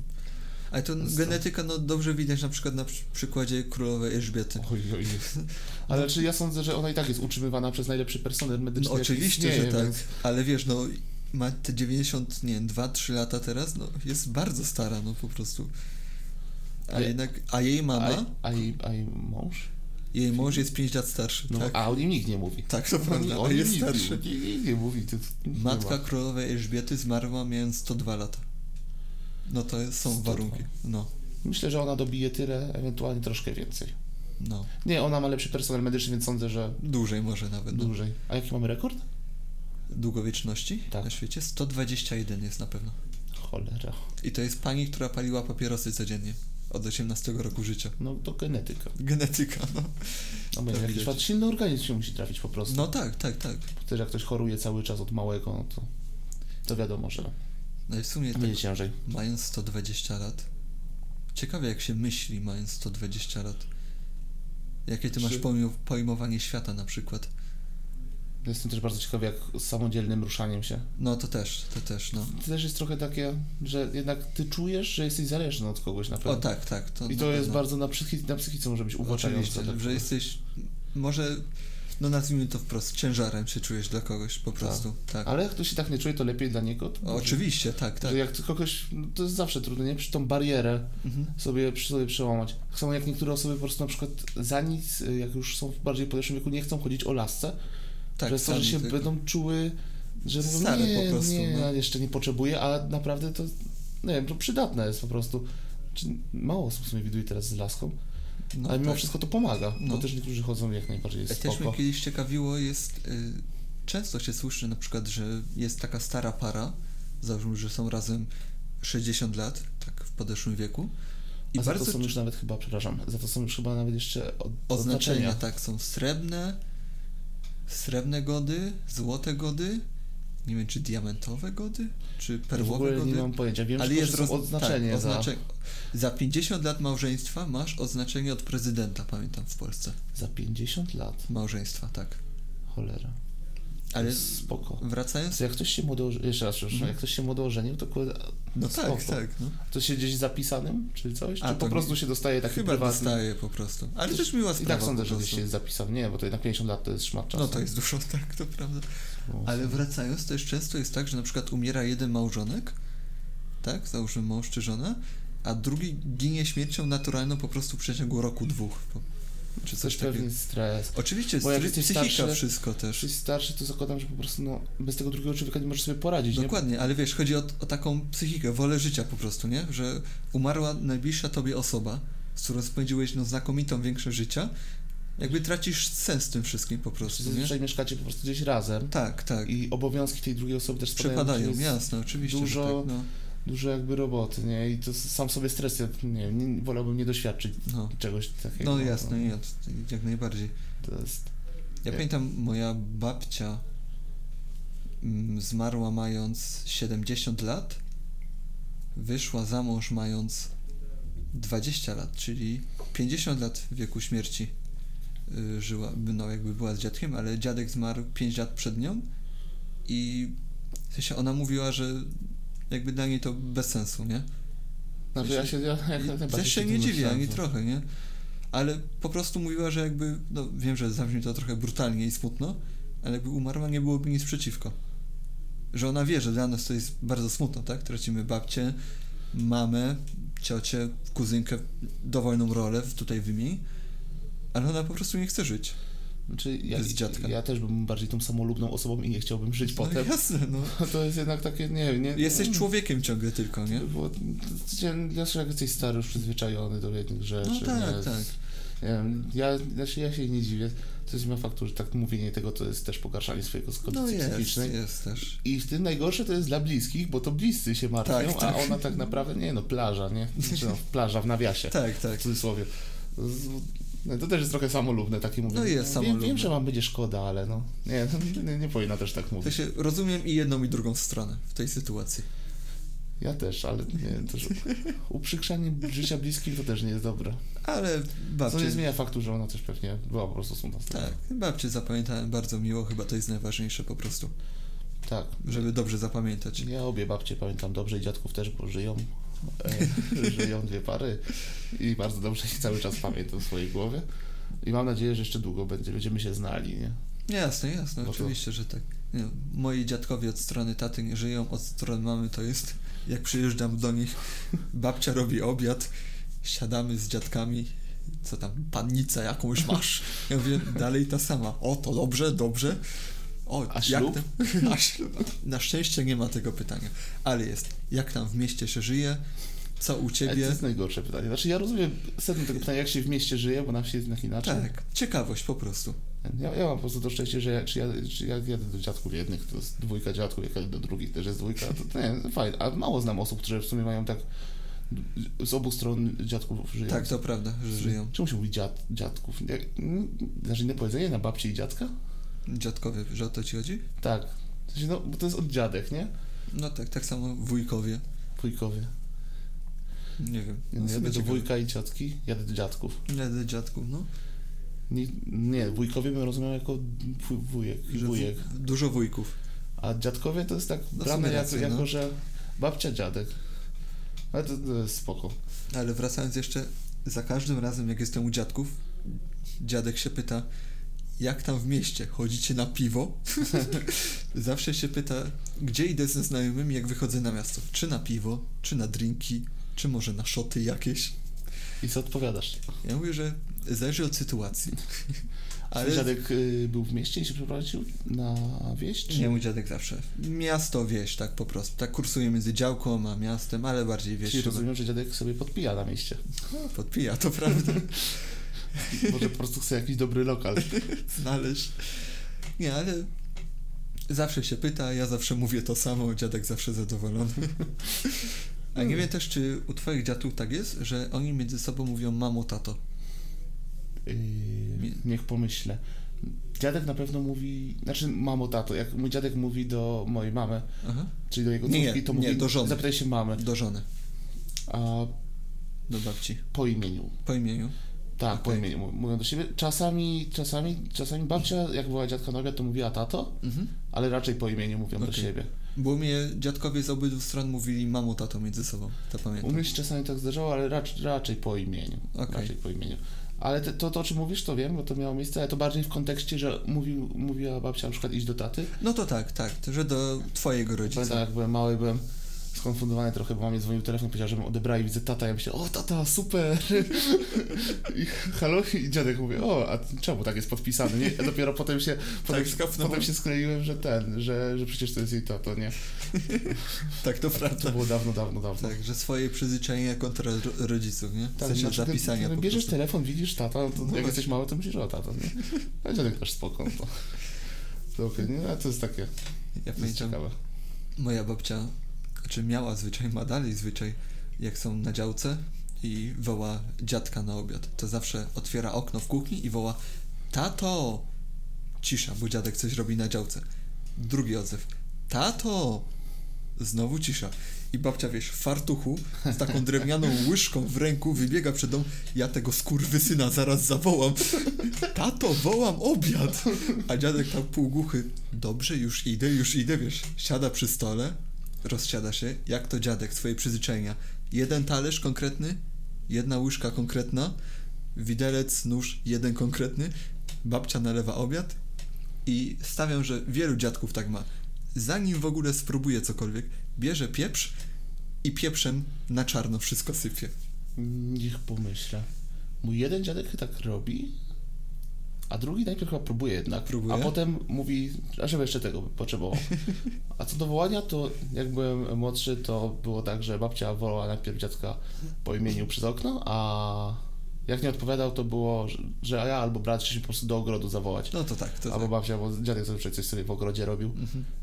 [SPEAKER 2] Ale to
[SPEAKER 1] Więc to-
[SPEAKER 2] genetyka no, dobrze widać na przykład na przy- przykładzie królowej Elżbiety. No,
[SPEAKER 1] Oj, oj, oj. Ale czy ja sądzę, że ona i tak jest utrzymywana przez najlepszy personel medyczny?
[SPEAKER 2] No,
[SPEAKER 1] jaki
[SPEAKER 2] oczywiście,
[SPEAKER 1] istnieje,
[SPEAKER 2] że tak,
[SPEAKER 1] więc-
[SPEAKER 2] ale wiesz, no ma te 90, nie wiem, 2-3 lata teraz, no jest bardzo stara, no po prostu. A
[SPEAKER 1] Ale-
[SPEAKER 2] jednak, a jej mama,
[SPEAKER 1] A, a, jej, a jej mąż?
[SPEAKER 2] jej mąż jest 5 lat starszy,
[SPEAKER 1] No,
[SPEAKER 2] tak?
[SPEAKER 1] A o nim nikt nie mówi. No,
[SPEAKER 2] Tak, to
[SPEAKER 1] Oni-
[SPEAKER 2] prawda,
[SPEAKER 1] oni
[SPEAKER 2] on jest
[SPEAKER 1] nikt,
[SPEAKER 2] starszy.
[SPEAKER 1] Nikt, nikt nie mówi. To, to nie ma.
[SPEAKER 2] Matka królowej Elżbiety zmarła mając 102 lata. No to jest, są
[SPEAKER 1] 102.
[SPEAKER 2] warunki, no,
[SPEAKER 1] Myślę, że ona dobije tyle, ewentualnie troszkę więcej.
[SPEAKER 2] no,
[SPEAKER 1] Nie, ona ma lepszy personel medyczny, więc sądzę, że
[SPEAKER 2] dłużej może nawet, no.
[SPEAKER 1] dłużej. A jaki mamy rekord?
[SPEAKER 2] długowieczności
[SPEAKER 1] Tak.
[SPEAKER 2] na świecie, 121 jest na pewno.
[SPEAKER 1] Cholera.
[SPEAKER 2] I to jest pani, która paliła papierosy codziennie od 18 roku życia.
[SPEAKER 1] No to genetyka.
[SPEAKER 2] Genetyka, no.
[SPEAKER 1] No, będzie jakiś
[SPEAKER 2] widać.
[SPEAKER 1] fakt- silny organizm się musi trafić po prostu.
[SPEAKER 2] No tak, tak, tak.
[SPEAKER 1] Też jak ktoś choruje cały czas od małego, no to, to wiadomo, że
[SPEAKER 2] No i w sumie tak,
[SPEAKER 1] będzie ciężej.
[SPEAKER 2] mając 120 lat. Ciekawe jak się myśli mając 120 lat. Jakie ty masz
[SPEAKER 1] Czy-
[SPEAKER 2] pojm- pojmowanie świata na przykład.
[SPEAKER 1] Jestem też bardzo ciekawy, jak z samodzielnym ruszaniem się.
[SPEAKER 2] No to też, to też, no.
[SPEAKER 1] To też jest trochę takie, że jednak ty czujesz, że jesteś zależny od kogoś na pewno.
[SPEAKER 2] O tak, tak. To
[SPEAKER 1] I
[SPEAKER 2] na
[SPEAKER 1] to jest
[SPEAKER 2] pewno.
[SPEAKER 1] bardzo na, psychi- na psychice może być uwłaczające.
[SPEAKER 2] Oczywiście,
[SPEAKER 1] Tak.
[SPEAKER 2] że jesteś, może, no nazwijmy to wprost, ciężarem się czujesz dla kogoś po prostu, tak.
[SPEAKER 1] Ale jak ktoś się tak nie czuje, to lepiej dla niego. To może.
[SPEAKER 2] Oczywiście, tak, tak.
[SPEAKER 1] Że jak kogoś, no to jest zawsze trudne, nie? Przy tą barierę
[SPEAKER 2] Mhm.
[SPEAKER 1] sobie, przy sobie przełamać. Tak samo jak niektóre osoby po prostu na przykład za nic, y, jak już są w bardziej podeszłym wieku, nie chcą chodzić o lasce,
[SPEAKER 2] Tak,
[SPEAKER 1] przez to, że
[SPEAKER 2] sami
[SPEAKER 1] się
[SPEAKER 2] tego-
[SPEAKER 1] będą czuły, że mówią,
[SPEAKER 2] Stare
[SPEAKER 1] nie,
[SPEAKER 2] po prostu,
[SPEAKER 1] nie,
[SPEAKER 2] no.
[SPEAKER 1] ja jeszcze nie potrzebuję, a naprawdę to, nie wiem, to przydatne jest po prostu. Czy mało osób w sumie widuje teraz z laską,
[SPEAKER 2] No
[SPEAKER 1] ale mimo
[SPEAKER 2] tak.
[SPEAKER 1] wszystko to pomaga,
[SPEAKER 2] No.
[SPEAKER 1] bo też niektórzy chodzą jak najbardziej jest
[SPEAKER 2] Też mnie
[SPEAKER 1] spoko.
[SPEAKER 2] kiedyś ciekawiło jest, y, często się słyszy na przykład, że jest taka stara para, załóżmy, że są razem 60 lat, tak w podeszłym wieku. I
[SPEAKER 1] A za to
[SPEAKER 2] bardzo
[SPEAKER 1] są
[SPEAKER 2] czy-
[SPEAKER 1] już nawet chyba, przepraszam, za to są już chyba nawet jeszcze od,
[SPEAKER 2] oznaczenia tak są srebrne, srebrne gody, złote gody, nie wiem czy diamentowe gody, czy
[SPEAKER 1] W
[SPEAKER 2] perłowe
[SPEAKER 1] ogóle
[SPEAKER 2] gody.
[SPEAKER 1] nie mam pojęcia. Wiem,
[SPEAKER 2] Ale
[SPEAKER 1] tylko,
[SPEAKER 2] jest
[SPEAKER 1] że są
[SPEAKER 2] roz...
[SPEAKER 1] odznaczenie
[SPEAKER 2] tak,
[SPEAKER 1] za,
[SPEAKER 2] oznacze... za 50 lat małżeństwa masz oznaczenie od prezydenta, pamiętam w Polsce.
[SPEAKER 1] za 50 lat.
[SPEAKER 2] Małżeństwa, tak.
[SPEAKER 1] Cholera.
[SPEAKER 2] Ale
[SPEAKER 1] spoko.
[SPEAKER 2] wracając
[SPEAKER 1] To Jak ktoś się młodo, jeszcze raz, przepraszam,
[SPEAKER 2] Mhm.
[SPEAKER 1] jak ktoś się młodo ożenił, to kurde,
[SPEAKER 2] No
[SPEAKER 1] spoko.
[SPEAKER 2] tak, tak. No.
[SPEAKER 1] To się gdzieś zapisanym, czy coś?
[SPEAKER 2] A,
[SPEAKER 1] czy
[SPEAKER 2] to
[SPEAKER 1] po
[SPEAKER 2] nie-
[SPEAKER 1] prostu się dostaje taki
[SPEAKER 2] Chyba
[SPEAKER 1] prywatny?
[SPEAKER 2] dostaje po prostu. Ale też miła
[SPEAKER 1] I
[SPEAKER 2] sprawa.
[SPEAKER 1] tak sądzę,
[SPEAKER 2] po
[SPEAKER 1] że gdzieś
[SPEAKER 2] prostu.
[SPEAKER 1] się zapisał. Nie, bo to jednak 50 lat to jest szmat czasu.
[SPEAKER 2] No to jest dużo, tak, to prawda.
[SPEAKER 1] No,
[SPEAKER 2] Ale wracając, też często jest tak, że na przykład umiera jeden małżonek, tak, załóżmy mąż czy żona, a drugi ginie śmiercią naturalną po prostu w przeciągu roku, dwóch. po- Czy
[SPEAKER 1] Coś
[SPEAKER 2] coś takiego.
[SPEAKER 1] pewnie stres.
[SPEAKER 2] Oczywiście,
[SPEAKER 1] Bo jak
[SPEAKER 2] stry-
[SPEAKER 1] jesteś
[SPEAKER 2] psychika
[SPEAKER 1] starszy-
[SPEAKER 2] wszystko też.
[SPEAKER 1] Jeśli starszy, to zakładam, że po prostu no, bez tego drugiego człowieka nie możesz sobie poradzić, nie?
[SPEAKER 2] Dokładnie, ale wiesz, chodzi o, o taką psychikę, wolę życia po prostu, nie? Że umarła najbliższa tobie osoba, z którą spędziłeś no, znakomitą większość życia, jakby tracisz sens w tym wszystkim po prostu, nie?
[SPEAKER 1] Zazwyczaj mieszkacie po prostu gdzieś razem
[SPEAKER 2] Tak, tak.
[SPEAKER 1] i obowiązki tej drugiej osoby też spadają,
[SPEAKER 2] Przepadają,
[SPEAKER 1] więc jest
[SPEAKER 2] jasne, oczywiście.
[SPEAKER 1] dużo-
[SPEAKER 2] Że tak, no,
[SPEAKER 1] Dużo jakby roboty, nie? I to sam sobie stres, ja nie, wiem, nie wolałbym nie doświadczyć
[SPEAKER 2] no.
[SPEAKER 1] czegoś takiego.
[SPEAKER 2] no jasne, nie, to jak najbardziej.
[SPEAKER 1] To jest...
[SPEAKER 2] Ja
[SPEAKER 1] Nie.
[SPEAKER 2] pamiętam, moja babcia mm, zmarła mając 70 lat, wyszła za mąż mając 20 lat, czyli 50 lat wieku śmierci. y, żyła, no jakby była z dziadkiem, ale dziadek zmarł 5 lat przed nią i w sensie ona mówiła, że jakby dla niej to bez sensu, nie?
[SPEAKER 1] Znaczy, ja się, ja, ja najbardziej
[SPEAKER 2] Też się
[SPEAKER 1] tym no. tak.
[SPEAKER 2] nie dziwię,
[SPEAKER 1] zgadzam.
[SPEAKER 2] ani trochę, nie? Ale po prostu mówiła, że jakby, no wiem, że zabrzmi to trochę brutalnie i smutno, ale jakby umarła, nie byłoby nic przeciwko. Że ona wie, że dla nas to jest bardzo smutno, tak? Tracimy babcię, mamę, ciocię, kuzynkę, dowolną rolę w- tutaj wymień, ale ona po prostu nie chce żyć.
[SPEAKER 1] Znaczy, ja,
[SPEAKER 2] Bez dziadka.
[SPEAKER 1] ja też bym bardziej tą samolubną osobą i nie chciałbym żyć
[SPEAKER 2] No
[SPEAKER 1] potem.
[SPEAKER 2] jasne, no.
[SPEAKER 1] To jest jednak takie, nie wiem, nie...
[SPEAKER 2] Jesteś człowiekiem ciągle tylko, nie?
[SPEAKER 1] Bo ja- ja że jak jesteś stary, już przyzwyczajony do jednych rzeczy.
[SPEAKER 2] No tak,
[SPEAKER 1] Znaczy, nie?
[SPEAKER 2] tak.
[SPEAKER 1] Nie wiem, ja, znaczy ja się nie dziwię. To jest ma faktu, że tak mówienie tego to jest też pogarszanie swojego kondycji
[SPEAKER 2] No jest,
[SPEAKER 1] psychicznej.
[SPEAKER 2] jest też.
[SPEAKER 1] I w tym najgorsze to jest dla bliskich, bo to bliscy się martwią,
[SPEAKER 2] Tak, tak.
[SPEAKER 1] a ona tak naprawdę, nie no, plaża, nie? Znaczy, no, plaża w nawiasie,
[SPEAKER 2] Tak,
[SPEAKER 1] w
[SPEAKER 2] tak.
[SPEAKER 1] cudzysłowie. Z- No, to też jest trochę samolubne, takie mówienie.
[SPEAKER 2] No
[SPEAKER 1] No,
[SPEAKER 2] jest
[SPEAKER 1] wiem,
[SPEAKER 2] samolubne.
[SPEAKER 1] wiem, że wam będzie szkoda, ale no, nie, nie, nie powinna też tak
[SPEAKER 2] W sensie
[SPEAKER 1] mówić.
[SPEAKER 2] rozumiem i jedną, i drugą stronę w tej sytuacji.
[SPEAKER 1] Ja też, ale nie, też uprzykrzanie życia bliskich to też nie jest dobre.
[SPEAKER 2] Ale
[SPEAKER 1] Co nie
[SPEAKER 2] babcie...
[SPEAKER 1] zmienia faktu, że ona też pewnie była po prostu smutna. z tego.
[SPEAKER 2] Znaczy- Tak, babcie zapamiętałem bardzo miło, chyba to jest najważniejsze po prostu,
[SPEAKER 1] tak.
[SPEAKER 2] żeby dobrze zapamiętać.
[SPEAKER 1] Ja obie babcie pamiętam dobrze i dziadków też, bo żyją. E, żyją dwie pary i bardzo dobrze ich cały czas pamiętam w swojej głowie. I mam nadzieję, że jeszcze długo będzie, będziemy się znali, nie?
[SPEAKER 2] Jasne, jasne,
[SPEAKER 1] No to-
[SPEAKER 2] oczywiście, że tak. Nie, wiem, moi dziadkowie od strony taty nie żyją, od strony mamy to jest, jak przyjeżdżam do nich, babcia robi obiad, siadamy z dziadkami, co tam, pannicę jakąś masz? Ja mówię, dalej ta sama, o to dobrze, dobrze. O,
[SPEAKER 1] A ślub?
[SPEAKER 2] tam- a ślub? Na szczęście nie ma tego pytania, ale jest, jak tam w mieście się żyje, co u
[SPEAKER 1] Ale to
[SPEAKER 2] ciebie?
[SPEAKER 1] jest najgorsze pytanie. Znaczy ja rozumiem sedno tego pytania, jak się w mieście żyje, bo na wsi jest jednak inaczej.
[SPEAKER 2] Tak, ciekawość po prostu.
[SPEAKER 1] Ja, ja mam po prostu to szczęście, że ja, czy ja, czy ja jadę do dziadków jednych, to jest dwójka dziadków, jak jadę do drugich, też jest dwójka, to, to nie, fajnie. A mało znam osób, które w sumie mają tak z obu stron dziadków żyją.
[SPEAKER 2] Tak, to prawda, że żyją.
[SPEAKER 1] Czemu się mówi dziad, dziadków? Jak, mm, znaczy inne powiedzenie na babci i dziadka?
[SPEAKER 2] Dziadkowie, że o to ci chodzi?
[SPEAKER 1] Tak. W sensie, no, bo to jest od dziadek, nie?
[SPEAKER 2] No tak, tak samo wujkowie.
[SPEAKER 1] Wujkowie.
[SPEAKER 2] Nie wiem.
[SPEAKER 1] Nie,
[SPEAKER 2] No,
[SPEAKER 1] No,
[SPEAKER 2] w
[SPEAKER 1] jadę
[SPEAKER 2] sumie
[SPEAKER 1] do
[SPEAKER 2] ciekawe.
[SPEAKER 1] wujka i ciotki, jadę do dziadków.
[SPEAKER 2] Jadę dziadków, no.
[SPEAKER 1] Nie, nie wujkowie bym rozumiał jako wuj- wujek i
[SPEAKER 2] Że wu-
[SPEAKER 1] wujek.
[SPEAKER 2] Dużo wujków.
[SPEAKER 1] A dziadkowie to jest tak
[SPEAKER 2] No,
[SPEAKER 1] brane
[SPEAKER 2] są
[SPEAKER 1] jako,
[SPEAKER 2] racje,
[SPEAKER 1] jako,
[SPEAKER 2] no.
[SPEAKER 1] że babcia, dziadek. Ale to, to jest spoko.
[SPEAKER 2] Ale wracając jeszcze, za każdym razem jak jestem u dziadków, dziadek się pyta, jak tam w mieście, chodzicie na piwo? Zawsze się pyta, gdzie idę ze znajomymi, jak wychodzę na miasto. Czy na piwo, czy na drinki, czy może na szoty jakieś.
[SPEAKER 1] I co odpowiadasz?
[SPEAKER 2] Ja mówię, że zależy od sytuacji.
[SPEAKER 1] Ale... Dziadek y, był w mieście i się przeprowadził na wieś? Czy...
[SPEAKER 2] Nie, mój dziadek zawsze. Miasto, wieś, tak po prostu. Tak kursuje między działką a miastem, ale bardziej wieś.
[SPEAKER 1] Czyli
[SPEAKER 2] chyba. No,
[SPEAKER 1] rozumiem, że dziadek sobie podpija na mieście.
[SPEAKER 2] Podpija, to prawda.
[SPEAKER 1] Może po prostu chce jakiś dobry lokal.
[SPEAKER 2] Znaleźć. Nie, ale zawsze się pyta, ja zawsze mówię to samo, dziadek zawsze zadowolony. A
[SPEAKER 1] Hmm.
[SPEAKER 2] nie wiem też, czy u twoich dziadków tak jest, że oni między sobą mówią mamo, tato.
[SPEAKER 1] Yy, niech pomyślę. Dziadek na pewno mówi, znaczy mamo, tato, jak mój dziadek mówi do mojej mamy,
[SPEAKER 2] Aha.
[SPEAKER 1] czyli do jego
[SPEAKER 2] Nie,
[SPEAKER 1] córki, to
[SPEAKER 2] nie,
[SPEAKER 1] mówi,
[SPEAKER 2] do żony.
[SPEAKER 1] zapytaj się mamy,
[SPEAKER 2] Do żony,
[SPEAKER 1] a
[SPEAKER 2] do babci.
[SPEAKER 1] po imieniu.
[SPEAKER 2] Po imieniu.
[SPEAKER 1] Tak, po
[SPEAKER 2] Okej.
[SPEAKER 1] imieniu mów- mówią do siebie. Czasami, czasami, czasami babcia, jak była dziadka na obiad, to mówiła tato,
[SPEAKER 2] Mhm.
[SPEAKER 1] ale raczej po imieniu mówią do
[SPEAKER 2] Okej.
[SPEAKER 1] siebie.
[SPEAKER 2] Bo mnie dziadkowie z obydwu stron mówili mamo, tato między sobą, to
[SPEAKER 1] U
[SPEAKER 2] pamiętam.
[SPEAKER 1] mnie się czasami tak zdarzało, ale raczej, raczej po imieniu.
[SPEAKER 2] Okej.
[SPEAKER 1] Raczej po imieniu. Ale te, to, to, o czym mówisz, to wiem, bo to miało miejsce, ale to bardziej w kontekście, że mówił, mówiła babcia na przykład iść do taty,
[SPEAKER 2] No to tak, tak, że do twojego rodzica.
[SPEAKER 1] Pamiętam, jak byłem mały, byłem skonfundowany trochę, bo mamie dzwonił telefon, powiedział, żebym odebrał i widzę tata, ja myślę, o tata, super! I halo? I dziadek mówi, o, a czemu tak jest podpisany, nie? A dopiero potem się,
[SPEAKER 2] Tak
[SPEAKER 1] potem,
[SPEAKER 2] skapnąłem.
[SPEAKER 1] potem się skleiłem, że ten, że, że przecież to jest jej tato, nie?
[SPEAKER 2] Tak, to
[SPEAKER 1] To
[SPEAKER 2] prawda.
[SPEAKER 1] było dawno, dawno, dawno.
[SPEAKER 2] Tak, że swoje przyzwyczajenia kontra ro- rodziców, nie? W sensie
[SPEAKER 1] znaczy,
[SPEAKER 2] zapisania
[SPEAKER 1] kiedy
[SPEAKER 2] po
[SPEAKER 1] bierzesz
[SPEAKER 2] prostu.
[SPEAKER 1] telefon, widzisz tata, no to jak
[SPEAKER 2] właśnie.
[SPEAKER 1] jesteś mały, to myślisz, o tata, nie? A dziadek też spoko, no to, to okej, nie? A to jest takie,
[SPEAKER 2] Ja
[SPEAKER 1] to jest
[SPEAKER 2] pamiętam,
[SPEAKER 1] ciekawe.
[SPEAKER 2] moja babcia, znaczy miała zwyczaj, ma dalej zwyczaj, jak są na działce i woła dziadka na obiad, to zawsze otwiera okno w kuchni i woła Tato! Cisza, bo dziadek coś robi na działce. Drugi odzew. Tato! Znowu cisza. i babcia, wiesz, w fartuchu z taką drewnianą łyżką w ręku wybiega przed dom. Ja tego skurwysyna zaraz zawołam. Tato, wołam obiad. A dziadek tak półgłuchy. Dobrze, już idę, już idę, wiesz. Siada przy stole, rozsiada się, jak to dziadek, swoje przyzwyczajenia. Jeden talerz konkretny, jedna łyżka konkretna, widelec, nóż, jeden konkretny. Babcia nalewa obiad i stawiam, że wielu dziadków tak ma. Zanim w ogóle spróbuje cokolwiek, bierze pieprz i pieprzem na czarno wszystko sypie.
[SPEAKER 1] Niech pomyślę. Mój jeden dziadek tak robi, a drugi najpierw chyba próbuje jednak,
[SPEAKER 2] Próbuje?
[SPEAKER 1] a potem mówi, a żeby jeszcze tego potrzebował. A co do wołania, to jak byłem młodszy, to było tak, że babcia wołała najpierw dziadka po imieniu przez okno, a jak nie odpowiadał, to było, że- że ja albo brat się po prostu do ogrodu zawołać.
[SPEAKER 2] No to tak, to
[SPEAKER 1] Albo
[SPEAKER 2] tak.
[SPEAKER 1] babcia, bo dziadek zawsze coś sobie w ogrodzie robił.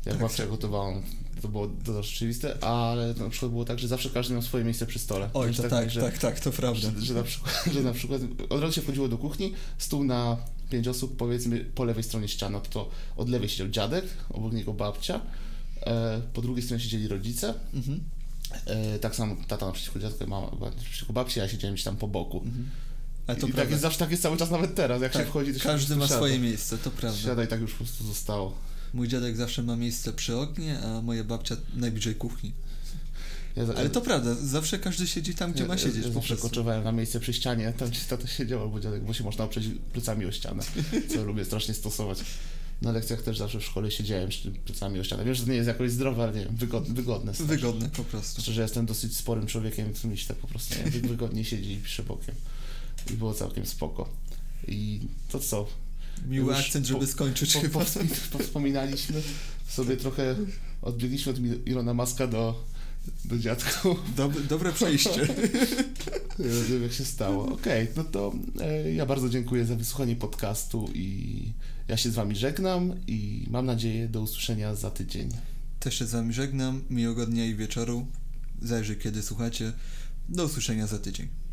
[SPEAKER 1] Jak
[SPEAKER 2] Tak.
[SPEAKER 1] babcia gotowała, to było to rzeczywiste, ale na przykład było tak, że zawsze każdy miał swoje miejsce przy stole.
[SPEAKER 2] Oj,
[SPEAKER 1] Więc
[SPEAKER 2] to tak,
[SPEAKER 1] że-
[SPEAKER 2] tak, tak, to prawda.
[SPEAKER 1] że, że, na przykład, że na przykład od razu się wchodziło do kuchni, stół na pięć osób, powiedzmy po lewej stronie ściana, to od lewej siedział dziadek, obok niego babcia, e, po drugiej stronie siedzieli rodzice,
[SPEAKER 2] Mhm.
[SPEAKER 1] e, tak samo tata naprzeciwko dziadka, mama naprzeciwko babci, ja siedziałem gdzieś tam po boku.
[SPEAKER 2] Ale Mhm. to
[SPEAKER 1] I tak
[SPEAKER 2] prawda.
[SPEAKER 1] jest zawsze tak jest cały czas, nawet teraz, jak
[SPEAKER 2] Tak,
[SPEAKER 1] się wchodzi, to się
[SPEAKER 2] każdy ma
[SPEAKER 1] siada.
[SPEAKER 2] swoje miejsce, to prawda.
[SPEAKER 1] Siada i tak już po prostu zostało.
[SPEAKER 2] Mój dziadek zawsze ma miejsce przy oknie, a moja babcia najbliżej kuchni.
[SPEAKER 1] Ja, za-
[SPEAKER 2] Ale to prawda, zawsze każdy siedzi tam, gdzie ma siedzieć
[SPEAKER 1] Ja, ja
[SPEAKER 2] po
[SPEAKER 1] e, zawsze
[SPEAKER 2] prostu.
[SPEAKER 1] koczowałem na miejsce przy ścianie, tam gdzie tata siedział albo dziadek, bo się można oprzeć plecami o ścianę, co lubię strasznie stosować. Na lekcjach też zawsze w szkole siedziałem przy- plecami o ścianę. Wiem, że to nie jest jakoś zdrowe, ale nie wiem, wygodne. wygodne strasznie.
[SPEAKER 2] Wygodne po prostu.
[SPEAKER 1] Szczerze, jestem dosyć sporym człowiekiem, więc mi się tak po prostu nie, wiem, wy- wygodnie siedzi i pisze bokiem. I było całkiem spoko. I to co?
[SPEAKER 2] Miły
[SPEAKER 1] Już
[SPEAKER 2] akcent,
[SPEAKER 1] po-
[SPEAKER 2] żeby skończyć
[SPEAKER 1] Po,
[SPEAKER 2] chyba.
[SPEAKER 1] powsp- powspominaliśmy sobie trochę, odbiegliśmy od Mi- Ilona Maska do, do dziadków.
[SPEAKER 2] Dob- dobre przejście.
[SPEAKER 1] Nie Rozumiem, jak się stało. Okej, no to e, ja bardzo dziękuję za wysłuchanie podcastu i ja się z wami żegnam i mam nadzieję do usłyszenia za tydzień.
[SPEAKER 2] Też się z wami żegnam. Miłego dnia i wieczoru. Zajrzyj kiedy słuchacie. Do usłyszenia za tydzień.